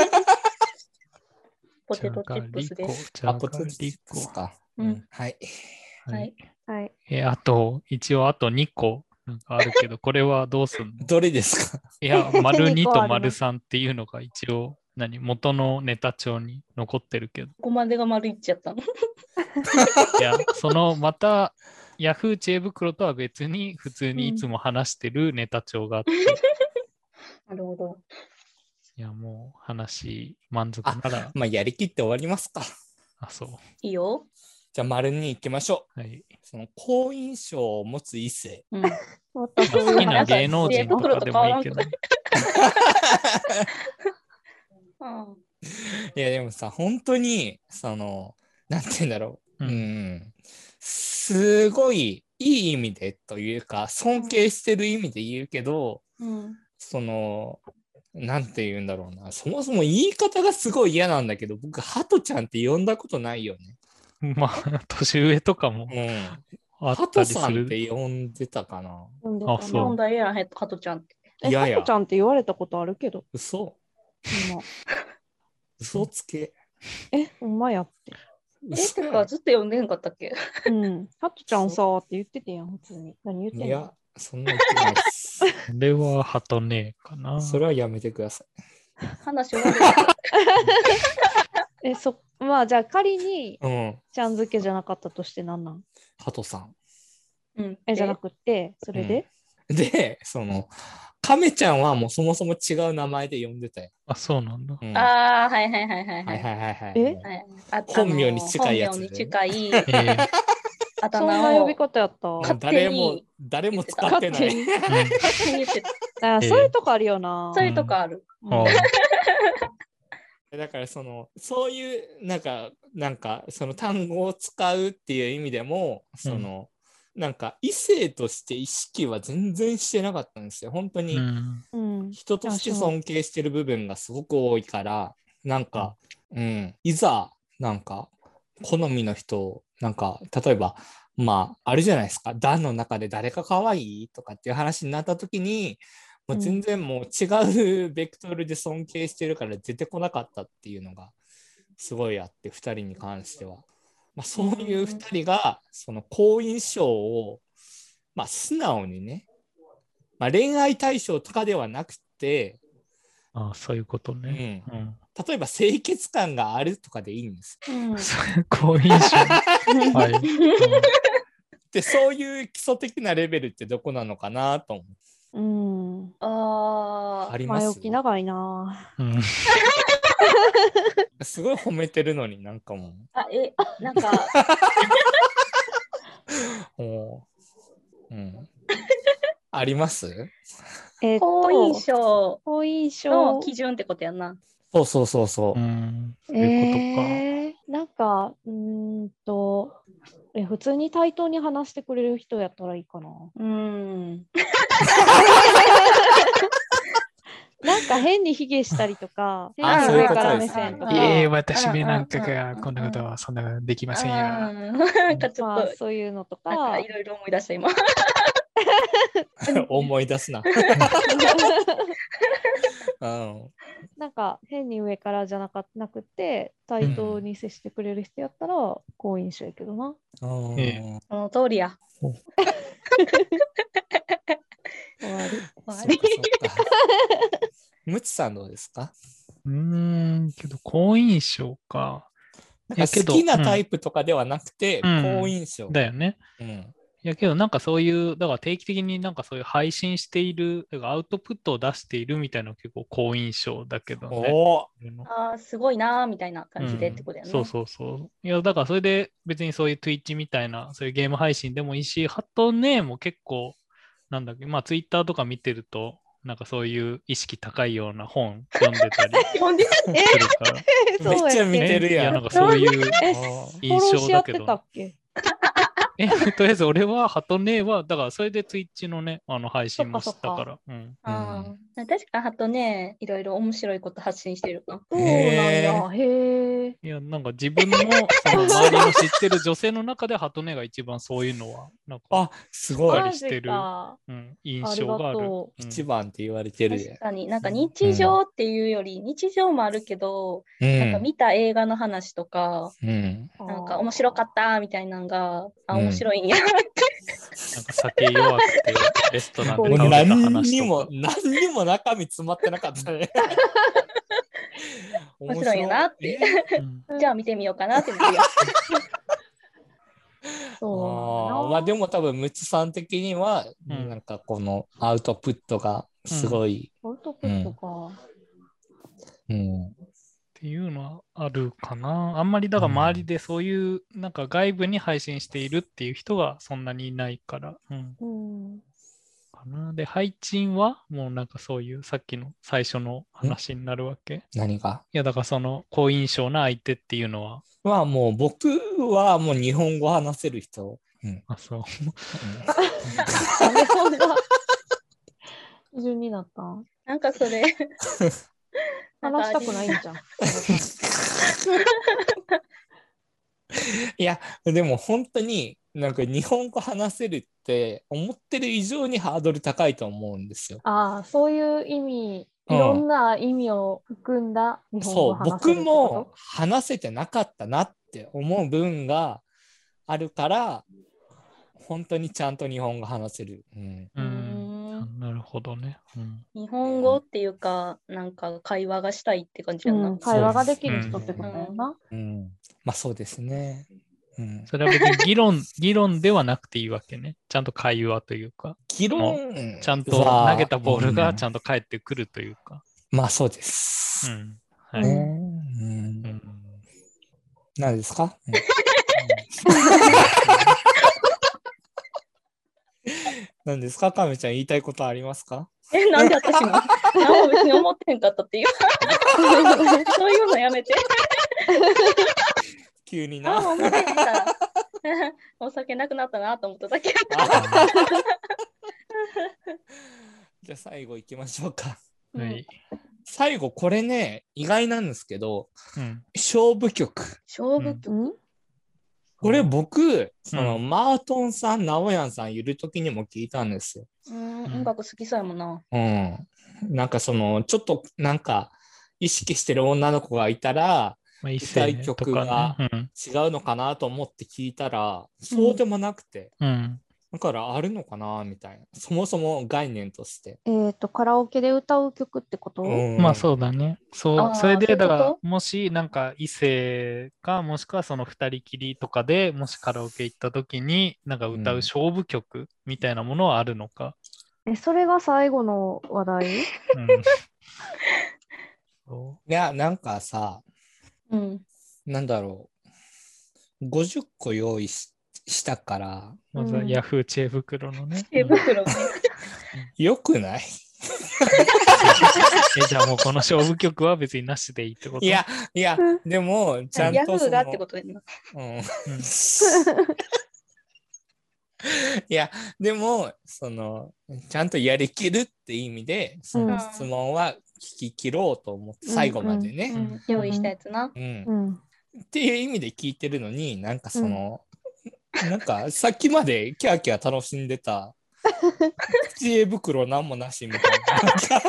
[SPEAKER 4] ポテトチップスです。
[SPEAKER 1] じ
[SPEAKER 2] な。
[SPEAKER 1] ゃ
[SPEAKER 2] あ、ポ
[SPEAKER 1] が
[SPEAKER 2] テトチッ
[SPEAKER 1] り
[SPEAKER 2] プス
[SPEAKER 1] こ。
[SPEAKER 2] か。
[SPEAKER 4] うん
[SPEAKER 2] はい。
[SPEAKER 4] はい。
[SPEAKER 3] はい。
[SPEAKER 1] えあと、一応あと2個なんかあるけど、これはどうすんの
[SPEAKER 2] どれですか
[SPEAKER 1] いや、丸2
[SPEAKER 3] 二個あ
[SPEAKER 1] と
[SPEAKER 3] ります
[SPEAKER 1] 丸3っていうのが一応、何、元のネタ帳に残ってるけど。
[SPEAKER 4] ここまでが丸いっちゃったの。
[SPEAKER 1] いや、そのまた、ヤフー知恵袋とは別に、普通にいつも話してるネタ帳があって、
[SPEAKER 4] なるほど。
[SPEAKER 1] いや、もう話満足なら、
[SPEAKER 2] まあ、やりきって終わりますか。
[SPEAKER 1] あ、そう。
[SPEAKER 4] いいよ。
[SPEAKER 2] じゃあ、丸に行きましょ
[SPEAKER 1] はい、
[SPEAKER 2] う。その好印象を持つ異性。
[SPEAKER 4] うん、
[SPEAKER 3] もっ
[SPEAKER 1] ま
[SPEAKER 3] と
[SPEAKER 1] あ好きな芸能人とかでもいいけど、
[SPEAKER 4] あ
[SPEAKER 2] いや、でもさ、本当に、その、なんて言うんだろう。
[SPEAKER 1] う
[SPEAKER 2] うんん。すごい、いい意味でというか、尊敬してる意味で言うけど、
[SPEAKER 4] うん。
[SPEAKER 2] その、なんて言うんだろうな。そもそも言い方がすごい嫌なんだけど、僕、ハトちゃんって呼んだことないよね。
[SPEAKER 1] まあ、年上とかも
[SPEAKER 2] うん。
[SPEAKER 1] あ
[SPEAKER 2] ハ
[SPEAKER 1] った
[SPEAKER 2] ト
[SPEAKER 1] り
[SPEAKER 2] さ
[SPEAKER 1] す
[SPEAKER 2] んっ
[SPEAKER 1] る。
[SPEAKER 2] て呼んでたかな。
[SPEAKER 3] 呼んで
[SPEAKER 1] あ
[SPEAKER 3] た
[SPEAKER 1] そう
[SPEAKER 4] 問
[SPEAKER 3] な。
[SPEAKER 4] 題やん、へ加トちゃんって。
[SPEAKER 3] え、
[SPEAKER 2] いやいや
[SPEAKER 3] ハトちゃんって言われたことあるけど、
[SPEAKER 2] 嘘
[SPEAKER 3] ほんま
[SPEAKER 2] 嘘つけ。
[SPEAKER 3] え、ほんまやって。
[SPEAKER 4] え、
[SPEAKER 2] 嘘
[SPEAKER 4] てか、ずっと呼んでへんかったっけ
[SPEAKER 3] うん。ハトちゃんさって言っててやん、普通に。何言ってんの
[SPEAKER 2] いや、そんな言ってないです。
[SPEAKER 1] これは鳩ねえかな。
[SPEAKER 2] それはやめてくださ
[SPEAKER 4] 話終わる。
[SPEAKER 3] え、そ、まあじゃあ仮に、
[SPEAKER 2] い。うん。
[SPEAKER 3] ちゃんづけじゃなかったとしてなんなん
[SPEAKER 2] ハトさん。
[SPEAKER 4] うん。
[SPEAKER 3] え、じゃな
[SPEAKER 4] て。
[SPEAKER 3] くて、それで、
[SPEAKER 2] で、その、亀ちゃんはもうそもそも違う名前で呼んでたよ。
[SPEAKER 1] あ、そうなん だ。
[SPEAKER 2] うんは
[SPEAKER 4] ああ、はいはいはいはい
[SPEAKER 2] い
[SPEAKER 4] は
[SPEAKER 2] はい
[SPEAKER 4] い。
[SPEAKER 2] はいはい。
[SPEAKER 3] え
[SPEAKER 2] もう
[SPEAKER 4] はいあ
[SPEAKER 2] 本名に近いやつ
[SPEAKER 4] あの本名に近い
[SPEAKER 1] ええ
[SPEAKER 4] あだ
[SPEAKER 3] そんな
[SPEAKER 4] 名
[SPEAKER 3] 呼
[SPEAKER 4] を
[SPEAKER 3] び方やった。
[SPEAKER 2] もう
[SPEAKER 4] 勝手に
[SPEAKER 2] 誰も、誰も使ってない。
[SPEAKER 3] に。
[SPEAKER 4] 勝手に言ってた
[SPEAKER 3] あ
[SPEAKER 1] ええ
[SPEAKER 3] そういうとこあるよな。
[SPEAKER 4] そういうとこある。
[SPEAKER 1] うんあ
[SPEAKER 2] だからその、そういう、なんか、なんか、その単語を使うっていう意味でも、その、なんか異性として意識は全然してなかったんですよ。本当
[SPEAKER 1] ー
[SPEAKER 2] に
[SPEAKER 1] うん
[SPEAKER 3] うん。
[SPEAKER 2] 人として尊敬してる部分がすごく多いからなんか、うん、いざなんか好みの人をなんか例えばまああれじゃないですか団の中で誰か可愛いとかっていう話になった時にもう全然もう違うベ クトルで尊敬してるから出てこなかったっていうのがすごいあって2人に関しては、まあ、そういう2人がその好印象をまあ素直にねまあ、恋愛対象とかではなくて、
[SPEAKER 1] あそういうことね。うん
[SPEAKER 2] 例えば清潔感があるとかでいいんです。
[SPEAKER 4] うん
[SPEAKER 1] そう いう好印象。はい。うん
[SPEAKER 2] で、そういう基礎的なレベルってどこなのかなと思って。
[SPEAKER 3] うん。
[SPEAKER 4] あ
[SPEAKER 2] ありま
[SPEAKER 3] 前
[SPEAKER 2] す
[SPEAKER 3] 置き長いな。
[SPEAKER 1] うん
[SPEAKER 2] すごい褒めてるのになんかも
[SPEAKER 4] あ、あ、え、なんか、
[SPEAKER 2] う、もう、うん。あります
[SPEAKER 3] えっと、
[SPEAKER 4] 好印象
[SPEAKER 3] 好印
[SPEAKER 4] の
[SPEAKER 3] 象。
[SPEAKER 4] 基準ってことやんな。
[SPEAKER 2] そうそうそうそうう。
[SPEAKER 1] んそういうことか。
[SPEAKER 3] えー、なんか、うーんと、え普通に対等に話してくれる人やったらいいかな。
[SPEAKER 4] うん。
[SPEAKER 3] なんか変に卑下したりと か、変
[SPEAKER 2] あ
[SPEAKER 3] に
[SPEAKER 4] そういう
[SPEAKER 3] 上
[SPEAKER 4] こと
[SPEAKER 3] から
[SPEAKER 4] で
[SPEAKER 3] 目
[SPEAKER 4] すね
[SPEAKER 3] 線とか、
[SPEAKER 4] いえいえ
[SPEAKER 1] 私
[SPEAKER 4] めなんかがこんなことは
[SPEAKER 1] そんなできま
[SPEAKER 4] あーなんかちょ
[SPEAKER 3] ま
[SPEAKER 4] っ
[SPEAKER 3] あ
[SPEAKER 4] と、
[SPEAKER 3] そういうのと
[SPEAKER 4] なん
[SPEAKER 3] か
[SPEAKER 4] か、いろいろ思い出した今。
[SPEAKER 2] 思い出すな。うん。
[SPEAKER 3] なんか変に上からじゃなかなくて、対等に接してくれる人やったら、好印象やけどな。
[SPEAKER 2] うん
[SPEAKER 1] え
[SPEAKER 4] その通りや。
[SPEAKER 2] そっ か
[SPEAKER 3] 終わり。
[SPEAKER 4] わかり
[SPEAKER 2] そっかむつさんどうですか
[SPEAKER 1] うーん、けど好印象か。
[SPEAKER 2] な
[SPEAKER 1] や
[SPEAKER 2] んか
[SPEAKER 1] け
[SPEAKER 2] 好
[SPEAKER 1] ど
[SPEAKER 2] きなタイプとかではなくて、
[SPEAKER 1] うん
[SPEAKER 2] 好印象。
[SPEAKER 1] だよね。
[SPEAKER 2] うん。
[SPEAKER 1] いやけどなんかそういう、だから定期的になんかそういう配信している、だからアウトプットを出しているみたいなの結構好印象だけどね。
[SPEAKER 2] おー
[SPEAKER 1] 俺の
[SPEAKER 4] あーすごいなーみたいな感じでってことや
[SPEAKER 1] うん
[SPEAKER 4] ね。
[SPEAKER 1] そうそうそう。いや、だからそれで別にそういう Twitch みたいな、そういうゲーム配信でもいいし、ハットね、もう結構、なんだっけ、まあ Twitter とか見てると、なんかそういう意識高いような本読んで たり
[SPEAKER 4] 呼んでた
[SPEAKER 1] するから。ね
[SPEAKER 2] めっちゃ見
[SPEAKER 3] え
[SPEAKER 2] てる
[SPEAKER 1] いや、
[SPEAKER 2] や
[SPEAKER 1] なん
[SPEAKER 2] ん。
[SPEAKER 1] かそういう
[SPEAKER 3] え
[SPEAKER 1] 印
[SPEAKER 3] フォロー
[SPEAKER 1] 象
[SPEAKER 3] し合
[SPEAKER 1] だ
[SPEAKER 3] っ
[SPEAKER 1] け
[SPEAKER 3] て
[SPEAKER 1] ど
[SPEAKER 3] た。っけ
[SPEAKER 1] え、 とりあえず俺は、ハトネは、だからそれで Twitch のね、あの配信もしたから。
[SPEAKER 3] そっ
[SPEAKER 1] うん。
[SPEAKER 4] あー確かにハトね、いろいろ面白いこと発信してるか。
[SPEAKER 3] そうなん
[SPEAKER 2] へー
[SPEAKER 3] や。へえ。
[SPEAKER 1] いや、なんか自分の、その周りの知ってる女性の中で、ハトネが一番そういうのは、なんか、
[SPEAKER 2] あ、す
[SPEAKER 1] しっ
[SPEAKER 2] ごい
[SPEAKER 1] か。りしてる
[SPEAKER 3] マ
[SPEAKER 1] うん、
[SPEAKER 3] ジ
[SPEAKER 1] 印
[SPEAKER 3] かあり
[SPEAKER 1] 象
[SPEAKER 3] が
[SPEAKER 1] がある。
[SPEAKER 3] と
[SPEAKER 1] うん
[SPEAKER 2] 一番って言われてる
[SPEAKER 4] 確
[SPEAKER 2] で。
[SPEAKER 4] かに、なんか日常っていうより、日常もあるけど、
[SPEAKER 2] う
[SPEAKER 4] なんか見た映画の話とか、
[SPEAKER 2] うん。
[SPEAKER 3] う。
[SPEAKER 4] なんか面白か
[SPEAKER 3] っ
[SPEAKER 4] ったみたいなのが、あ
[SPEAKER 2] うん
[SPEAKER 4] 面面白いんや。
[SPEAKER 1] なんか酒弱くて、レストランで
[SPEAKER 2] も
[SPEAKER 1] 倒れ
[SPEAKER 2] う
[SPEAKER 1] た
[SPEAKER 2] 何に
[SPEAKER 1] 話
[SPEAKER 2] も
[SPEAKER 1] と、か。
[SPEAKER 2] 何にも中身詰まってなかった ね。
[SPEAKER 4] 面白いなって
[SPEAKER 2] 面白い。
[SPEAKER 1] うん
[SPEAKER 4] じゃあ見てみようかなってなるやん
[SPEAKER 3] そう
[SPEAKER 2] あーまあでも多分、ムチさん的には、
[SPEAKER 1] うん
[SPEAKER 2] なんかこのアウトプットがすごい、
[SPEAKER 3] ポルトプットか。
[SPEAKER 2] うん
[SPEAKER 1] っていうのはあるかな。あんまりだから周りでそういう、なんか外部に配信しているっていう人がそんなにいないから。うん、
[SPEAKER 3] うん。
[SPEAKER 1] かなで、配信はもうなんかそういうさっきの最初の話になるわけ。い
[SPEAKER 2] 何が
[SPEAKER 1] や、だからその好印象な相手っていうのは、
[SPEAKER 2] はもう僕はもう日本語話せる人。うん
[SPEAKER 1] あ、そう。
[SPEAKER 3] ダメそうな。基準になった。
[SPEAKER 4] なんかそれ、
[SPEAKER 3] 話したくないんじゃん。
[SPEAKER 2] いやでも本当になんか日本語話せるって思ってる以上にハードル高いと思うんですよ。
[SPEAKER 3] ああ、そういう意
[SPEAKER 2] う
[SPEAKER 3] 味、
[SPEAKER 2] ん
[SPEAKER 3] いろんな意味を含んだ日本語
[SPEAKER 2] そ
[SPEAKER 3] を
[SPEAKER 2] う
[SPEAKER 3] 話せ
[SPEAKER 2] 僕
[SPEAKER 3] るってこと
[SPEAKER 2] も話せてなかったなって思う分があるから本当にちゃんと日本語話せる。うん
[SPEAKER 1] う。
[SPEAKER 4] うんん
[SPEAKER 1] あなるほどね。うん
[SPEAKER 4] 日本語っていうか、なんか会話がしたいって感じや
[SPEAKER 3] う
[SPEAKER 4] な。
[SPEAKER 3] ん、会話ができる人ってことだよな。
[SPEAKER 2] うん、まあそうですね。うん、
[SPEAKER 1] それは別に議論、 議論ではなくていいわけね。ちゃんと会話というか、
[SPEAKER 2] 議論
[SPEAKER 1] ちゃんと
[SPEAKER 2] は
[SPEAKER 1] 投げたボールがちゃ
[SPEAKER 2] うん
[SPEAKER 1] と返ってくるというか。
[SPEAKER 2] んまあそうです。
[SPEAKER 1] うん。はい。
[SPEAKER 3] うん
[SPEAKER 2] ねうん
[SPEAKER 1] うん
[SPEAKER 2] 何ですか、うん何ですか亀ちゃん言いたいことありますか
[SPEAKER 4] え、なんで私も何も別に思ってへんかったっていう。 そういうのやめて。
[SPEAKER 2] 急に
[SPEAKER 4] あ、
[SPEAKER 2] な。
[SPEAKER 4] 思ってへんから。 お酒なくなったなと思っただけ。
[SPEAKER 2] じゃあ最後行きましょうか。
[SPEAKER 1] は。い。
[SPEAKER 2] 最後これね意外なんですけど
[SPEAKER 1] うん。
[SPEAKER 2] 勝負曲。
[SPEAKER 4] 勝負
[SPEAKER 3] う
[SPEAKER 4] 曲。
[SPEAKER 3] ん、
[SPEAKER 2] これ僕、そのマートンさん、ナオヤンさんいる時にも聞いたんですよ。
[SPEAKER 4] うん、音楽好きそうやもんな。
[SPEAKER 2] うん。なんかそのちょっとなんか意識してる女の子がいたら
[SPEAKER 1] まあ、一斉ねと
[SPEAKER 2] 曲
[SPEAKER 1] か
[SPEAKER 2] が
[SPEAKER 1] ね。うん
[SPEAKER 2] 違うのかなと思って聞いたらそうでもなくて、
[SPEAKER 1] うん。
[SPEAKER 2] だからあるのかなみたいなそもそも概念として、
[SPEAKER 3] えっ、と、カラオケで歌う曲ってこと、
[SPEAKER 1] まあ
[SPEAKER 2] う
[SPEAKER 1] そうだね。
[SPEAKER 4] あ
[SPEAKER 1] そう、
[SPEAKER 4] ー
[SPEAKER 1] それ
[SPEAKER 4] そうい
[SPEAKER 1] で、
[SPEAKER 4] うこ
[SPEAKER 1] だ
[SPEAKER 4] と
[SPEAKER 1] から、もし、なんか、異性か、もしくはその二人きりとかでもしカラオケ行った時に、なんか歌う勝負曲みたいなものはあるのか。
[SPEAKER 3] え、それが最後の話題
[SPEAKER 1] う ん。そ
[SPEAKER 2] いやなんかさ
[SPEAKER 4] うん。
[SPEAKER 2] なんだろう50個用意ししたから
[SPEAKER 1] うまずは
[SPEAKER 3] うん
[SPEAKER 1] ヤフー知恵袋のね。
[SPEAKER 4] 手
[SPEAKER 1] うん
[SPEAKER 4] 袋ね。
[SPEAKER 2] よくない
[SPEAKER 1] えじゃあもうこの勝負曲は別になしでいいってこと
[SPEAKER 2] いやいやでもちゃんと
[SPEAKER 4] ヤフ
[SPEAKER 2] そ
[SPEAKER 4] ー
[SPEAKER 2] の
[SPEAKER 4] がってことやな。
[SPEAKER 2] うん
[SPEAKER 1] うん
[SPEAKER 2] いやでもそのちゃんとやりきるって意味でその質問は聞き切ろうと思って、
[SPEAKER 3] うん
[SPEAKER 2] 最後までね、
[SPEAKER 4] うん用意したやつな。
[SPEAKER 2] うん
[SPEAKER 3] うん。
[SPEAKER 2] っていう意味で聞いてるのになんかその、なんかさっきまでキャーキャー楽しんでた知恵袋なんもなしみたいな。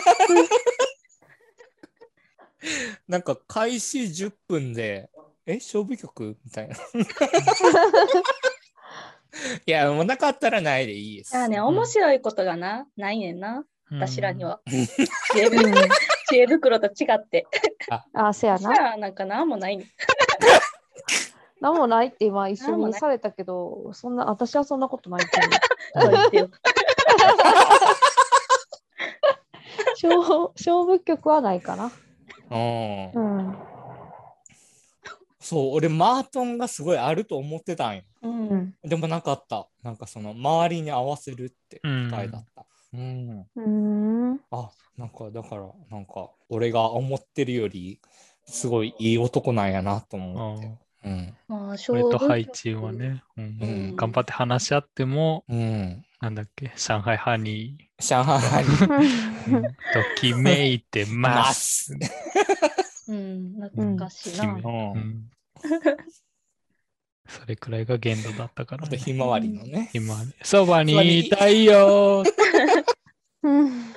[SPEAKER 2] なんか開始10分で「え勝負曲?」みたいな。いやもうなかったらないでいいです。
[SPEAKER 4] だからね、面白いことがな、ないねん
[SPEAKER 1] う
[SPEAKER 4] な。
[SPEAKER 1] ん
[SPEAKER 4] 私らには。知恵袋知恵袋と違って。
[SPEAKER 3] あ、せや
[SPEAKER 4] じ
[SPEAKER 3] な。
[SPEAKER 4] ゃあ、なんか何もないねん。
[SPEAKER 3] なんもないって今一
[SPEAKER 4] な
[SPEAKER 3] 緒
[SPEAKER 4] んも
[SPEAKER 3] に
[SPEAKER 4] ない
[SPEAKER 3] されたけど、そんな、私はそんなことないけ ど。
[SPEAKER 4] と言ってよ。
[SPEAKER 3] 勝勝負曲はないかな。
[SPEAKER 2] うん
[SPEAKER 3] うん。
[SPEAKER 2] そう俺マートンがすごいあると思ってたんよ。
[SPEAKER 4] うん。
[SPEAKER 2] でもなかった。なんかその周りに合わせるって答えだった。うん
[SPEAKER 3] うん。
[SPEAKER 2] あなんかだからなんか俺が思ってるよりすごいいい男なんやなと思って。うん
[SPEAKER 4] まあ、勝
[SPEAKER 1] 俺
[SPEAKER 4] 負
[SPEAKER 1] とハイ
[SPEAKER 4] 曲
[SPEAKER 1] チは。ね、う、
[SPEAKER 2] うん
[SPEAKER 4] ん
[SPEAKER 1] 頑張って話し合っても、
[SPEAKER 2] うん、
[SPEAKER 1] なんだっけ、上海ハニ
[SPEAKER 2] 上海
[SPEAKER 3] う
[SPEAKER 1] ー、うん
[SPEAKER 3] ん
[SPEAKER 1] ときめいてま。
[SPEAKER 2] ますす。
[SPEAKER 4] うん、懐かしいな。
[SPEAKER 1] うん
[SPEAKER 2] う、
[SPEAKER 1] うんん、それくらいが限度だったから、
[SPEAKER 2] あと
[SPEAKER 1] ね。
[SPEAKER 2] ひまわりのね。
[SPEAKER 1] 今ね、そばにいたいよー
[SPEAKER 3] うん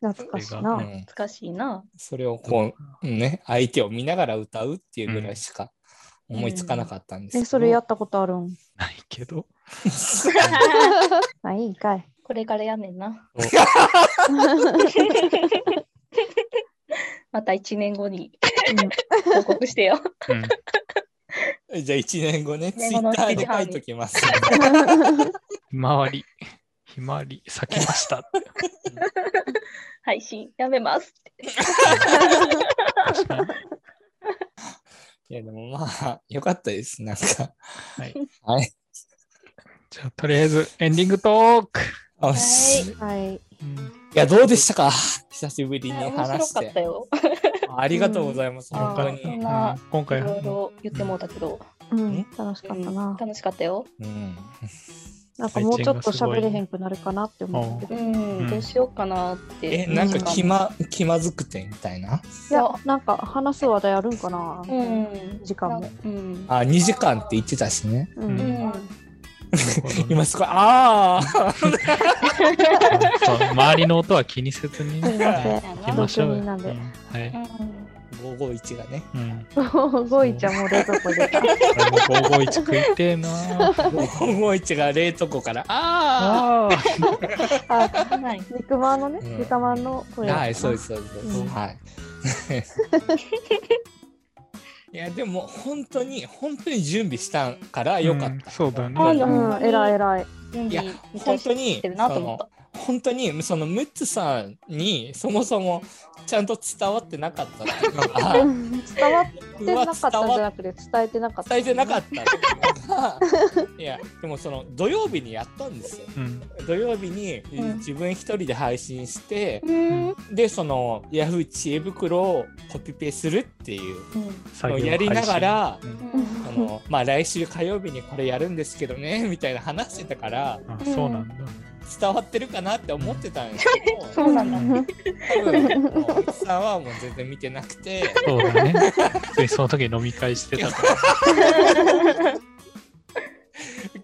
[SPEAKER 3] 懐かしい
[SPEAKER 2] う
[SPEAKER 1] そ
[SPEAKER 2] ん
[SPEAKER 3] な。
[SPEAKER 4] 懐かしいな。
[SPEAKER 2] それをこうね相手を見ながら歌うっていうぐらいしか思いつかなかったんですけど、
[SPEAKER 5] え、それやったことあるん。
[SPEAKER 1] ないけど。
[SPEAKER 5] あ、いいん かい。
[SPEAKER 4] これからやねんな。また1年後に 報告してよ。
[SPEAKER 1] うん、
[SPEAKER 2] じゃあ1年後ね、ツイ
[SPEAKER 4] 年
[SPEAKER 2] ッ
[SPEAKER 4] 後の
[SPEAKER 2] ターで
[SPEAKER 4] 7
[SPEAKER 2] 書
[SPEAKER 4] 時
[SPEAKER 2] いときます。
[SPEAKER 1] ひまわり、ひまわり咲きましたって。
[SPEAKER 4] 配信やめますって。
[SPEAKER 1] 確かに
[SPEAKER 2] いや、でもまあ、よかったです。なんか、
[SPEAKER 1] はい。
[SPEAKER 2] はい。
[SPEAKER 1] じゃあ、とりあえずエンディングトーク。
[SPEAKER 2] よし。い
[SPEAKER 5] はい。
[SPEAKER 1] うん
[SPEAKER 2] や、どうでしたか久しぶりに
[SPEAKER 4] 面白
[SPEAKER 2] 話し
[SPEAKER 4] かってた。よ。
[SPEAKER 2] あありがとうございます。
[SPEAKER 1] うん
[SPEAKER 2] 本当
[SPEAKER 4] そん
[SPEAKER 2] に。
[SPEAKER 4] な
[SPEAKER 1] うん今
[SPEAKER 4] い
[SPEAKER 1] 回、
[SPEAKER 4] ろいろ言ってもうたけど、
[SPEAKER 5] うん、楽しかった
[SPEAKER 4] うん
[SPEAKER 5] な。
[SPEAKER 4] 楽しかったよ。
[SPEAKER 2] うん。
[SPEAKER 5] なんかもうちょっと喋れへんくなるかなって思って
[SPEAKER 4] う
[SPEAKER 5] る。
[SPEAKER 4] ん、
[SPEAKER 1] うん
[SPEAKER 4] どうしようかなって。
[SPEAKER 2] え、なんか
[SPEAKER 4] うん
[SPEAKER 2] 気ま、気まずくてみたいな。
[SPEAKER 5] いや、なんか話す話題あるんかな。
[SPEAKER 4] うん、
[SPEAKER 5] 時間も。
[SPEAKER 4] うん。
[SPEAKER 2] あ、2時間って言ってたしね。
[SPEAKER 5] う。
[SPEAKER 4] うんん、
[SPEAKER 2] 今すごい、ああ
[SPEAKER 1] そう周りの音は気にせずに
[SPEAKER 5] すいません
[SPEAKER 1] ね。行きましょうよ。
[SPEAKER 5] 同居人なんで
[SPEAKER 1] うんはい。
[SPEAKER 2] !551 がね。
[SPEAKER 1] うん。
[SPEAKER 5] 動いちゃんも冷蔵庫で。
[SPEAKER 1] 551食いてえなー。
[SPEAKER 2] 551が冷凍庫から。あ
[SPEAKER 1] ああ。
[SPEAKER 5] あ、
[SPEAKER 4] うんない。
[SPEAKER 5] 肉まんのね
[SPEAKER 2] う、ん
[SPEAKER 5] 肉まんの
[SPEAKER 2] あ
[SPEAKER 5] 声。
[SPEAKER 2] はい、そうです、そうです。そうです
[SPEAKER 5] うん
[SPEAKER 2] はい。 いや、でも本当に、本当に準備したからよかっ
[SPEAKER 1] うん
[SPEAKER 2] た。
[SPEAKER 1] そうだね
[SPEAKER 4] あ
[SPEAKER 5] う
[SPEAKER 4] でも
[SPEAKER 5] ん、偉い偉い。
[SPEAKER 4] 準
[SPEAKER 2] いや
[SPEAKER 4] 備に
[SPEAKER 2] 本
[SPEAKER 4] 対し
[SPEAKER 2] 当
[SPEAKER 4] て
[SPEAKER 2] に
[SPEAKER 4] てるなと思った。
[SPEAKER 2] 本当にそのムッツさんにそもそもちゃんと伝わってなかったっていうのが
[SPEAKER 5] 伝わってなかったんじゃなくて、伝えてなかった。
[SPEAKER 2] 伝えてなかったっていうのがいやでもその土曜日にやったんですよ
[SPEAKER 1] うん。
[SPEAKER 2] 土曜日に
[SPEAKER 4] ん
[SPEAKER 2] 自分一人で配信して、
[SPEAKER 4] うん、うん
[SPEAKER 2] でそのヤフー知恵袋をコピペするっていう
[SPEAKER 1] 作
[SPEAKER 2] のを
[SPEAKER 1] 業
[SPEAKER 2] やりながら
[SPEAKER 1] 配信。うん
[SPEAKER 4] うん
[SPEAKER 2] あのまあ来週火曜日にこれやるんですけどねみたいな話してたから
[SPEAKER 1] あ、そうなんだ。
[SPEAKER 2] 伝わってるかなって思ってたんですけど
[SPEAKER 4] そうなんだ。
[SPEAKER 2] 多分もうムッツさんはもう全然見てなくて。
[SPEAKER 1] そうだ ね。普通にその時飲み会してたから。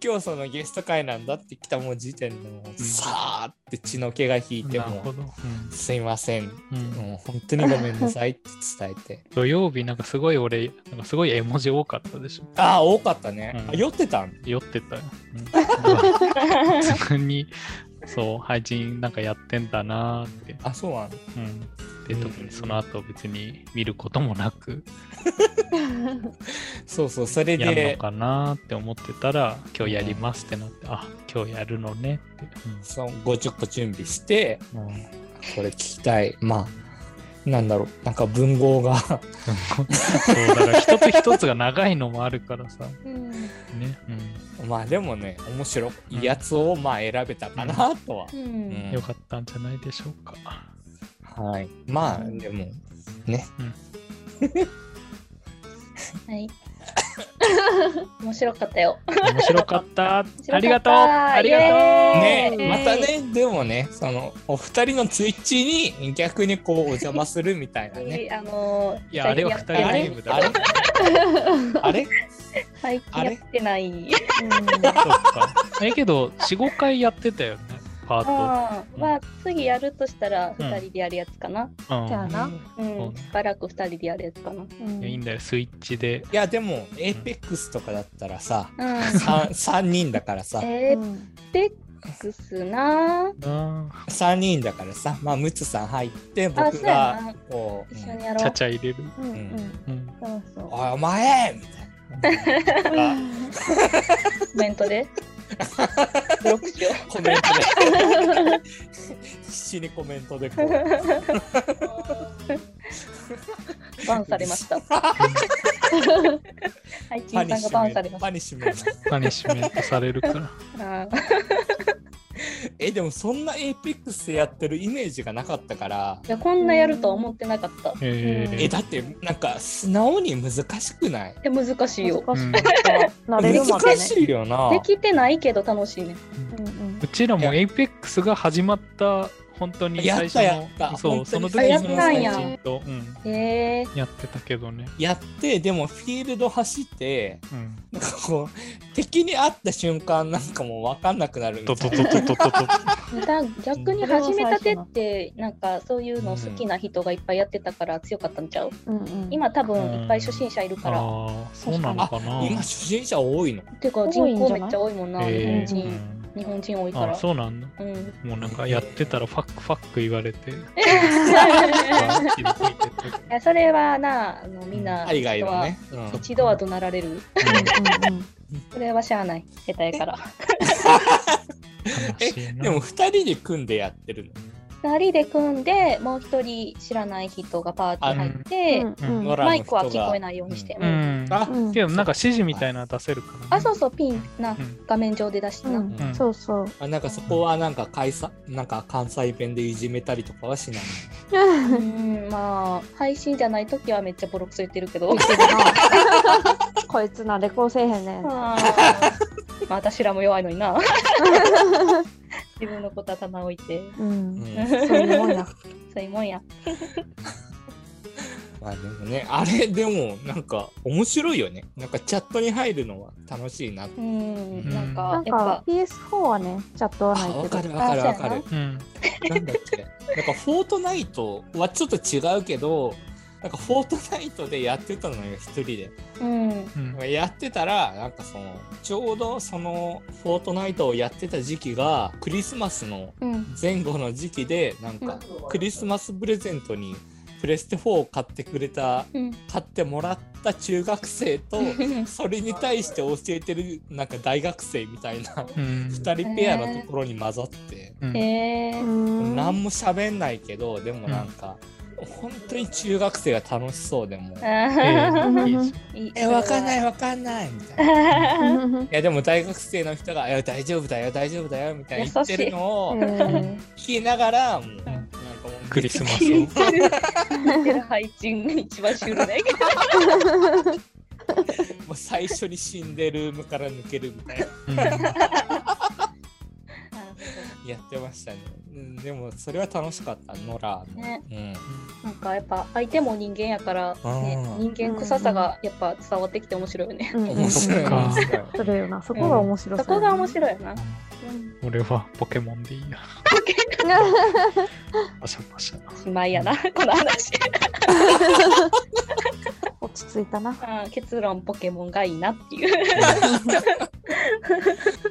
[SPEAKER 2] 今日そのゲスト会なんだって来たもう時点でもうさーって血の気が引いて
[SPEAKER 1] なる
[SPEAKER 2] も
[SPEAKER 1] ほど。うん
[SPEAKER 2] うすいませんも
[SPEAKER 1] うん
[SPEAKER 2] う本当にごめんなさいって伝えて
[SPEAKER 1] 土曜日なんかすごい俺、なんかすごい絵文字多かったでしょ。
[SPEAKER 2] ああ多かったね、
[SPEAKER 1] うん
[SPEAKER 2] あ酔ってたん
[SPEAKER 1] 酔ってたよ。うん普通に、そう、配信なんかやってんだなーって。
[SPEAKER 2] あそうなの
[SPEAKER 1] うん。で、特にその後別に見ることもなく、
[SPEAKER 2] そうそうそれ
[SPEAKER 1] やる
[SPEAKER 2] で
[SPEAKER 1] のかなーって思ってたら、今日やりますってなって、あ、今日やるのねって。
[SPEAKER 2] その50個準備して
[SPEAKER 1] うん。うん
[SPEAKER 2] これ聞きたいまあなんだろうなんか文豪が
[SPEAKER 1] そう、だから一つ一つが長いのもあるからさ。ね。う
[SPEAKER 2] まあでもね面白いやつをまあ選べたかなとは、
[SPEAKER 4] うん
[SPEAKER 1] ん。よかったんじゃないでしょうか。
[SPEAKER 2] はいまあでもね
[SPEAKER 4] はい。 面白かったよ。
[SPEAKER 1] 面白かった。
[SPEAKER 4] た
[SPEAKER 1] ありがとう。ありがとう。
[SPEAKER 4] イエ
[SPEAKER 2] ね
[SPEAKER 4] ーイ
[SPEAKER 2] またねでもねそのお二人のツイッチに逆にこうお邪魔するみたいなね
[SPEAKER 4] いいあのー
[SPEAKER 1] いや、あれは二人
[SPEAKER 2] あ
[SPEAKER 1] タイ
[SPEAKER 2] れ
[SPEAKER 1] ムだ
[SPEAKER 2] あ
[SPEAKER 1] ろ
[SPEAKER 2] れ。あれ
[SPEAKER 4] 最近やってない。
[SPEAKER 1] そっか。え、けど、4、5回やってたよね、パー
[SPEAKER 4] あーまあ次やるとしたら二人でやるやつかな。
[SPEAKER 1] ト。うん。
[SPEAKER 5] じゃあな。
[SPEAKER 4] うん、
[SPEAKER 1] そうね
[SPEAKER 4] しばらく二人でやるやつかな。
[SPEAKER 5] うん
[SPEAKER 1] いやいいんだよ、スイッチで。
[SPEAKER 2] いやでもエーペックスとかだったらさ
[SPEAKER 4] うん。
[SPEAKER 2] 3, 三人だからさ
[SPEAKER 4] え
[SPEAKER 5] う
[SPEAKER 4] ー、
[SPEAKER 5] ん
[SPEAKER 4] ペックスな。
[SPEAKER 1] な
[SPEAKER 2] 3人だからさまあムツさん入って
[SPEAKER 4] あ、
[SPEAKER 2] 僕
[SPEAKER 4] そうや
[SPEAKER 2] が
[SPEAKER 4] な。
[SPEAKER 2] こう「
[SPEAKER 4] 一緒
[SPEAKER 2] うん
[SPEAKER 4] にやろ
[SPEAKER 1] ちゃ
[SPEAKER 4] う。
[SPEAKER 1] ちゃ入れる。
[SPEAKER 5] うんうん。
[SPEAKER 1] うん。
[SPEAKER 5] そうそう。
[SPEAKER 2] おいお前!」みたいなあ
[SPEAKER 4] コメントで。ブロックしよう。
[SPEAKER 2] コメントで 必死にコメントでこ う
[SPEAKER 4] バンされました。配
[SPEAKER 2] パ
[SPEAKER 4] 信
[SPEAKER 2] ニ
[SPEAKER 4] さ
[SPEAKER 2] ッシュ
[SPEAKER 4] んがバンされ
[SPEAKER 2] メン
[SPEAKER 4] ま
[SPEAKER 2] トパニ
[SPEAKER 4] し
[SPEAKER 2] ッシュメント
[SPEAKER 1] パニッシュメントされるから。
[SPEAKER 4] た。あ
[SPEAKER 2] えでもそんなエーペックスでやってるイメージがなかったから
[SPEAKER 4] ーいやこんなやるとは思ってなかった。
[SPEAKER 1] え
[SPEAKER 5] うん
[SPEAKER 2] えだってなんか素直に難しくない
[SPEAKER 4] で難しいよ。
[SPEAKER 5] 難しかった。慣れるまで
[SPEAKER 2] 難
[SPEAKER 5] ね。
[SPEAKER 2] しいよな
[SPEAKER 4] できてないけど楽しいね。
[SPEAKER 5] うんうん
[SPEAKER 1] うちらもエイペックスが始まった本当に
[SPEAKER 2] や
[SPEAKER 1] 最
[SPEAKER 2] っ
[SPEAKER 1] 初
[SPEAKER 2] たやっ
[SPEAKER 1] の
[SPEAKER 2] た
[SPEAKER 1] そうそ
[SPEAKER 2] 本
[SPEAKER 1] の
[SPEAKER 2] 当に
[SPEAKER 1] 時に
[SPEAKER 4] やっ
[SPEAKER 1] そ
[SPEAKER 4] た
[SPEAKER 1] の
[SPEAKER 4] ん
[SPEAKER 1] 最
[SPEAKER 4] や
[SPEAKER 1] 人と、うん、
[SPEAKER 4] え
[SPEAKER 1] やってたけどね、
[SPEAKER 2] やってでもフィールド走って
[SPEAKER 1] うん、
[SPEAKER 2] なんかこう敵に会った瞬間なんかもう分かんなくなるみ
[SPEAKER 1] と
[SPEAKER 2] た
[SPEAKER 1] と
[SPEAKER 2] いな
[SPEAKER 1] ととととと
[SPEAKER 4] ー、だ逆に始めたてってなんかそういうの好きな人がいっぱいやってたから強かったんちゃう
[SPEAKER 5] うんうん、
[SPEAKER 4] 今多分いっぱい初心者いるから、
[SPEAKER 1] ああそうなのかな
[SPEAKER 2] 今初心者多いの
[SPEAKER 4] ていうか人口めっちゃ多いもんな日
[SPEAKER 1] え
[SPEAKER 4] 本
[SPEAKER 1] ー
[SPEAKER 4] 人、
[SPEAKER 1] うん
[SPEAKER 4] 日本人多いか
[SPEAKER 1] あ
[SPEAKER 4] ら
[SPEAKER 1] そうなんだ
[SPEAKER 4] うん
[SPEAKER 1] もうなんかやってたらファックファック言われて気づいてて
[SPEAKER 4] いやそれはなあのみんな
[SPEAKER 2] 海外はね、うん
[SPEAKER 4] 一度は怒鳴られる
[SPEAKER 5] うんうん
[SPEAKER 4] それはしゃあない下手やから
[SPEAKER 1] 悲しいな
[SPEAKER 2] でも2人で組んでやってる
[SPEAKER 4] 2人で組んでもう一人知らない人がパーティー入って、
[SPEAKER 5] うんうん
[SPEAKER 2] の、
[SPEAKER 4] マイクは聞こえないようにして、
[SPEAKER 1] う
[SPEAKER 4] うん
[SPEAKER 1] ん
[SPEAKER 2] あ
[SPEAKER 5] うん
[SPEAKER 1] けどなんか指示みたいなの出せるからね
[SPEAKER 4] あそうそうピンな
[SPEAKER 1] うん
[SPEAKER 4] 画面上で出してな、
[SPEAKER 5] うん
[SPEAKER 1] うん
[SPEAKER 5] そうそう。
[SPEAKER 2] あなんかそこはなんか関西なんか関西弁でいじめたりとかはしない
[SPEAKER 4] うんまあ配信じゃない時はめっちゃボロクソ言ってるけ ど
[SPEAKER 5] こいつな レコーせえへんねん。
[SPEAKER 4] まあ私らも弱いのにな自分のことは棚置いて
[SPEAKER 5] うん。
[SPEAKER 2] うん
[SPEAKER 5] そういうもんや。
[SPEAKER 4] そういうもんや
[SPEAKER 2] まあでもねあれでもなんか面白いよねなんかチャットに入るのは楽しいな
[SPEAKER 4] う
[SPEAKER 1] うんん
[SPEAKER 4] なん
[SPEAKER 5] な
[SPEAKER 4] か
[SPEAKER 5] ん
[SPEAKER 4] やっぱ
[SPEAKER 5] か PS4 はね、チャットは
[SPEAKER 2] あ
[SPEAKER 5] ない
[SPEAKER 2] わ
[SPEAKER 5] け
[SPEAKER 2] か
[SPEAKER 5] ど。
[SPEAKER 2] るわかるわかる
[SPEAKER 1] うん
[SPEAKER 2] なんだっけなんかフォートナイトはちょっと違うけどなんかフォートナイトでやってたのよ一人で
[SPEAKER 4] うん
[SPEAKER 1] うん
[SPEAKER 2] やってたらなんかそのちょうどそのフォートナイトをやってた時期がクリスマスの
[SPEAKER 4] うん
[SPEAKER 2] 前後の時期でなんかクリスマスプレゼントにプレステ4を買ってくれた
[SPEAKER 4] うん
[SPEAKER 2] 買ってもらった中学生とそれに対して教えてるなんか大学生みたいな
[SPEAKER 1] うん
[SPEAKER 2] 2人ペアのところに混ざって、
[SPEAKER 1] うん
[SPEAKER 4] へえ
[SPEAKER 5] うーん
[SPEAKER 2] 何も喋んないけどでもなんか、本当に中学生が楽しそうでもう
[SPEAKER 1] ええいいじ
[SPEAKER 4] い
[SPEAKER 2] えわかん ない
[SPEAKER 4] い
[SPEAKER 2] わかんないみたいな。いやでも大学生の人が「いや大丈夫だよ大丈夫だよ」みたいな言ってるのを
[SPEAKER 5] う
[SPEAKER 2] 聞
[SPEAKER 5] ん
[SPEAKER 2] きながらもうなんか もう
[SPEAKER 1] クリスマス
[SPEAKER 4] 聞
[SPEAKER 1] を
[SPEAKER 4] いてる聞いてる配信が一番シュールだけど
[SPEAKER 2] もう最初に死んでるームから抜けるみたいな
[SPEAKER 1] うん
[SPEAKER 2] やってましたね、うん、でもそれは楽しかったノラの、
[SPEAKER 4] ね
[SPEAKER 2] うん、
[SPEAKER 4] なんかやっぱ相手も人間やから、ね
[SPEAKER 2] あ、ー
[SPEAKER 4] 人間臭さがやっぱ伝わってきて面白いよね。
[SPEAKER 5] うんうん
[SPEAKER 2] 面白い
[SPEAKER 1] か
[SPEAKER 2] 面白い
[SPEAKER 5] それよな、そこが面白そ
[SPEAKER 4] そ
[SPEAKER 5] う
[SPEAKER 4] こ
[SPEAKER 5] や
[SPEAKER 4] が
[SPEAKER 5] な
[SPEAKER 4] 面白いよな。
[SPEAKER 1] 俺はポケモンでいいやパシャパシャ
[SPEAKER 4] しまいやな、この話。
[SPEAKER 5] 落ち着いたな。
[SPEAKER 4] あー結論ポケモンがいいなっていう。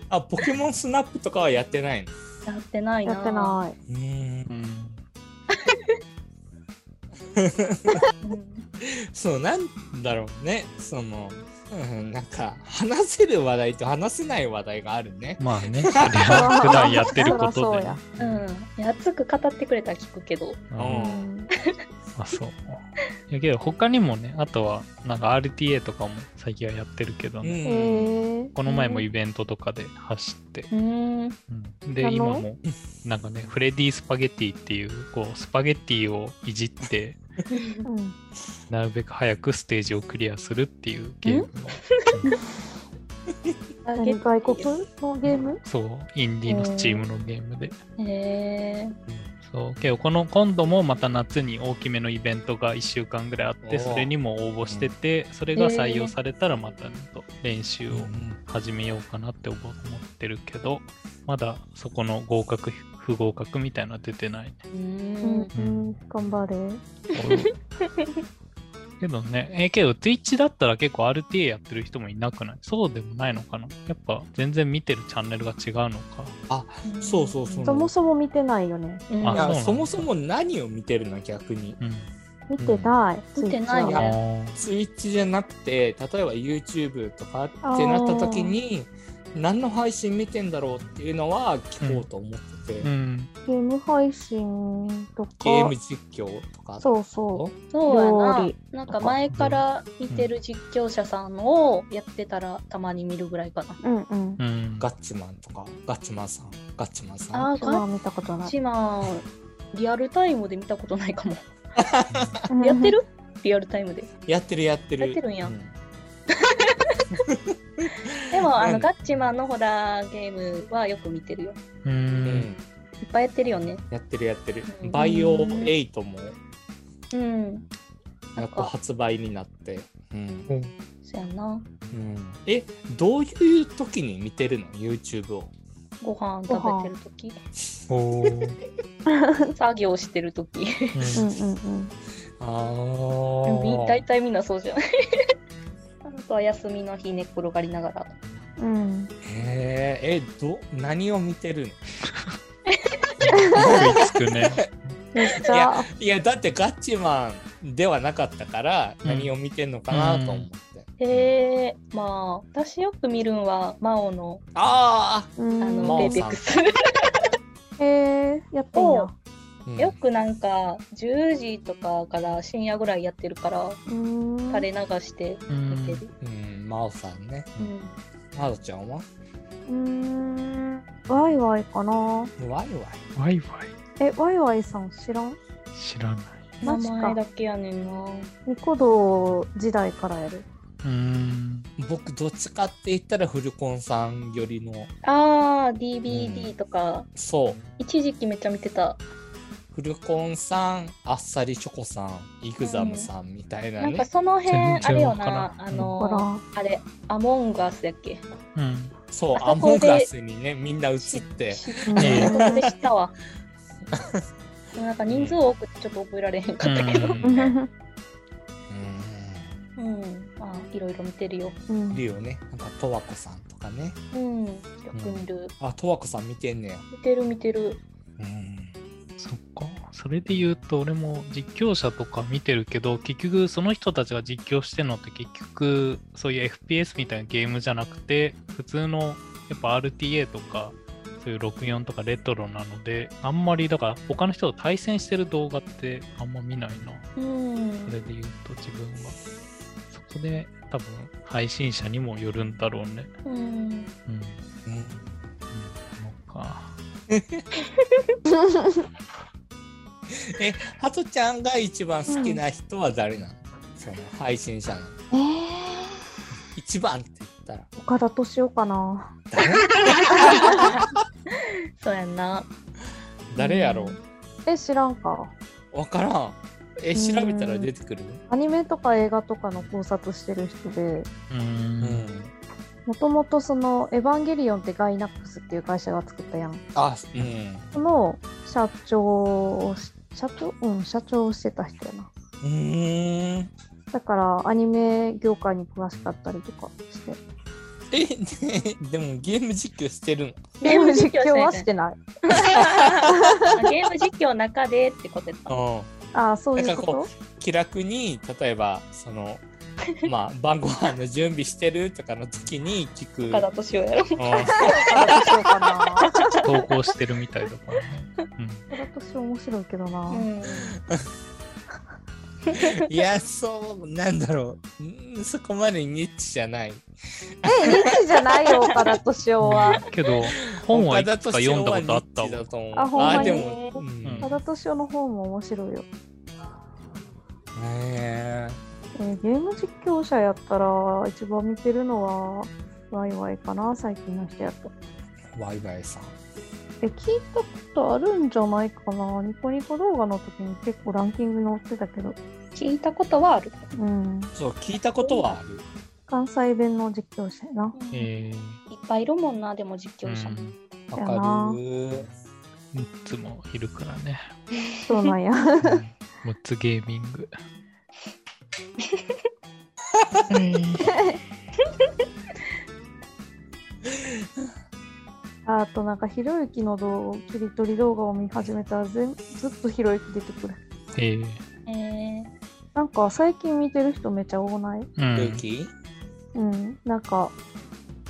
[SPEAKER 2] あポケモンスナップとかはやってないの
[SPEAKER 4] やってないな。
[SPEAKER 5] やってな
[SPEAKER 2] うん
[SPEAKER 1] うん
[SPEAKER 4] うん
[SPEAKER 2] そうなんだろうねその、うん、なんか話せる話題と話せない話題があるね
[SPEAKER 1] まあね、それは普段やってることで、
[SPEAKER 5] そら
[SPEAKER 1] ね。
[SPEAKER 4] うん。熱く語ってくれたら聞くけど。
[SPEAKER 1] う
[SPEAKER 5] い。うんん
[SPEAKER 1] あ、そう。いやけど、他にもね、あとは、なんか RTA とかも最近はやってるけど
[SPEAKER 2] う
[SPEAKER 1] ね、
[SPEAKER 5] へ
[SPEAKER 2] ん
[SPEAKER 5] え。
[SPEAKER 1] この前もイベントとかで走って、
[SPEAKER 4] うん。
[SPEAKER 1] うんで、
[SPEAKER 5] あの
[SPEAKER 1] 今も、なんかね、フレディ・スパゲティっていう、こう、スパゲティをいじって、
[SPEAKER 5] うん
[SPEAKER 1] なるべく早くステージをクリアするっていうゲームの、
[SPEAKER 5] 何外国のゲーム
[SPEAKER 1] そう、インディーのスチームのゲームで。
[SPEAKER 4] へえ。
[SPEAKER 1] そうけどこの今度もまた夏に大きめのイベントが1週間ぐらいあっ
[SPEAKER 2] おー
[SPEAKER 1] てそれにも応募しててそれが採用されたらまた、ねと練習を始めようかなって思ってるけどまだそこの合格不合格みたいなのは出てないね。
[SPEAKER 4] う
[SPEAKER 5] うんん。うん頑張れ。
[SPEAKER 1] けどねえけど Twitch だったら結構 RTA やってる人もいなくないそうでもないのかなやっぱ全然見てるチャンネルが違うのか。
[SPEAKER 2] そうそうそう
[SPEAKER 5] そもそも見てないよね。
[SPEAKER 4] うん
[SPEAKER 1] あそ
[SPEAKER 2] い
[SPEAKER 1] うなん
[SPEAKER 2] や
[SPEAKER 1] だ
[SPEAKER 2] そもそも何を見てるの逆に
[SPEAKER 1] うん、
[SPEAKER 5] 見てない。
[SPEAKER 4] 見
[SPEAKER 5] ツイ
[SPEAKER 4] てない
[SPEAKER 5] ッチ
[SPEAKER 1] あ
[SPEAKER 5] は
[SPEAKER 4] ね
[SPEAKER 1] ー
[SPEAKER 2] ツイッチじゃなくて例えば YouTube とかってなった時に何の配信見てんだろうっていうのは聞こうと思ってて、
[SPEAKER 1] うん
[SPEAKER 5] ゲーム配信とか。
[SPEAKER 2] ゲーム実況とか
[SPEAKER 5] そうそ
[SPEAKER 4] そう
[SPEAKER 5] 料
[SPEAKER 4] や
[SPEAKER 5] 理
[SPEAKER 4] な。なんか前から見てる実況者さんをやってたらたまに見るぐらいかな。
[SPEAKER 5] う。うんうん。
[SPEAKER 1] うん
[SPEAKER 2] ガッチマンとかガッチマンさんガッチマンさん
[SPEAKER 4] ああ、
[SPEAKER 5] それは
[SPEAKER 4] ガ
[SPEAKER 5] 見たことない。
[SPEAKER 4] チマン、リアルタイムで見たことないか も。やって
[SPEAKER 5] る
[SPEAKER 4] るリアルタイムで。
[SPEAKER 2] やってるやってる
[SPEAKER 4] やってるんや
[SPEAKER 2] う
[SPEAKER 4] でも、あ
[SPEAKER 2] な
[SPEAKER 4] の、
[SPEAKER 2] んで
[SPEAKER 4] ガッチマンのホラーゲームはよく見てるよ。
[SPEAKER 1] う
[SPEAKER 2] うん
[SPEAKER 1] ん
[SPEAKER 4] いっぱいやってるよね。
[SPEAKER 2] やってるやってる。バイオ8も
[SPEAKER 4] うん。
[SPEAKER 2] やっと発売になって。うん
[SPEAKER 4] そうやな。
[SPEAKER 2] うん、え、どういう時に見てるの ?YouTube を。
[SPEAKER 4] ご飯食べてるとき、
[SPEAKER 1] おー
[SPEAKER 4] 作業してる とき。
[SPEAKER 3] うん うん
[SPEAKER 2] あ
[SPEAKER 4] み
[SPEAKER 2] ー
[SPEAKER 4] 大体みんなそうじゃない あとは休みの日寝っ転がりながら。
[SPEAKER 3] うん。うん。
[SPEAKER 2] へえ、え、ど、何を見てるの
[SPEAKER 1] 食いつくね。
[SPEAKER 3] めっちゃ、
[SPEAKER 2] いや、だってガッチマンではなかったから、
[SPEAKER 1] うん
[SPEAKER 2] 何を見てんのかなと思って。
[SPEAKER 4] えー、まあ、私よく見るんは、マオの、
[SPEAKER 2] あ
[SPEAKER 3] う
[SPEAKER 4] あの、
[SPEAKER 2] マ
[SPEAKER 4] ベ
[SPEAKER 2] オ
[SPEAKER 4] イペ
[SPEAKER 2] さ
[SPEAKER 4] ッ
[SPEAKER 2] ん
[SPEAKER 4] クス。
[SPEAKER 3] えー、やってんや。
[SPEAKER 2] あ、
[SPEAKER 4] よくなんか、10時とかから深夜ぐらいやってるから、
[SPEAKER 3] うーん。
[SPEAKER 4] 垂れ流して見てる。
[SPEAKER 2] うん、真央さんね。
[SPEAKER 4] うん。
[SPEAKER 2] 真央ちゃんは
[SPEAKER 3] うーん。ワイワイかな。
[SPEAKER 2] ワイワイ。
[SPEAKER 1] ワイワイ
[SPEAKER 3] え、ワイワイさん知らん
[SPEAKER 1] 知らない。
[SPEAKER 4] 名
[SPEAKER 3] マジ
[SPEAKER 4] 前
[SPEAKER 3] か
[SPEAKER 4] だ。けやねんな。
[SPEAKER 3] ニコ動時代からやる。
[SPEAKER 1] うーん。
[SPEAKER 2] 僕、どっちかって言ったらフルコンさんよりの、
[SPEAKER 4] あー、DVD とか、
[SPEAKER 2] そう、
[SPEAKER 4] 一時期めっちゃ見てた。
[SPEAKER 2] フルコンさん、あっさりチョコさん、イグザムさんみたいな
[SPEAKER 4] なん
[SPEAKER 2] ね。
[SPEAKER 4] かその辺、
[SPEAKER 1] 全
[SPEAKER 4] あれ
[SPEAKER 1] 然
[SPEAKER 4] よ
[SPEAKER 1] わから
[SPEAKER 4] な、
[SPEAKER 1] ん
[SPEAKER 4] あ
[SPEAKER 3] ほら
[SPEAKER 4] の、あれ、アモンガスだっけ
[SPEAKER 1] うん。
[SPEAKER 2] そう、ア
[SPEAKER 4] あそ
[SPEAKER 2] モ
[SPEAKER 4] こ
[SPEAKER 2] ン
[SPEAKER 4] で
[SPEAKER 2] ガスにね、みんな映って。
[SPEAKER 4] 知っ
[SPEAKER 1] え
[SPEAKER 4] そこで知ったわ。でもなんか人数多くてちょっと覚えられへんかったけど。
[SPEAKER 1] うん
[SPEAKER 2] うん
[SPEAKER 4] うん。まあ、いろいろ見てるよ。
[SPEAKER 3] うん
[SPEAKER 2] いるよね。なんか、とわこさんとかね。
[SPEAKER 4] うん。よく見る。
[SPEAKER 2] あ、とわこさん見てんねや。
[SPEAKER 4] 見てる見てる。
[SPEAKER 2] うん。
[SPEAKER 1] そっか。それで言うと、俺も実況者とか見てるけど、結局その人たちが実況してるのって結局、そういう FPS みたいなゲームじゃなくて、普通のやっぱ RTA とか、そういう64とかレトロなので、あんまりだから他の人と対戦してる動画ってあんま見ないな。
[SPEAKER 4] うん。
[SPEAKER 1] それで言うと自分は。そこで多分配信者にもよるんだろうね。
[SPEAKER 4] うん。
[SPEAKER 1] うん。うん、
[SPEAKER 2] うん
[SPEAKER 1] そうか。
[SPEAKER 2] え、ハトちゃんが一番好きな人は誰なの、その配信者の。
[SPEAKER 3] えー、
[SPEAKER 2] 一番って言ったら。
[SPEAKER 3] 岡田敏夫かな。
[SPEAKER 4] そうやんな。
[SPEAKER 2] 誰やろう
[SPEAKER 3] え、知らんか。
[SPEAKER 2] わからん。え、調べたら出てくる
[SPEAKER 3] アニメとか映画とかの考察してる人で、
[SPEAKER 1] うーん。
[SPEAKER 2] うんん。
[SPEAKER 3] もともとその、エヴァンゲリオンってガイナックスっていう会社が作ったやん。
[SPEAKER 2] あ、うん。
[SPEAKER 3] その社長をし、社長うん、社長をしてた人やな。
[SPEAKER 2] うーん。
[SPEAKER 3] だから、アニメ業界に詳しかったりとかして。
[SPEAKER 2] え、ねでもゲーム実況してるの
[SPEAKER 3] ゲーム実況はし てない。
[SPEAKER 4] ゲーム実況の中でってことやった。
[SPEAKER 2] うん。
[SPEAKER 3] ああ、そうい
[SPEAKER 2] なん
[SPEAKER 3] う
[SPEAKER 2] か
[SPEAKER 3] こ
[SPEAKER 2] こと気楽に例えばその まあ晩ご飯の準備してるとかの時に聞く。
[SPEAKER 4] 岡田敏夫やろ。
[SPEAKER 2] う
[SPEAKER 3] 岡田敏夫か な。
[SPEAKER 1] 投稿してるみたいだからね。うん
[SPEAKER 3] 岡田敏夫面白いけどな。
[SPEAKER 4] うん。
[SPEAKER 2] んいやそうなんだろううんそこまでニッチじゃない。
[SPEAKER 3] え、ニッチじゃない よ、岡田敏夫は。
[SPEAKER 1] けど、本はいくつか
[SPEAKER 2] 岡田
[SPEAKER 1] 読んだ
[SPEAKER 2] 斗
[SPEAKER 1] こ
[SPEAKER 2] 司
[SPEAKER 1] とあった
[SPEAKER 2] 夫はニッ
[SPEAKER 1] わ
[SPEAKER 2] チだと思う
[SPEAKER 3] あほんまに
[SPEAKER 2] あでも、うん
[SPEAKER 1] うん
[SPEAKER 3] 岡田敏夫の方も面白い
[SPEAKER 2] へ
[SPEAKER 3] よ。
[SPEAKER 2] え
[SPEAKER 3] えーゲーム実況者やったら、一番見てるのは、ワイワイかな、最近の人やと。
[SPEAKER 2] ワイワイさん。
[SPEAKER 3] え、聞いたことあるんじゃないかな。ニコニコ動画の時に結構ランキングに載ってたけど。
[SPEAKER 4] 聞いたことはある。
[SPEAKER 3] うん。
[SPEAKER 2] そう聞いたことはある。
[SPEAKER 3] 関西弁の実況者やな。
[SPEAKER 1] え
[SPEAKER 4] いっぱいいるもんな、でも
[SPEAKER 1] ー
[SPEAKER 4] 実
[SPEAKER 1] う
[SPEAKER 4] 況者も。
[SPEAKER 1] ん、
[SPEAKER 2] わかるー。
[SPEAKER 1] 6つもいるから ね。
[SPEAKER 3] そうなんや。
[SPEAKER 1] うん6つゲーミング。
[SPEAKER 3] あとなんか、ひろゆきの動画切り取り動画を見始めたら全、ずっとひろゆき出てくる。
[SPEAKER 1] えー
[SPEAKER 4] えー
[SPEAKER 3] なんか、最近見てる人めっちゃ多ない
[SPEAKER 1] うん
[SPEAKER 2] ルーキ
[SPEAKER 3] うん、なんか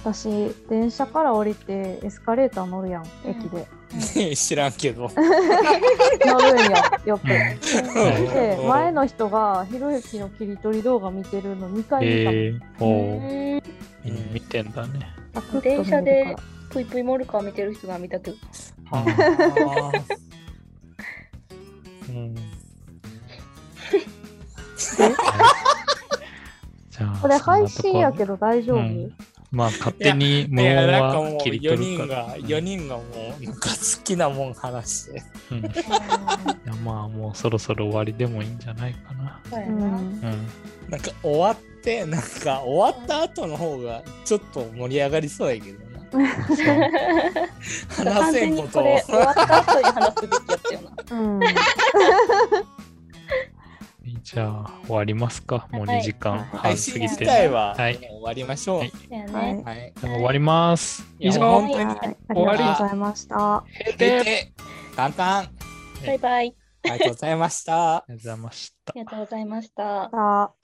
[SPEAKER 3] 私電車から降りてエスカレーター乗るやん
[SPEAKER 4] うん
[SPEAKER 3] 駅で、
[SPEAKER 2] ー 知らんけど。
[SPEAKER 3] 乗るんよよく。
[SPEAKER 1] うん
[SPEAKER 3] で
[SPEAKER 2] うん
[SPEAKER 3] 前の人がひろゆきの切り取り動画見てるの2回見たもん、
[SPEAKER 1] えー、おーみ
[SPEAKER 4] うん
[SPEAKER 1] んな見てんだね。
[SPEAKER 3] サクッと
[SPEAKER 4] 電車
[SPEAKER 3] 見れ
[SPEAKER 4] で
[SPEAKER 3] るか
[SPEAKER 4] ぷいぷいモルカー見てる人が見たけど。
[SPEAKER 2] あ
[SPEAKER 1] うん
[SPEAKER 2] ーうん
[SPEAKER 1] じゃあ、
[SPEAKER 3] らこれ配信やけ
[SPEAKER 1] ど。
[SPEAKER 3] ど大丈夫、
[SPEAKER 1] うんまあ勝手に無
[SPEAKER 2] い
[SPEAKER 1] 音
[SPEAKER 2] やなんかも
[SPEAKER 1] は
[SPEAKER 2] う
[SPEAKER 1] 切り
[SPEAKER 2] 4
[SPEAKER 1] 取
[SPEAKER 2] 人
[SPEAKER 1] るから。
[SPEAKER 2] が、4人がもうなんか好きなもん話して。
[SPEAKER 1] うんうんいやまあもうそろそろ終わりでもいいんじゃないかな。
[SPEAKER 4] そうや
[SPEAKER 5] う
[SPEAKER 4] な。
[SPEAKER 5] ん
[SPEAKER 1] うん。
[SPEAKER 2] なんか終わって、なんか終わった後の方がちょっと盛り上がりそうやけどな。
[SPEAKER 1] そう
[SPEAKER 2] 話せんこ
[SPEAKER 4] 完全に
[SPEAKER 2] と
[SPEAKER 4] これ終わった後に話すべきやった よな。
[SPEAKER 5] うん
[SPEAKER 1] じゃあ終わりますか。もう
[SPEAKER 4] は
[SPEAKER 1] 2
[SPEAKER 4] い
[SPEAKER 1] 時間
[SPEAKER 2] 配
[SPEAKER 1] 半過
[SPEAKER 2] 信
[SPEAKER 1] ぎ
[SPEAKER 2] 自
[SPEAKER 1] て。
[SPEAKER 2] 体は
[SPEAKER 1] はい
[SPEAKER 2] もう終わりましょう。
[SPEAKER 1] はい
[SPEAKER 4] そうや
[SPEAKER 5] は
[SPEAKER 4] ね
[SPEAKER 5] い。
[SPEAKER 2] はい。
[SPEAKER 1] 終わります。
[SPEAKER 2] いや
[SPEAKER 1] 以
[SPEAKER 2] もう
[SPEAKER 1] 上。
[SPEAKER 2] 本当に
[SPEAKER 5] はいありがとうございました。
[SPEAKER 1] 閉
[SPEAKER 2] で
[SPEAKER 1] 店
[SPEAKER 2] て簡単。
[SPEAKER 4] バイバイ。
[SPEAKER 2] ありがとうございました
[SPEAKER 1] あ。りがとうございました
[SPEAKER 4] あり。がとうございました。
[SPEAKER 5] また